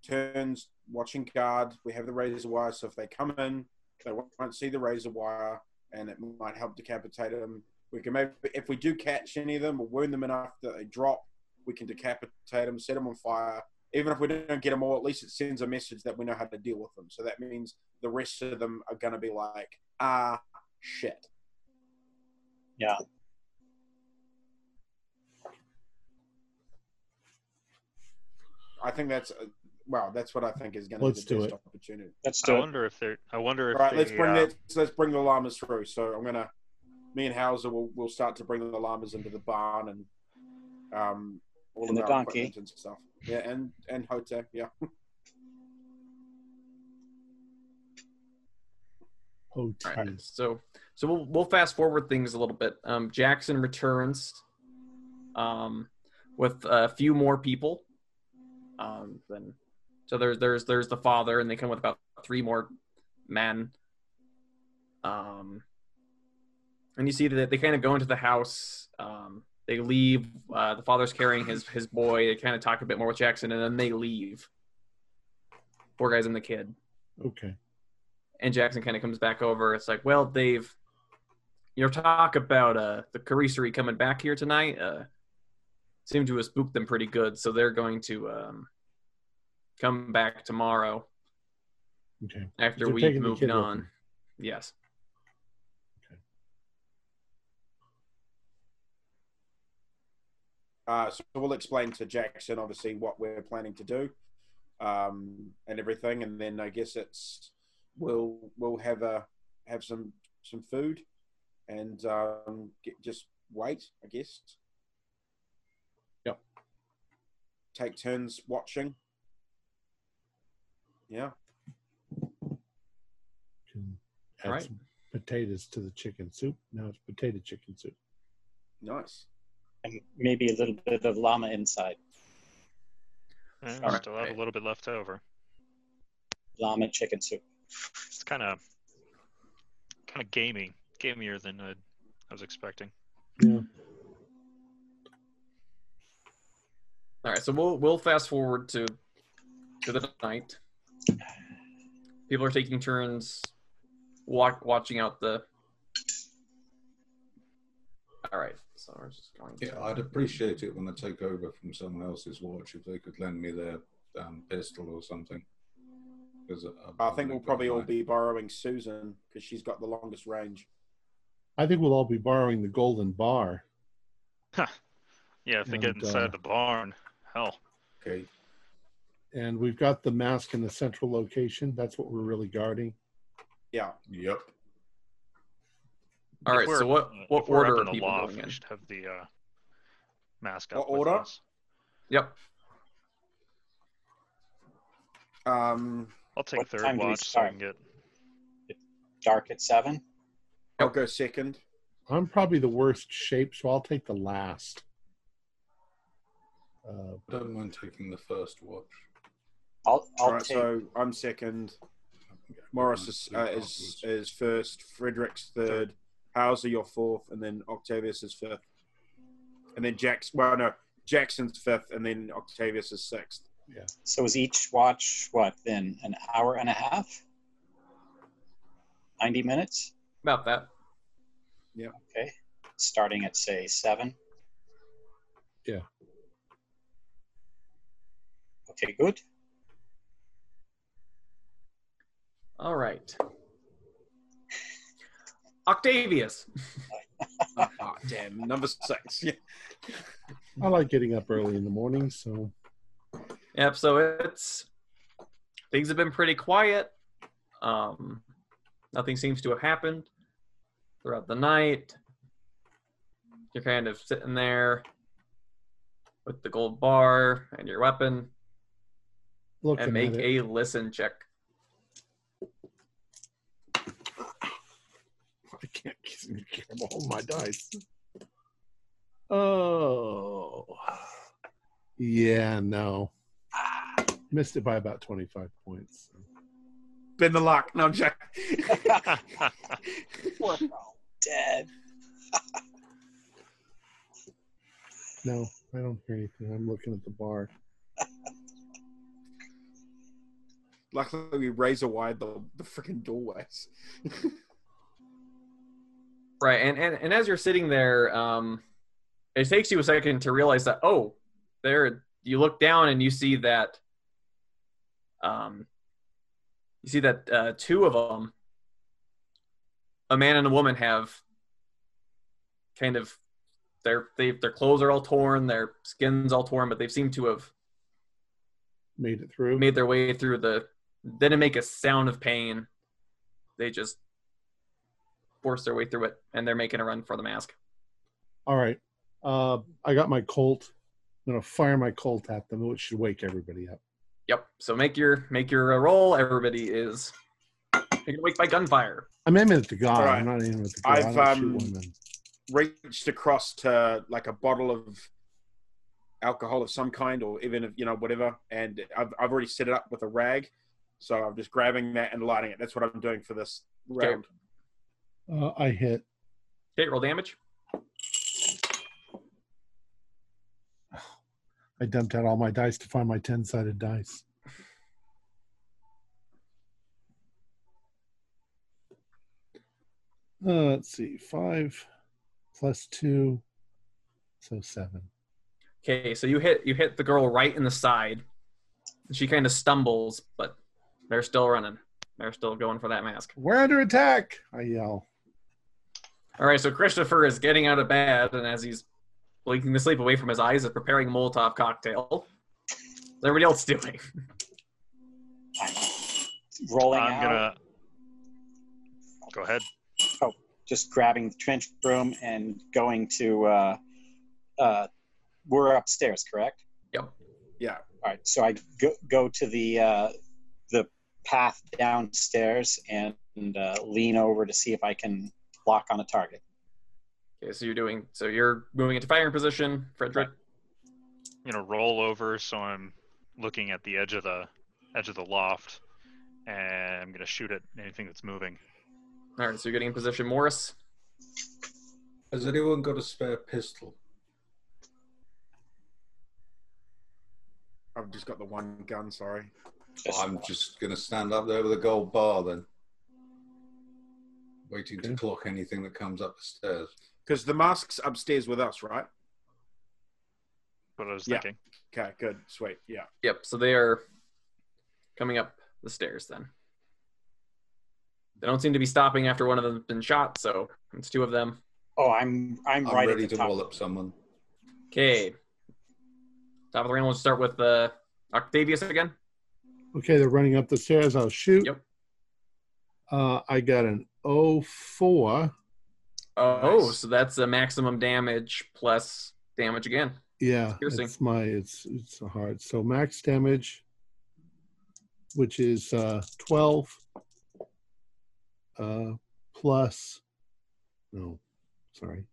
Speaker 2: turns watching guard. We have the razor wire, so if they come in, they won't won't see the razor wire, and it might help decapitate them. We can maybe if we do catch any of them or wound them enough that they drop, we can decapitate them, set them on fire, even if we don't get them all, at least it sends a message that we know how to deal with them. So that means the rest of them are going to be like, ah, shit.
Speaker 4: Yeah.
Speaker 2: I think that's, uh, well, that's what I think is going to
Speaker 1: Let's do
Speaker 2: be the best
Speaker 1: it.
Speaker 2: opportunity.
Speaker 4: Let's
Speaker 5: I
Speaker 4: do it.
Speaker 5: wonder if they're. I wonder
Speaker 2: All
Speaker 5: if.
Speaker 2: right, let's
Speaker 5: they,
Speaker 2: bring
Speaker 5: uh,
Speaker 2: that. Let's bring the llamas through. So I'm gonna, me and Hauser will will start to bring the llamas into the barn and, um, all
Speaker 4: And
Speaker 2: of
Speaker 4: the
Speaker 2: our
Speaker 4: donkey.
Speaker 2: equipment and stuff. Yeah, and and Hote. Yeah.
Speaker 1: Oh,
Speaker 3: All
Speaker 1: geez.
Speaker 3: right. So so we'll we'll fast forward things a little bit. Um, Jackson returns um, with a few more people. Um, then so there's there's there's the father, and they come with about three more men. Um, and you see that they kind of go into the house. Um, they leave. Uh, the father's carrying his his boy. They kind of talk a bit more with Jackson, and then they leave. Four guys and the kid.
Speaker 1: Okay.
Speaker 3: And Jackson kind of comes back over. It's like, well, Dave, your talk about uh, the Carisseri coming back here tonight uh, seemed to have spooked them pretty good. So they're going to um, come back tomorrow
Speaker 1: Okay.
Speaker 3: after
Speaker 1: They're
Speaker 3: we've
Speaker 1: taking the
Speaker 3: moved
Speaker 1: kid with
Speaker 3: on.
Speaker 1: them.
Speaker 3: Yes.
Speaker 2: Uh, so we'll explain to Jackson, obviously, what we're planning to do um, and everything, and then I guess it's we'll we'll have a have some some food and um, get, just wait, I guess.
Speaker 1: Yep.
Speaker 2: Take turns watching. Yeah.
Speaker 1: Can add
Speaker 3: Right.
Speaker 1: some potatoes to the chicken soup. Now it's potato chicken soup.
Speaker 2: Nice.
Speaker 4: and maybe a little bit of llama inside.
Speaker 5: And
Speaker 3: All
Speaker 5: we
Speaker 3: right.
Speaker 5: still have a little bit left over.
Speaker 4: Llama chicken soup.
Speaker 5: It's kind of kind of gamey, gamier than I, I was expecting.
Speaker 3: All right, so we'll we'll fast forward to to the night. People are taking turns walk, watching out the. All right, so we're just going. To...
Speaker 6: Yeah, I'd appreciate it when I take over from someone else's watch if they could lend me their um, pistol or something. 'Cause I-
Speaker 2: I
Speaker 6: I've
Speaker 2: think
Speaker 6: only
Speaker 2: we'll
Speaker 6: got
Speaker 2: probably all
Speaker 6: my-
Speaker 2: be borrowing Susan because she's got the longest range.
Speaker 1: I think we'll all be borrowing the golden bar.
Speaker 5: Yeah, if they get
Speaker 1: And,
Speaker 5: inside
Speaker 1: uh,
Speaker 5: the barn, hell,
Speaker 6: Okay.
Speaker 1: And we've got the mask in the central location. That's what we're really guarding.
Speaker 2: Yeah.
Speaker 6: Yep.
Speaker 3: All
Speaker 5: If
Speaker 3: right,
Speaker 5: we're-
Speaker 3: so what
Speaker 5: if
Speaker 3: what
Speaker 5: we're
Speaker 3: order
Speaker 5: up
Speaker 3: are
Speaker 5: in the
Speaker 3: people
Speaker 5: loft?
Speaker 3: going in?
Speaker 5: We should have the uh, mask
Speaker 2: What
Speaker 5: up with
Speaker 2: order?
Speaker 5: us.
Speaker 3: Yep.
Speaker 2: Um,
Speaker 5: I'll take
Speaker 4: What
Speaker 5: third
Speaker 4: time do we
Speaker 5: watch so I
Speaker 4: start?
Speaker 5: can get.
Speaker 4: Dark at seven.
Speaker 2: I'll go second.
Speaker 1: I'm probably the worst shape, so I'll take the last. Uh,
Speaker 6: Don't mind taking the first watch.
Speaker 4: I'll,
Speaker 2: All
Speaker 4: I'll
Speaker 2: right,
Speaker 4: take
Speaker 2: so I'm second. Morris is, uh, is is first. Frederick's third. Hauser, you're fourth, and then Octavius is fifth, and then Jack's. Well, no, Jackson's fifth, and then Octavius is sixth.
Speaker 4: So is each watch what then? An hour and a half? 90 minutes?
Speaker 3: About that.
Speaker 4: Okay. Starting at, say, seven?
Speaker 1: Yeah.
Speaker 4: Okay, good.
Speaker 3: All right. Octavius.
Speaker 2: oh, damn, number six. Yeah.
Speaker 1: I like getting up early in the morning, so
Speaker 3: Yep. So it's things have been pretty quiet. Um, nothing seems to have happened throughout the night. You're kind of sitting there with the gold bar and your weapon, and
Speaker 1: looking
Speaker 3: make
Speaker 1: at it.
Speaker 3: a listen check.
Speaker 1: I can't get all my dice. Oh, yeah, no, missed it by about 25 points.
Speaker 2: Been the luck. No, Jack.
Speaker 4: We're all dead.
Speaker 1: No, I don't hear anything. I'm looking at the bar.
Speaker 2: Luckily, we razor wide the the freaking doorways.
Speaker 3: Right, and, and and as you're sitting there, um, it takes you a second to realize that oh, there you look down and you see that, um, you see that uh, two of them, a man and a woman, have kind of their they their clothes are all torn, their skins all torn, but they seem to have
Speaker 1: Made it through.
Speaker 3: made their way through the. They didn't make a sound of pain. They just forced their way through it, and they're making a run for the mask.
Speaker 1: All right. Uh, I got my Colt. I'm gonna fire my Colt at them, which should wake everybody up.
Speaker 3: Yep. So make your make your uh, roll. Everybody is taken awake by gunfire.
Speaker 1: I'm aiming at the guy.
Speaker 2: All right.
Speaker 1: I'm not aiming at the guy.
Speaker 2: I've,
Speaker 1: I don't shoot
Speaker 2: um,
Speaker 1: women.
Speaker 2: reached across to like a bottle of alcohol of some kind or even of you know whatever and I've, I've already set it up with a rag so i'm just grabbing that and lighting it that's what i'm doing for this
Speaker 3: Okay.
Speaker 2: round
Speaker 1: Uh, I hit.
Speaker 3: Okay, roll damage.
Speaker 1: I dumped out all my dice to find my ten-sided dice. Uh, let's see, five plus two, so seven.
Speaker 3: Okay, so you hit you hit the girl right in the side. She kind of stumbles, but they're still running. They're still going for that mask.
Speaker 1: We're under attack! I yell.
Speaker 3: All right, so Christopher is getting out of bed, and as he's blinking the sleep away from his eyes, is preparing a Molotov cocktail. What's everybody else doing?
Speaker 4: I'm rolling
Speaker 5: I'm
Speaker 4: out,
Speaker 5: gonna go ahead.
Speaker 4: just grabbing the trench broom and going to. Uh, uh, we're upstairs, correct?
Speaker 2: Yeah.
Speaker 4: All right, so I go, go to the uh, the path downstairs and, uh, lean over to see if I can lock on a target.
Speaker 3: Okay, so you're doing so you're moving into firing position, Frederick.
Speaker 5: you know roll over so i'm looking at the edge of the edge of the loft and i'm gonna shoot at anything that's moving
Speaker 3: All right, so you're getting in position, Morris.
Speaker 6: Has anyone got a spare pistol?
Speaker 2: I've just got the one gun. Sorry.
Speaker 4: Just-
Speaker 6: I'm just going to stand up there with a gold bar then. Waiting to clock anything that comes up the stairs.
Speaker 2: Because the mask's upstairs with us, right?
Speaker 5: what i was
Speaker 2: Yeah.
Speaker 5: thinking
Speaker 2: Okay, good. Sweet. Yeah.
Speaker 3: Yep. So they are coming up the stairs. Then they don't seem to be stopping after one of them's been shot. So it's two of them.
Speaker 4: oh, I'm I'm,
Speaker 6: I'm
Speaker 4: right
Speaker 6: ready
Speaker 4: at the
Speaker 6: to
Speaker 4: top.
Speaker 6: wallop someone.
Speaker 3: Okay. Top of the round. We'll start with uh, Octavius again.
Speaker 1: Okay, they're running up the stairs. I'll shoot.
Speaker 3: Yep.
Speaker 1: Uh, I got an 04.
Speaker 3: Oh,
Speaker 2: Nice.
Speaker 3: so that's a maximum damage plus damage again.
Speaker 1: Yeah,
Speaker 3: Piercing.
Speaker 1: it's my it's it's a hard. So max damage, which is uh, twelve, uh, plus, no, sorry,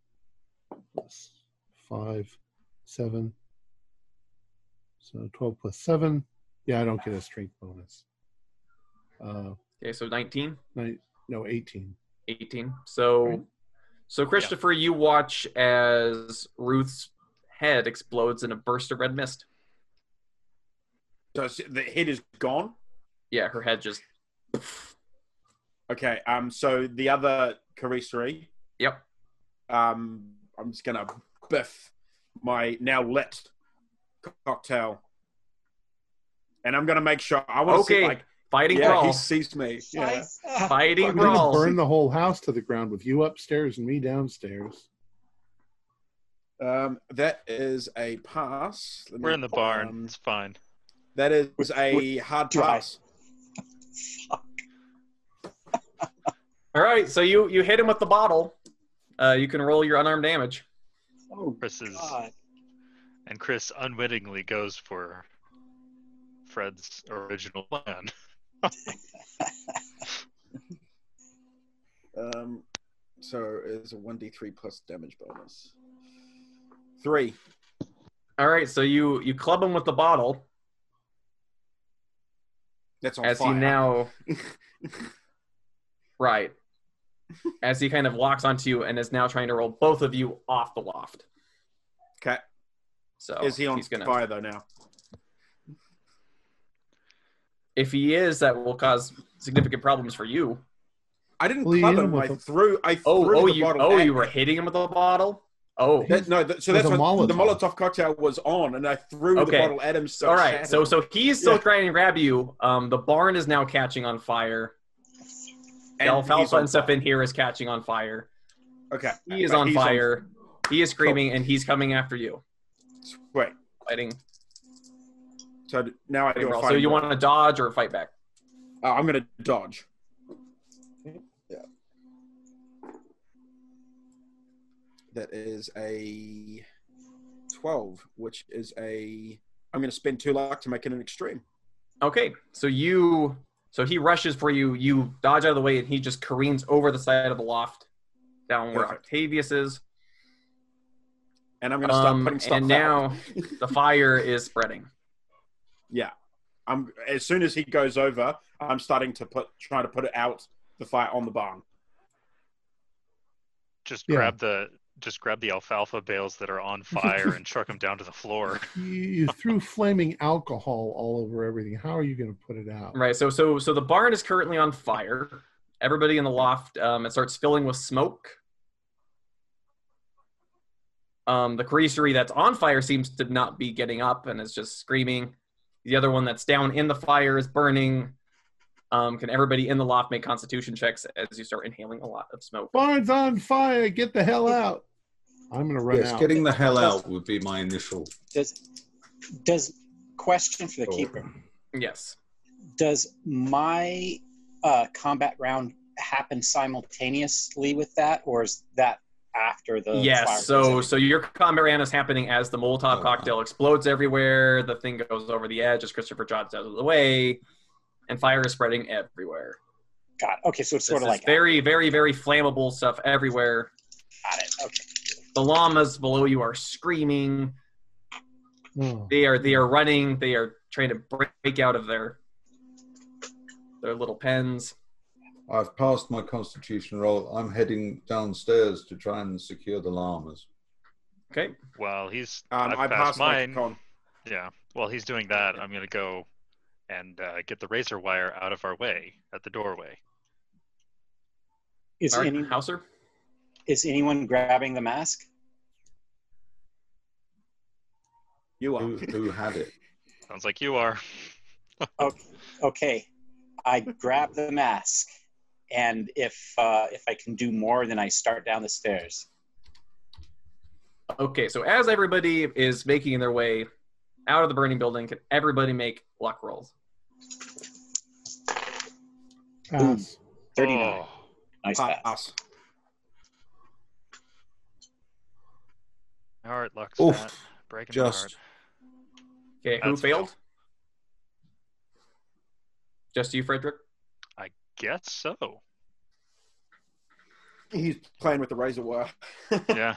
Speaker 1: plus five, seven. So twelve plus seven. Yeah, I don't get a strength bonus. Uh,
Speaker 3: Okay, so 19,
Speaker 1: nine, no, eighteen.
Speaker 3: 18. So, so Christopher, you watch as Ruth's head explodes in a burst of red mist.
Speaker 2: So it's- the head is gone.
Speaker 3: Yeah, her head just.
Speaker 2: Okay. Um. So the other Carisseri,
Speaker 3: Yep.
Speaker 2: um, I'm just gonna biff my now lit cocktail, and I'm gonna make sure I want to
Speaker 3: Okay.
Speaker 2: see like
Speaker 3: Fighting
Speaker 2: yeah,
Speaker 3: brawl.
Speaker 2: he sees me. Yeah.
Speaker 4: Nice. Ah,
Speaker 3: Fighting
Speaker 1: I'm gonna
Speaker 3: brawl.
Speaker 1: burn the whole house to the ground with you upstairs and me downstairs.
Speaker 2: Um. That is a pass. Let
Speaker 5: we're
Speaker 2: me-
Speaker 5: in the barn
Speaker 2: um,
Speaker 5: it's fine
Speaker 2: that is a hard
Speaker 4: Do I-
Speaker 2: pass.
Speaker 3: All right, so you you hit him with the bottle. Uh, you can roll your unarmed damage.
Speaker 4: oh
Speaker 5: chris is
Speaker 4: God.
Speaker 5: and chris unwittingly goes for fred's original plan
Speaker 2: Um. So it's a one d three plus damage bonus. Three.
Speaker 3: All right, so you you club him with the bottle
Speaker 2: That's on
Speaker 3: as
Speaker 2: fire.
Speaker 3: he now right as he kind of locks onto you and is now trying to roll both of you off the loft.
Speaker 2: Okay.
Speaker 3: So
Speaker 2: is he on
Speaker 3: he's gonna,
Speaker 2: fire though now?
Speaker 3: If he is, that will cause significant problems for you.
Speaker 2: I didn't
Speaker 1: Well, you
Speaker 2: club
Speaker 1: hit
Speaker 2: him.
Speaker 1: him with
Speaker 2: I
Speaker 1: a-
Speaker 2: threw. I
Speaker 3: Oh,
Speaker 2: threw
Speaker 3: oh,
Speaker 2: the
Speaker 3: you
Speaker 2: bottle
Speaker 3: oh,
Speaker 2: at
Speaker 3: you were
Speaker 2: him.
Speaker 3: hitting him with the bottle. Oh,
Speaker 2: That, no, that, so
Speaker 1: With
Speaker 2: that's
Speaker 1: a
Speaker 2: what the
Speaker 1: Molotov.
Speaker 2: Molotov cocktail was on, and I threw the
Speaker 3: Okay.
Speaker 2: bottle at him. So
Speaker 3: all
Speaker 2: it
Speaker 3: right.
Speaker 2: shattered.
Speaker 3: So so he's still
Speaker 2: Yeah.
Speaker 3: trying to grab you. Um, the barn is now catching on fire.
Speaker 2: And he's
Speaker 3: alfalfa
Speaker 2: on
Speaker 3: and stuff in here is catching on fire.
Speaker 2: Okay,
Speaker 3: He is
Speaker 2: but
Speaker 3: on
Speaker 2: he's
Speaker 3: fire. He is screaming, and he's coming after you.
Speaker 2: Wait,
Speaker 3: Fighting.
Speaker 2: so d- now I do
Speaker 3: fighting
Speaker 2: a
Speaker 3: brawl. So
Speaker 2: fighting
Speaker 3: you
Speaker 2: brawl.
Speaker 3: want to dodge or fight back?
Speaker 2: Uh, I'm gonna dodge. Yeah. That is a twelve, which is a. I'm gonna spend two luck to make it an extreme.
Speaker 3: Okay. So you. So he rushes for you. You dodge out of the way, and he just careens over the side of the loft, down where
Speaker 2: Perfect.
Speaker 3: Octavius is.
Speaker 2: And I'm gonna start
Speaker 3: Um,
Speaker 2: putting stuff.
Speaker 3: and
Speaker 2: out.
Speaker 3: now the fire is spreading.
Speaker 2: I'm as soon as he goes over, I'm starting to put trying to put it out the fire on the barn.
Speaker 5: just
Speaker 1: Yeah.
Speaker 5: grab the just grab the alfalfa bales that are on fire and chuck them down to the floor
Speaker 1: You, you threw flaming alcohol all over everything. How are you going to put it out?
Speaker 3: Right. So so so the barn is currently on fire. everybody in the loft, um, it starts filling with smoke. Um, the Carisseri that's on fire seems to not be getting up and is just screaming. The other one that's down in the fire is burning. Um, can everybody in the loft make constitution checks as you start inhaling a lot of smoke?
Speaker 1: Barn's on fire. Get the hell out. I'm going to run
Speaker 6: Yes,
Speaker 1: out.
Speaker 6: getting the hell out would be my initial.
Speaker 4: Does does question for the
Speaker 6: thought.
Speaker 4: keeper?
Speaker 3: Yes.
Speaker 4: Does my uh, combat round happen simultaneously with that, or is that after the? fire
Speaker 3: yes. So
Speaker 4: goes out?
Speaker 3: so your combat round is happening as the Molotov
Speaker 6: Oh, wow.
Speaker 3: cocktail explodes everywhere. The thing goes over the edge as Christopher jots out of the way, and fire is spreading everywhere.
Speaker 4: God, okay, so it's sort
Speaker 3: This
Speaker 4: of
Speaker 3: is
Speaker 4: like
Speaker 3: very very very flammable stuff everywhere.
Speaker 4: got it. Okay,
Speaker 3: The llamas below you are screaming.
Speaker 1: Oh.
Speaker 3: They are they are running. They are trying to break out of their their little pens.
Speaker 6: I've passed my constitution roll. I'm heading downstairs to try and secure the llamas.
Speaker 3: Okay.
Speaker 5: Well, he's.
Speaker 2: Um,
Speaker 5: I've
Speaker 2: I
Speaker 5: passed
Speaker 2: passed my
Speaker 5: mine.
Speaker 2: con.
Speaker 5: Yeah. While he's doing that, I'm gonna go and uh, get the razor wire out of our way at the doorway.
Speaker 4: is
Speaker 3: All right,
Speaker 4: any,
Speaker 3: Hauser.
Speaker 4: is anyone grabbing the mask?
Speaker 2: You
Speaker 6: Who,
Speaker 2: are.
Speaker 6: who had it?
Speaker 5: Sounds like you are.
Speaker 4: okay i grab the mask and if uh, if i can do more then i start down the stairs
Speaker 3: Okay. So as everybody is making their way out of the burning building, can everybody make luck rolls?
Speaker 1: Pass.
Speaker 4: 39
Speaker 5: Oh,
Speaker 4: nice pass.
Speaker 2: Pass.
Speaker 5: my heart, Lux.
Speaker 6: Oof,
Speaker 5: Matt. Breaking my heart.
Speaker 6: Just
Speaker 3: Okay. Who
Speaker 5: That's a
Speaker 3: failed?
Speaker 5: fail.
Speaker 3: Just you, Frederick.
Speaker 5: Guess so.
Speaker 2: He's playing with the razor wire.
Speaker 5: Yeah.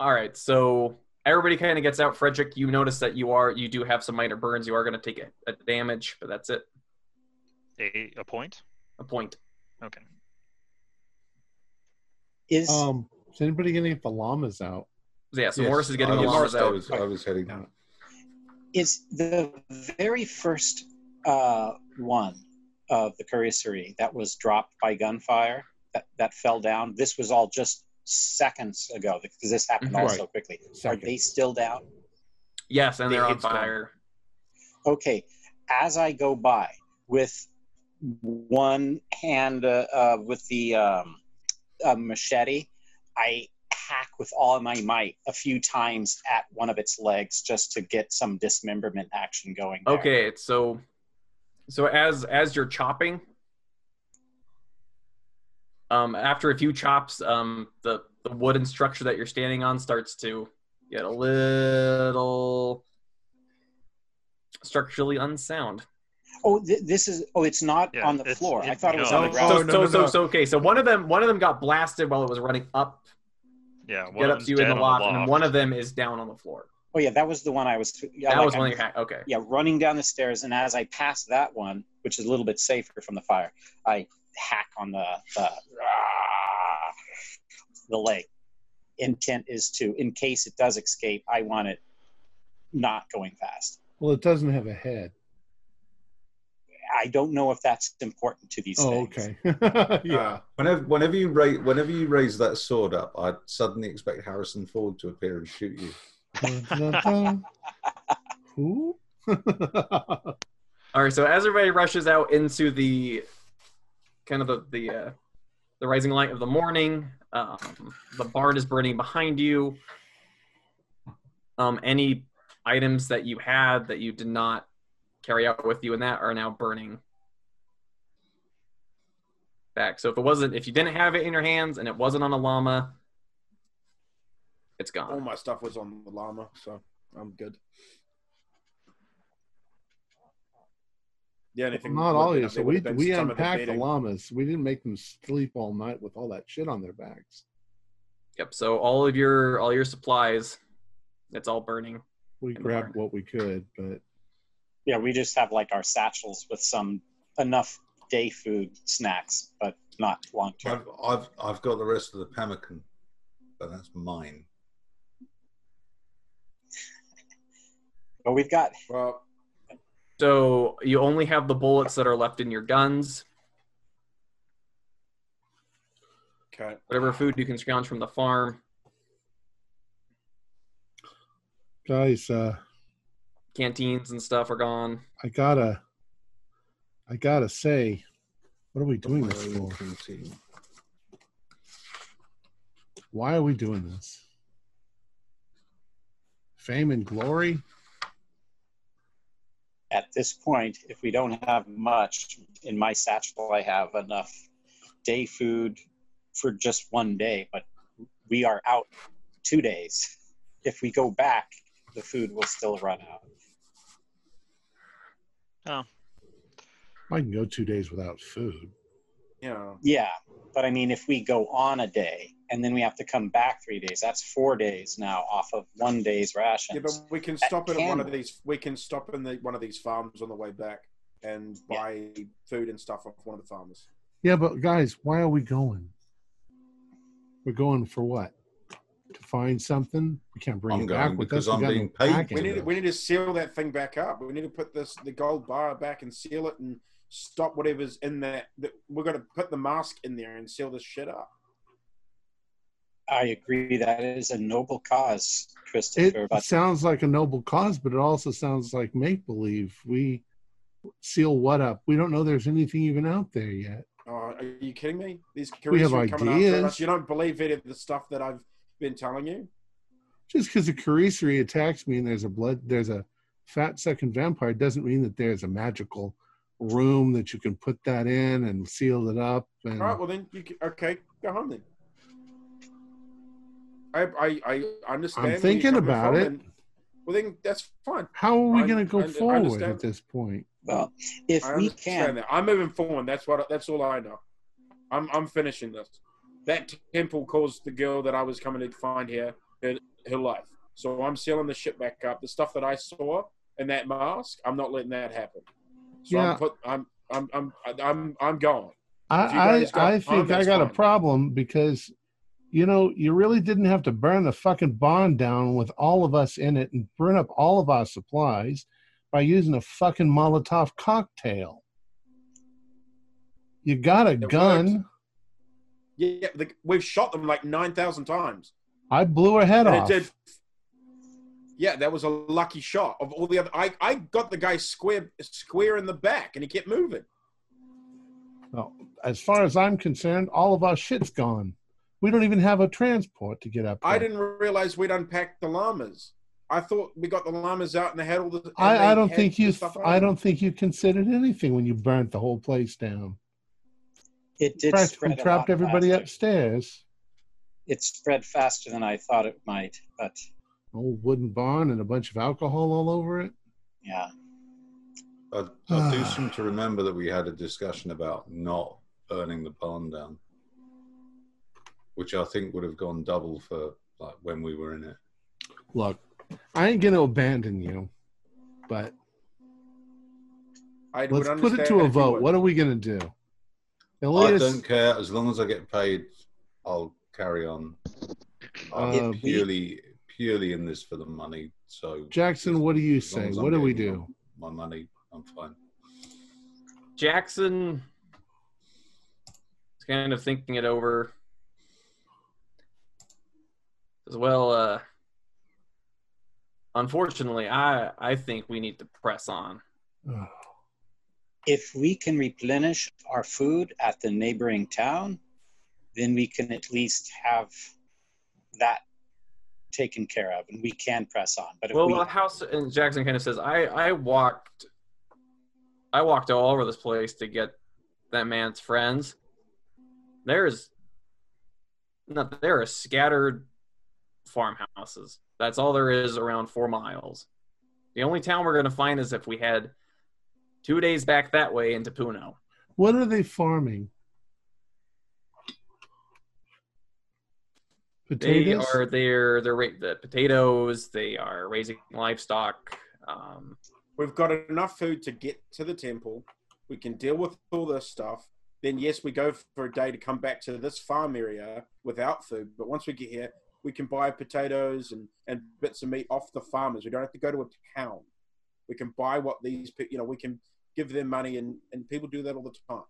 Speaker 3: All right. So everybody kind of gets out. Frederick, you notice that you are you do have some minor burns. You are going to take a, a damage, but that's it.
Speaker 5: A a point.
Speaker 3: A point.
Speaker 5: Okay.
Speaker 4: is
Speaker 1: Um, is anybody going to get the llamas out?
Speaker 3: So yeah. So
Speaker 6: Yes, Uh,
Speaker 3: Morris is getting the
Speaker 6: I was-
Speaker 3: llamas
Speaker 6: I
Speaker 3: out.
Speaker 6: was, I was heading.
Speaker 4: is the very first uh, one of the cuirasserie that was dropped by gunfire that, that fell down this was all just seconds ago because this happened all
Speaker 1: Right.
Speaker 4: so quickly
Speaker 1: Second.
Speaker 4: are they still down
Speaker 3: Yes, and
Speaker 2: The
Speaker 3: they're on
Speaker 2: head's gone.
Speaker 3: fire.
Speaker 4: okay, as I go by with one hand uh, uh, with the um, uh, machete, I hack with all my might a few times at one of its legs just to get some dismemberment action going. there.
Speaker 3: Okay, so so as as you're chopping, um, after a few chops, um, the the wooden structure that you're standing on starts to get a little structurally unsound.
Speaker 4: Oh, th- this is. Oh, it's not
Speaker 5: Yeah,
Speaker 4: on the
Speaker 5: it's-
Speaker 4: floor. I
Speaker 5: it-
Speaker 4: thought it was
Speaker 5: no.
Speaker 4: on the
Speaker 5: Oh,
Speaker 4: ground.
Speaker 3: so
Speaker 6: no,
Speaker 3: so
Speaker 6: no,
Speaker 3: so
Speaker 6: no.
Speaker 3: so okay. So one of them one of them got blasted while it was running up.
Speaker 5: Yeah. One
Speaker 3: get up
Speaker 5: of them's
Speaker 3: to you in
Speaker 5: dead
Speaker 3: the
Speaker 5: on
Speaker 3: loft, and one of them is down on the floor.
Speaker 4: oh, yeah, that was the one I was. Yeah,
Speaker 3: that
Speaker 4: like
Speaker 3: was
Speaker 4: I'm-
Speaker 3: one of your hack. Okay.
Speaker 4: yeah, running down the stairs, and as I pass that one, which is a little bit safer from the fire, I hack on the the, ah, the leg. Intent is to, in case it does escape, I want it not going fast.
Speaker 1: Well, it doesn't have a head.
Speaker 4: I don't know if that's important to these
Speaker 1: Oh,
Speaker 4: things.
Speaker 1: okay. yeah.
Speaker 2: Ah.
Speaker 6: Uh, whenever, whenever you raise, whenever you raise that sword up, I suddenly expect Harrison Ford to appear and shoot you.
Speaker 1: Dun, dun, dun. Who?
Speaker 3: All right, so as everybody rushes out into the kind of the the, uh, the rising light of the morning, um, the barn is burning behind you. Um, any items that you had that you did not carry out with you and that are now burning back. So if it wasn't, if you didn't have it in your hands and it wasn't on a llama, it's
Speaker 2: All
Speaker 3: gone.
Speaker 2: my stuff was on the llama, so I'm good. Yeah, anything.
Speaker 1: Not all of you. So
Speaker 2: There would
Speaker 1: we
Speaker 2: have been
Speaker 1: we
Speaker 2: some of
Speaker 1: unpacked the
Speaker 2: bedding.
Speaker 1: llamas. We didn't make them sleep all night with all that shit on their backs.
Speaker 3: Yep. So all of your all your supplies, it's all burning.
Speaker 1: We
Speaker 3: In the
Speaker 1: grabbed what we could, but
Speaker 4: Yeah, we just have like our satchels with some enough day food snacks, but not long term.
Speaker 6: I've, I've, I've got the rest of the pemmican, but that's mine.
Speaker 4: But we've got
Speaker 2: Well,
Speaker 3: So you only have the bullets that are left in your guns.
Speaker 2: Okay.
Speaker 3: Whatever food you can scrounge from the farm.
Speaker 1: Guys, uh,
Speaker 3: Canteens and stuff are gone.
Speaker 1: I gotta, I gotta say, what are we doing this for?
Speaker 6: Routine.
Speaker 1: Why are we doing this? Fame and glory?
Speaker 4: At this point, if we don't have much in my satchel, I have enough day food for just one day, but we are out two days. If we go back, the food will still run out.
Speaker 1: I can go two days without food.
Speaker 2: Yeah.
Speaker 4: Yeah, but I mean, if we go on a day and then we have to come back three days, that's four days now off of one day's rations.
Speaker 2: Yeah, but we can stop
Speaker 4: At
Speaker 2: it at one of
Speaker 4: Campbell.
Speaker 2: these. We can stop in the, one of these farms on the way back and
Speaker 4: Yeah.
Speaker 2: buy food and stuff off one of the farmers.
Speaker 1: Yeah, but guys, why are we going? We're going for what? To find something? We can't bring
Speaker 6: I'm
Speaker 1: it back
Speaker 6: going
Speaker 1: with us.
Speaker 6: because I'm
Speaker 1: We got no
Speaker 6: being paid
Speaker 1: package.
Speaker 2: We
Speaker 6: Yeah.
Speaker 2: need we need to seal that thing back up. We need to put this the gold bar back and seal it and stop whatever's in that. that we're gonna put the mask in there and seal this shit up.
Speaker 4: I agree. That is a noble cause, Christopher.
Speaker 1: It
Speaker 4: but
Speaker 1: sounds like a noble cause, but it also sounds like make believe. We seal what up? We don't know there's anything even out there yet.
Speaker 2: Oh, are you kidding me? These
Speaker 1: We have
Speaker 2: Carissa are coming after
Speaker 1: ideas.
Speaker 2: us. You don't believe any of the stuff that I've been telling you.
Speaker 1: Just because a Carisseri attacks me and there's a blood, there's a fat sucking vampire, doesn't mean that there's a magical room that you can put that in and seal it up. And
Speaker 2: All right, well then you can, okay, go home then. I I, I understand.
Speaker 1: I'm
Speaker 2: where
Speaker 1: thinking
Speaker 2: you're coming
Speaker 1: about
Speaker 2: from
Speaker 1: it.
Speaker 2: and- well then, that's fine.
Speaker 1: how are we
Speaker 2: I-
Speaker 1: going to go
Speaker 2: I- I
Speaker 1: forward
Speaker 2: understand.
Speaker 1: at this point?
Speaker 4: well, if
Speaker 2: I
Speaker 4: we
Speaker 2: understand
Speaker 4: can,
Speaker 2: that. I'm moving forward. That's what. That's all I know. I'm I'm finishing this. That temple caused the girl that I was coming to find here her, her life. So I'm sealing the shit back up. The stuff that I saw in that mask, I'm not letting that happen. So
Speaker 1: Yeah.
Speaker 2: I'm put. I'm I'm I'm I'm I'm gone. If you
Speaker 1: I,
Speaker 2: guys got
Speaker 1: I, I
Speaker 2: time,
Speaker 1: think I
Speaker 2: that's
Speaker 1: got a
Speaker 2: fine.
Speaker 1: problem because, you know, you really didn't have to burn the fucking barn down with all of us in it and burn up all of our supplies by using a fucking Molotov cocktail. You got a
Speaker 2: worked.
Speaker 1: gun.
Speaker 2: Yeah, the, we've shot them like nine thousand times.
Speaker 1: I blew her head
Speaker 2: And
Speaker 1: off.
Speaker 2: it did. Yeah, that was a lucky shot of all the other. I, I got the guy square square in the back, and he kept moving.
Speaker 1: As far as I'm concerned, all of our shit's gone. We don't even have a transport to get up.
Speaker 2: I
Speaker 1: there.
Speaker 2: didn't realize we'd unpacked the llamas. I thought we got the llamas out and they had all the. and they
Speaker 1: I, I don't
Speaker 2: had
Speaker 1: think
Speaker 2: the
Speaker 1: you.
Speaker 2: stuff
Speaker 1: I
Speaker 2: on.
Speaker 1: don't think you considered anything when you burnt the whole place down.
Speaker 4: it did
Speaker 1: Practically
Speaker 4: spread. a
Speaker 1: trapped
Speaker 4: lot
Speaker 1: everybody
Speaker 4: faster.
Speaker 1: upstairs.
Speaker 4: It spread faster than I thought it might, but
Speaker 1: old wooden barn and a bunch of alcohol all over it.
Speaker 4: yeah.
Speaker 6: I, I do
Speaker 1: Ah.
Speaker 6: seem to remember that we had a discussion about not burning the barn down, which I think would have gone double for like when we were in it.
Speaker 1: Look, I ain't gonna abandon you, but
Speaker 2: I would
Speaker 1: let's put it
Speaker 2: understand
Speaker 1: to
Speaker 2: if
Speaker 1: a
Speaker 2: you
Speaker 1: vote.
Speaker 2: would.
Speaker 1: What are we gonna do? The
Speaker 6: I
Speaker 1: latest-
Speaker 6: don't care as long as I get paid. I'll carry on. I'm
Speaker 1: Uh,
Speaker 6: purely, purely in this for the money. So
Speaker 1: Jackson, what do you
Speaker 6: As long
Speaker 1: say?
Speaker 6: as I'm
Speaker 1: What do we
Speaker 6: getting
Speaker 1: do?
Speaker 6: My money, I'm fine.
Speaker 3: Jackson is kind of thinking it over. As well, uh, unfortunately, I, I think we need to press on.
Speaker 1: Ugh,
Speaker 4: If we can replenish our food at the neighboring town, then we can at least have that taken care of, and we can press on. But if
Speaker 3: Well,
Speaker 4: we,
Speaker 3: the house and Jackson kind of says, "I I walked, I walked all over this place to get that man's friends. There's, no, there are scattered farmhouses. That's all there is around four miles. The only town we're gonna find is if we head two days back that way into Puno.
Speaker 1: What are they farming?
Speaker 3: They
Speaker 1: Potatoes.
Speaker 3: are there. They're ra- the potatoes. They are raising livestock. Um,
Speaker 2: We've got enough food to get to the temple. We can deal with all this stuff. Then yes, we go for a day to come back to this farm area without food. But once we get here, we can buy potatoes and, and bits of meat off the farmers. We don't have to go to a town. We can buy what these people, you know, we can give them money and, and people do that all the time.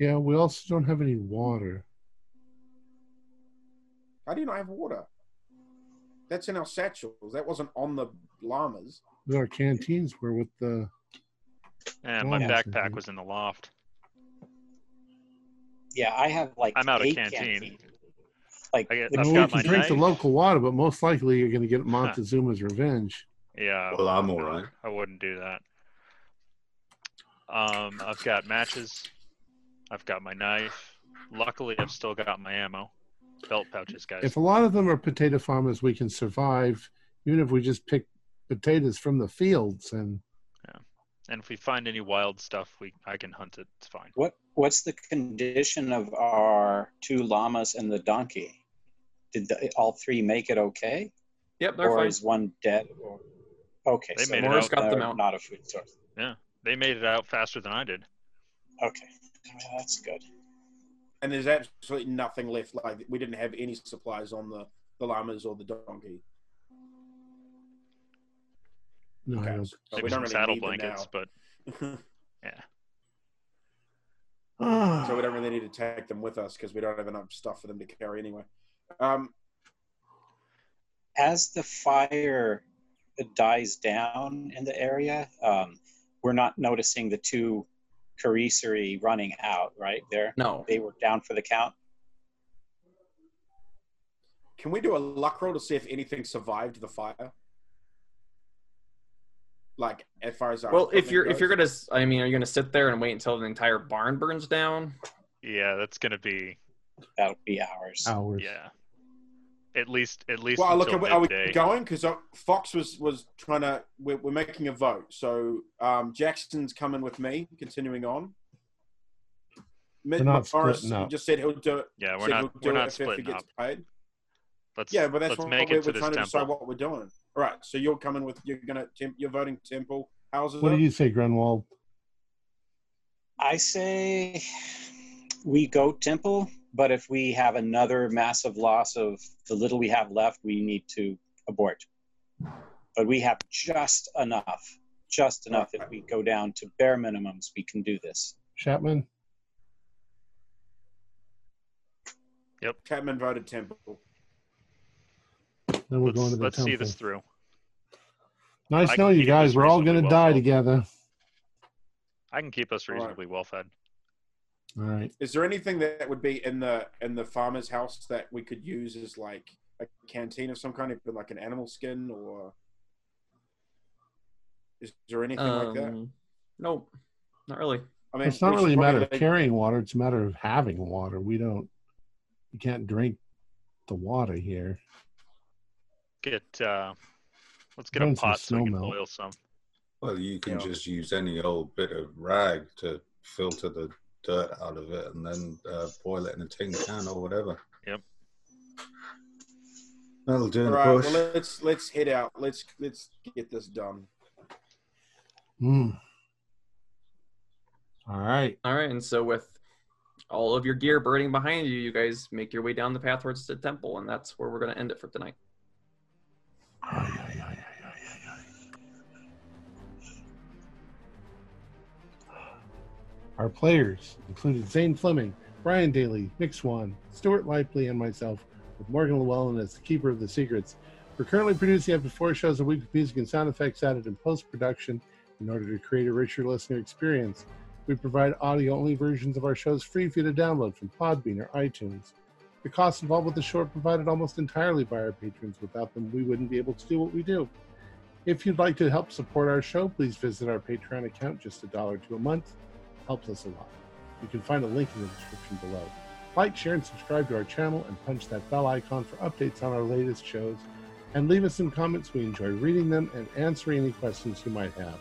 Speaker 1: yeah, we also don't have any water.
Speaker 2: How do you not have water? That's in our satchels. That wasn't on the llamas.
Speaker 1: With our canteens were with the.
Speaker 5: And my
Speaker 1: Yeah.
Speaker 5: backpack was in the loft.
Speaker 4: Yeah, I have like
Speaker 5: I'm out of
Speaker 4: eight
Speaker 5: canteen.
Speaker 4: canteens. Like
Speaker 5: I get-
Speaker 4: the
Speaker 5: I've
Speaker 1: Well,
Speaker 5: got
Speaker 1: we
Speaker 5: my
Speaker 1: can drink the
Speaker 5: knife.
Speaker 1: local water, but most likely you're going to get Montezuma's revenge.
Speaker 5: Yeah.
Speaker 6: Well, I'm all right.
Speaker 5: I wouldn't do that. Um, I've got matches. I've got my knife. Luckily, I've still got my ammo. Belt pouches, guys.
Speaker 1: If a lot of them are potato farmers, we can survive, even if we just pick potatoes from the fields. And
Speaker 5: and if we find any wild stuff, we I can hunt it. It's fine.
Speaker 4: What what's the condition of our two llamas and the donkey? Did the, all three make it okay,
Speaker 3: Yep, they're
Speaker 4: or
Speaker 3: fine.
Speaker 4: is one dead? Or, okay,
Speaker 5: They
Speaker 4: so
Speaker 5: made it
Speaker 4: they're
Speaker 5: out.
Speaker 3: Got them out.
Speaker 4: Not a food source.
Speaker 5: They made it out faster than I did.
Speaker 4: Okay, Well, that's good.
Speaker 2: And there's absolutely nothing left. Like we didn't have any supplies on the, the llamas or the donkey.
Speaker 1: no, I
Speaker 2: Okay.
Speaker 1: don't.
Speaker 2: So
Speaker 5: Maybe some saddle blankets, but
Speaker 2: now.
Speaker 1: Ah,
Speaker 2: so we don't really need to take them with us because we don't have enough stuff for them to carry anyway. Um,
Speaker 4: As the fire dies down in the area, um, we're not noticing the two Carisseri running out. Right there,
Speaker 3: No.
Speaker 4: they were down for the count.
Speaker 2: can we do a luck roll to see if anything survived the fire? Like as far as our
Speaker 3: Well, if
Speaker 2: equipment
Speaker 3: you're if
Speaker 2: goes?
Speaker 3: you're gonna, s- I mean, are you gonna sit there and wait until the entire barn burns down?
Speaker 5: yeah, that's gonna be
Speaker 4: That'll be ours.
Speaker 1: hours.
Speaker 5: yeah. At least at least
Speaker 2: well, I look,
Speaker 5: until
Speaker 2: are we, are we
Speaker 5: midday.
Speaker 2: going? Because Fox was was trying to. We're, we're making a vote, so um, Jackson's coming with me. Continuing on. Mid-
Speaker 1: We're not
Speaker 2: Morris
Speaker 1: splitting up.
Speaker 2: just said he'll do it.
Speaker 5: yeah, we're
Speaker 2: said he'll do
Speaker 5: not we're
Speaker 2: it if-
Speaker 5: not
Speaker 2: if he
Speaker 5: splitting
Speaker 2: gets
Speaker 5: up.
Speaker 2: Paid.
Speaker 5: Let's
Speaker 2: Yeah, but that's
Speaker 5: let's
Speaker 2: what
Speaker 5: make
Speaker 2: we're,
Speaker 5: it to
Speaker 2: we're
Speaker 5: this
Speaker 2: trying to decide
Speaker 5: temple.
Speaker 2: what we're doing. All right, so you're coming with you're gonna temp, you're voting temple houses.
Speaker 1: What do
Speaker 2: up?
Speaker 1: you say, Grenwald?
Speaker 4: I say we go temple, but if we have another massive loss of the little we have left, we need to abort. But we have just enough, just enough. If we go down to bare minimums, we can do this.
Speaker 1: Chapman?
Speaker 2: Chapman voted temple.
Speaker 1: Then we're going to
Speaker 5: Let's,
Speaker 1: the
Speaker 5: let's
Speaker 1: temple.
Speaker 5: see this through. I
Speaker 1: Nice
Speaker 5: can
Speaker 1: knowing you
Speaker 5: keep
Speaker 1: guys.
Speaker 5: this
Speaker 1: We're all going
Speaker 5: reasonably
Speaker 1: to
Speaker 5: well
Speaker 1: die
Speaker 5: filled.
Speaker 1: together.
Speaker 5: I can keep us
Speaker 2: All right.
Speaker 5: reasonably well fed.
Speaker 1: All right.
Speaker 2: Is there anything that would be in the in the farmer's house that we could use as like a canteen of some kind, if like an animal skin or? Is there anything like that?
Speaker 3: Um, nope, not really.
Speaker 2: I mean,
Speaker 1: It's not
Speaker 2: we should
Speaker 1: really a matter
Speaker 2: probably-
Speaker 1: of carrying water. It's a matter of having water. We don't. You can't drink the water here.
Speaker 5: Get uh let's get
Speaker 1: Burn
Speaker 5: a
Speaker 1: some
Speaker 5: pot so we can
Speaker 1: snowmelt.
Speaker 5: boil some.
Speaker 6: Well, you can
Speaker 2: Yeah.
Speaker 6: just use any old bit of rag to filter the dirt out of it and then uh, boil it in a tin can or whatever.
Speaker 5: Yep.
Speaker 6: That'll do in
Speaker 2: All
Speaker 6: the
Speaker 2: right,
Speaker 6: bush.
Speaker 2: well let's let's head out. Let's let's get this done.
Speaker 1: Mm. All right.
Speaker 3: All right, and so with all of your gear burning behind you, you guys make your way down the path towards the temple, and that's where we're gonna end it for tonight.
Speaker 1: Ay, ay, ay, ay, ay, ay, ay. Our players included Zane Fleming, Brian Daly, Nick Swan, Stuart Lipley, and myself, with Morgan Llewellyn as the keeper of the secrets. We're currently producing up to four shows a week with music and sound effects added in post production in order to create a richer listener experience. We provide audio only versions of our shows free for you to download from Podbean or iTunes. The costs involved with the show are provided almost entirely by our patrons. Without them, we wouldn't be able to do what we do. If you'd like to help support our show, please visit our Patreon account, just a dollar to a month. Helps us a lot. You can find a link in the description below. Like, share, and subscribe to our channel and punch that bell icon for updates on our latest shows. And leave us some comments. We enjoy reading them and answering any questions you might have.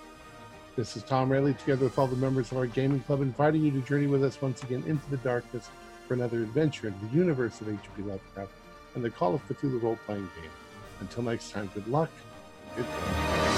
Speaker 1: This is Tom Rayleigh, together with all the members of our gaming club, inviting you to journey with us once again into the darkness for another adventure in the universe of H.P. Lovecraft and the Call of Cthulhu role playing game. Until next time, good luck. Good day.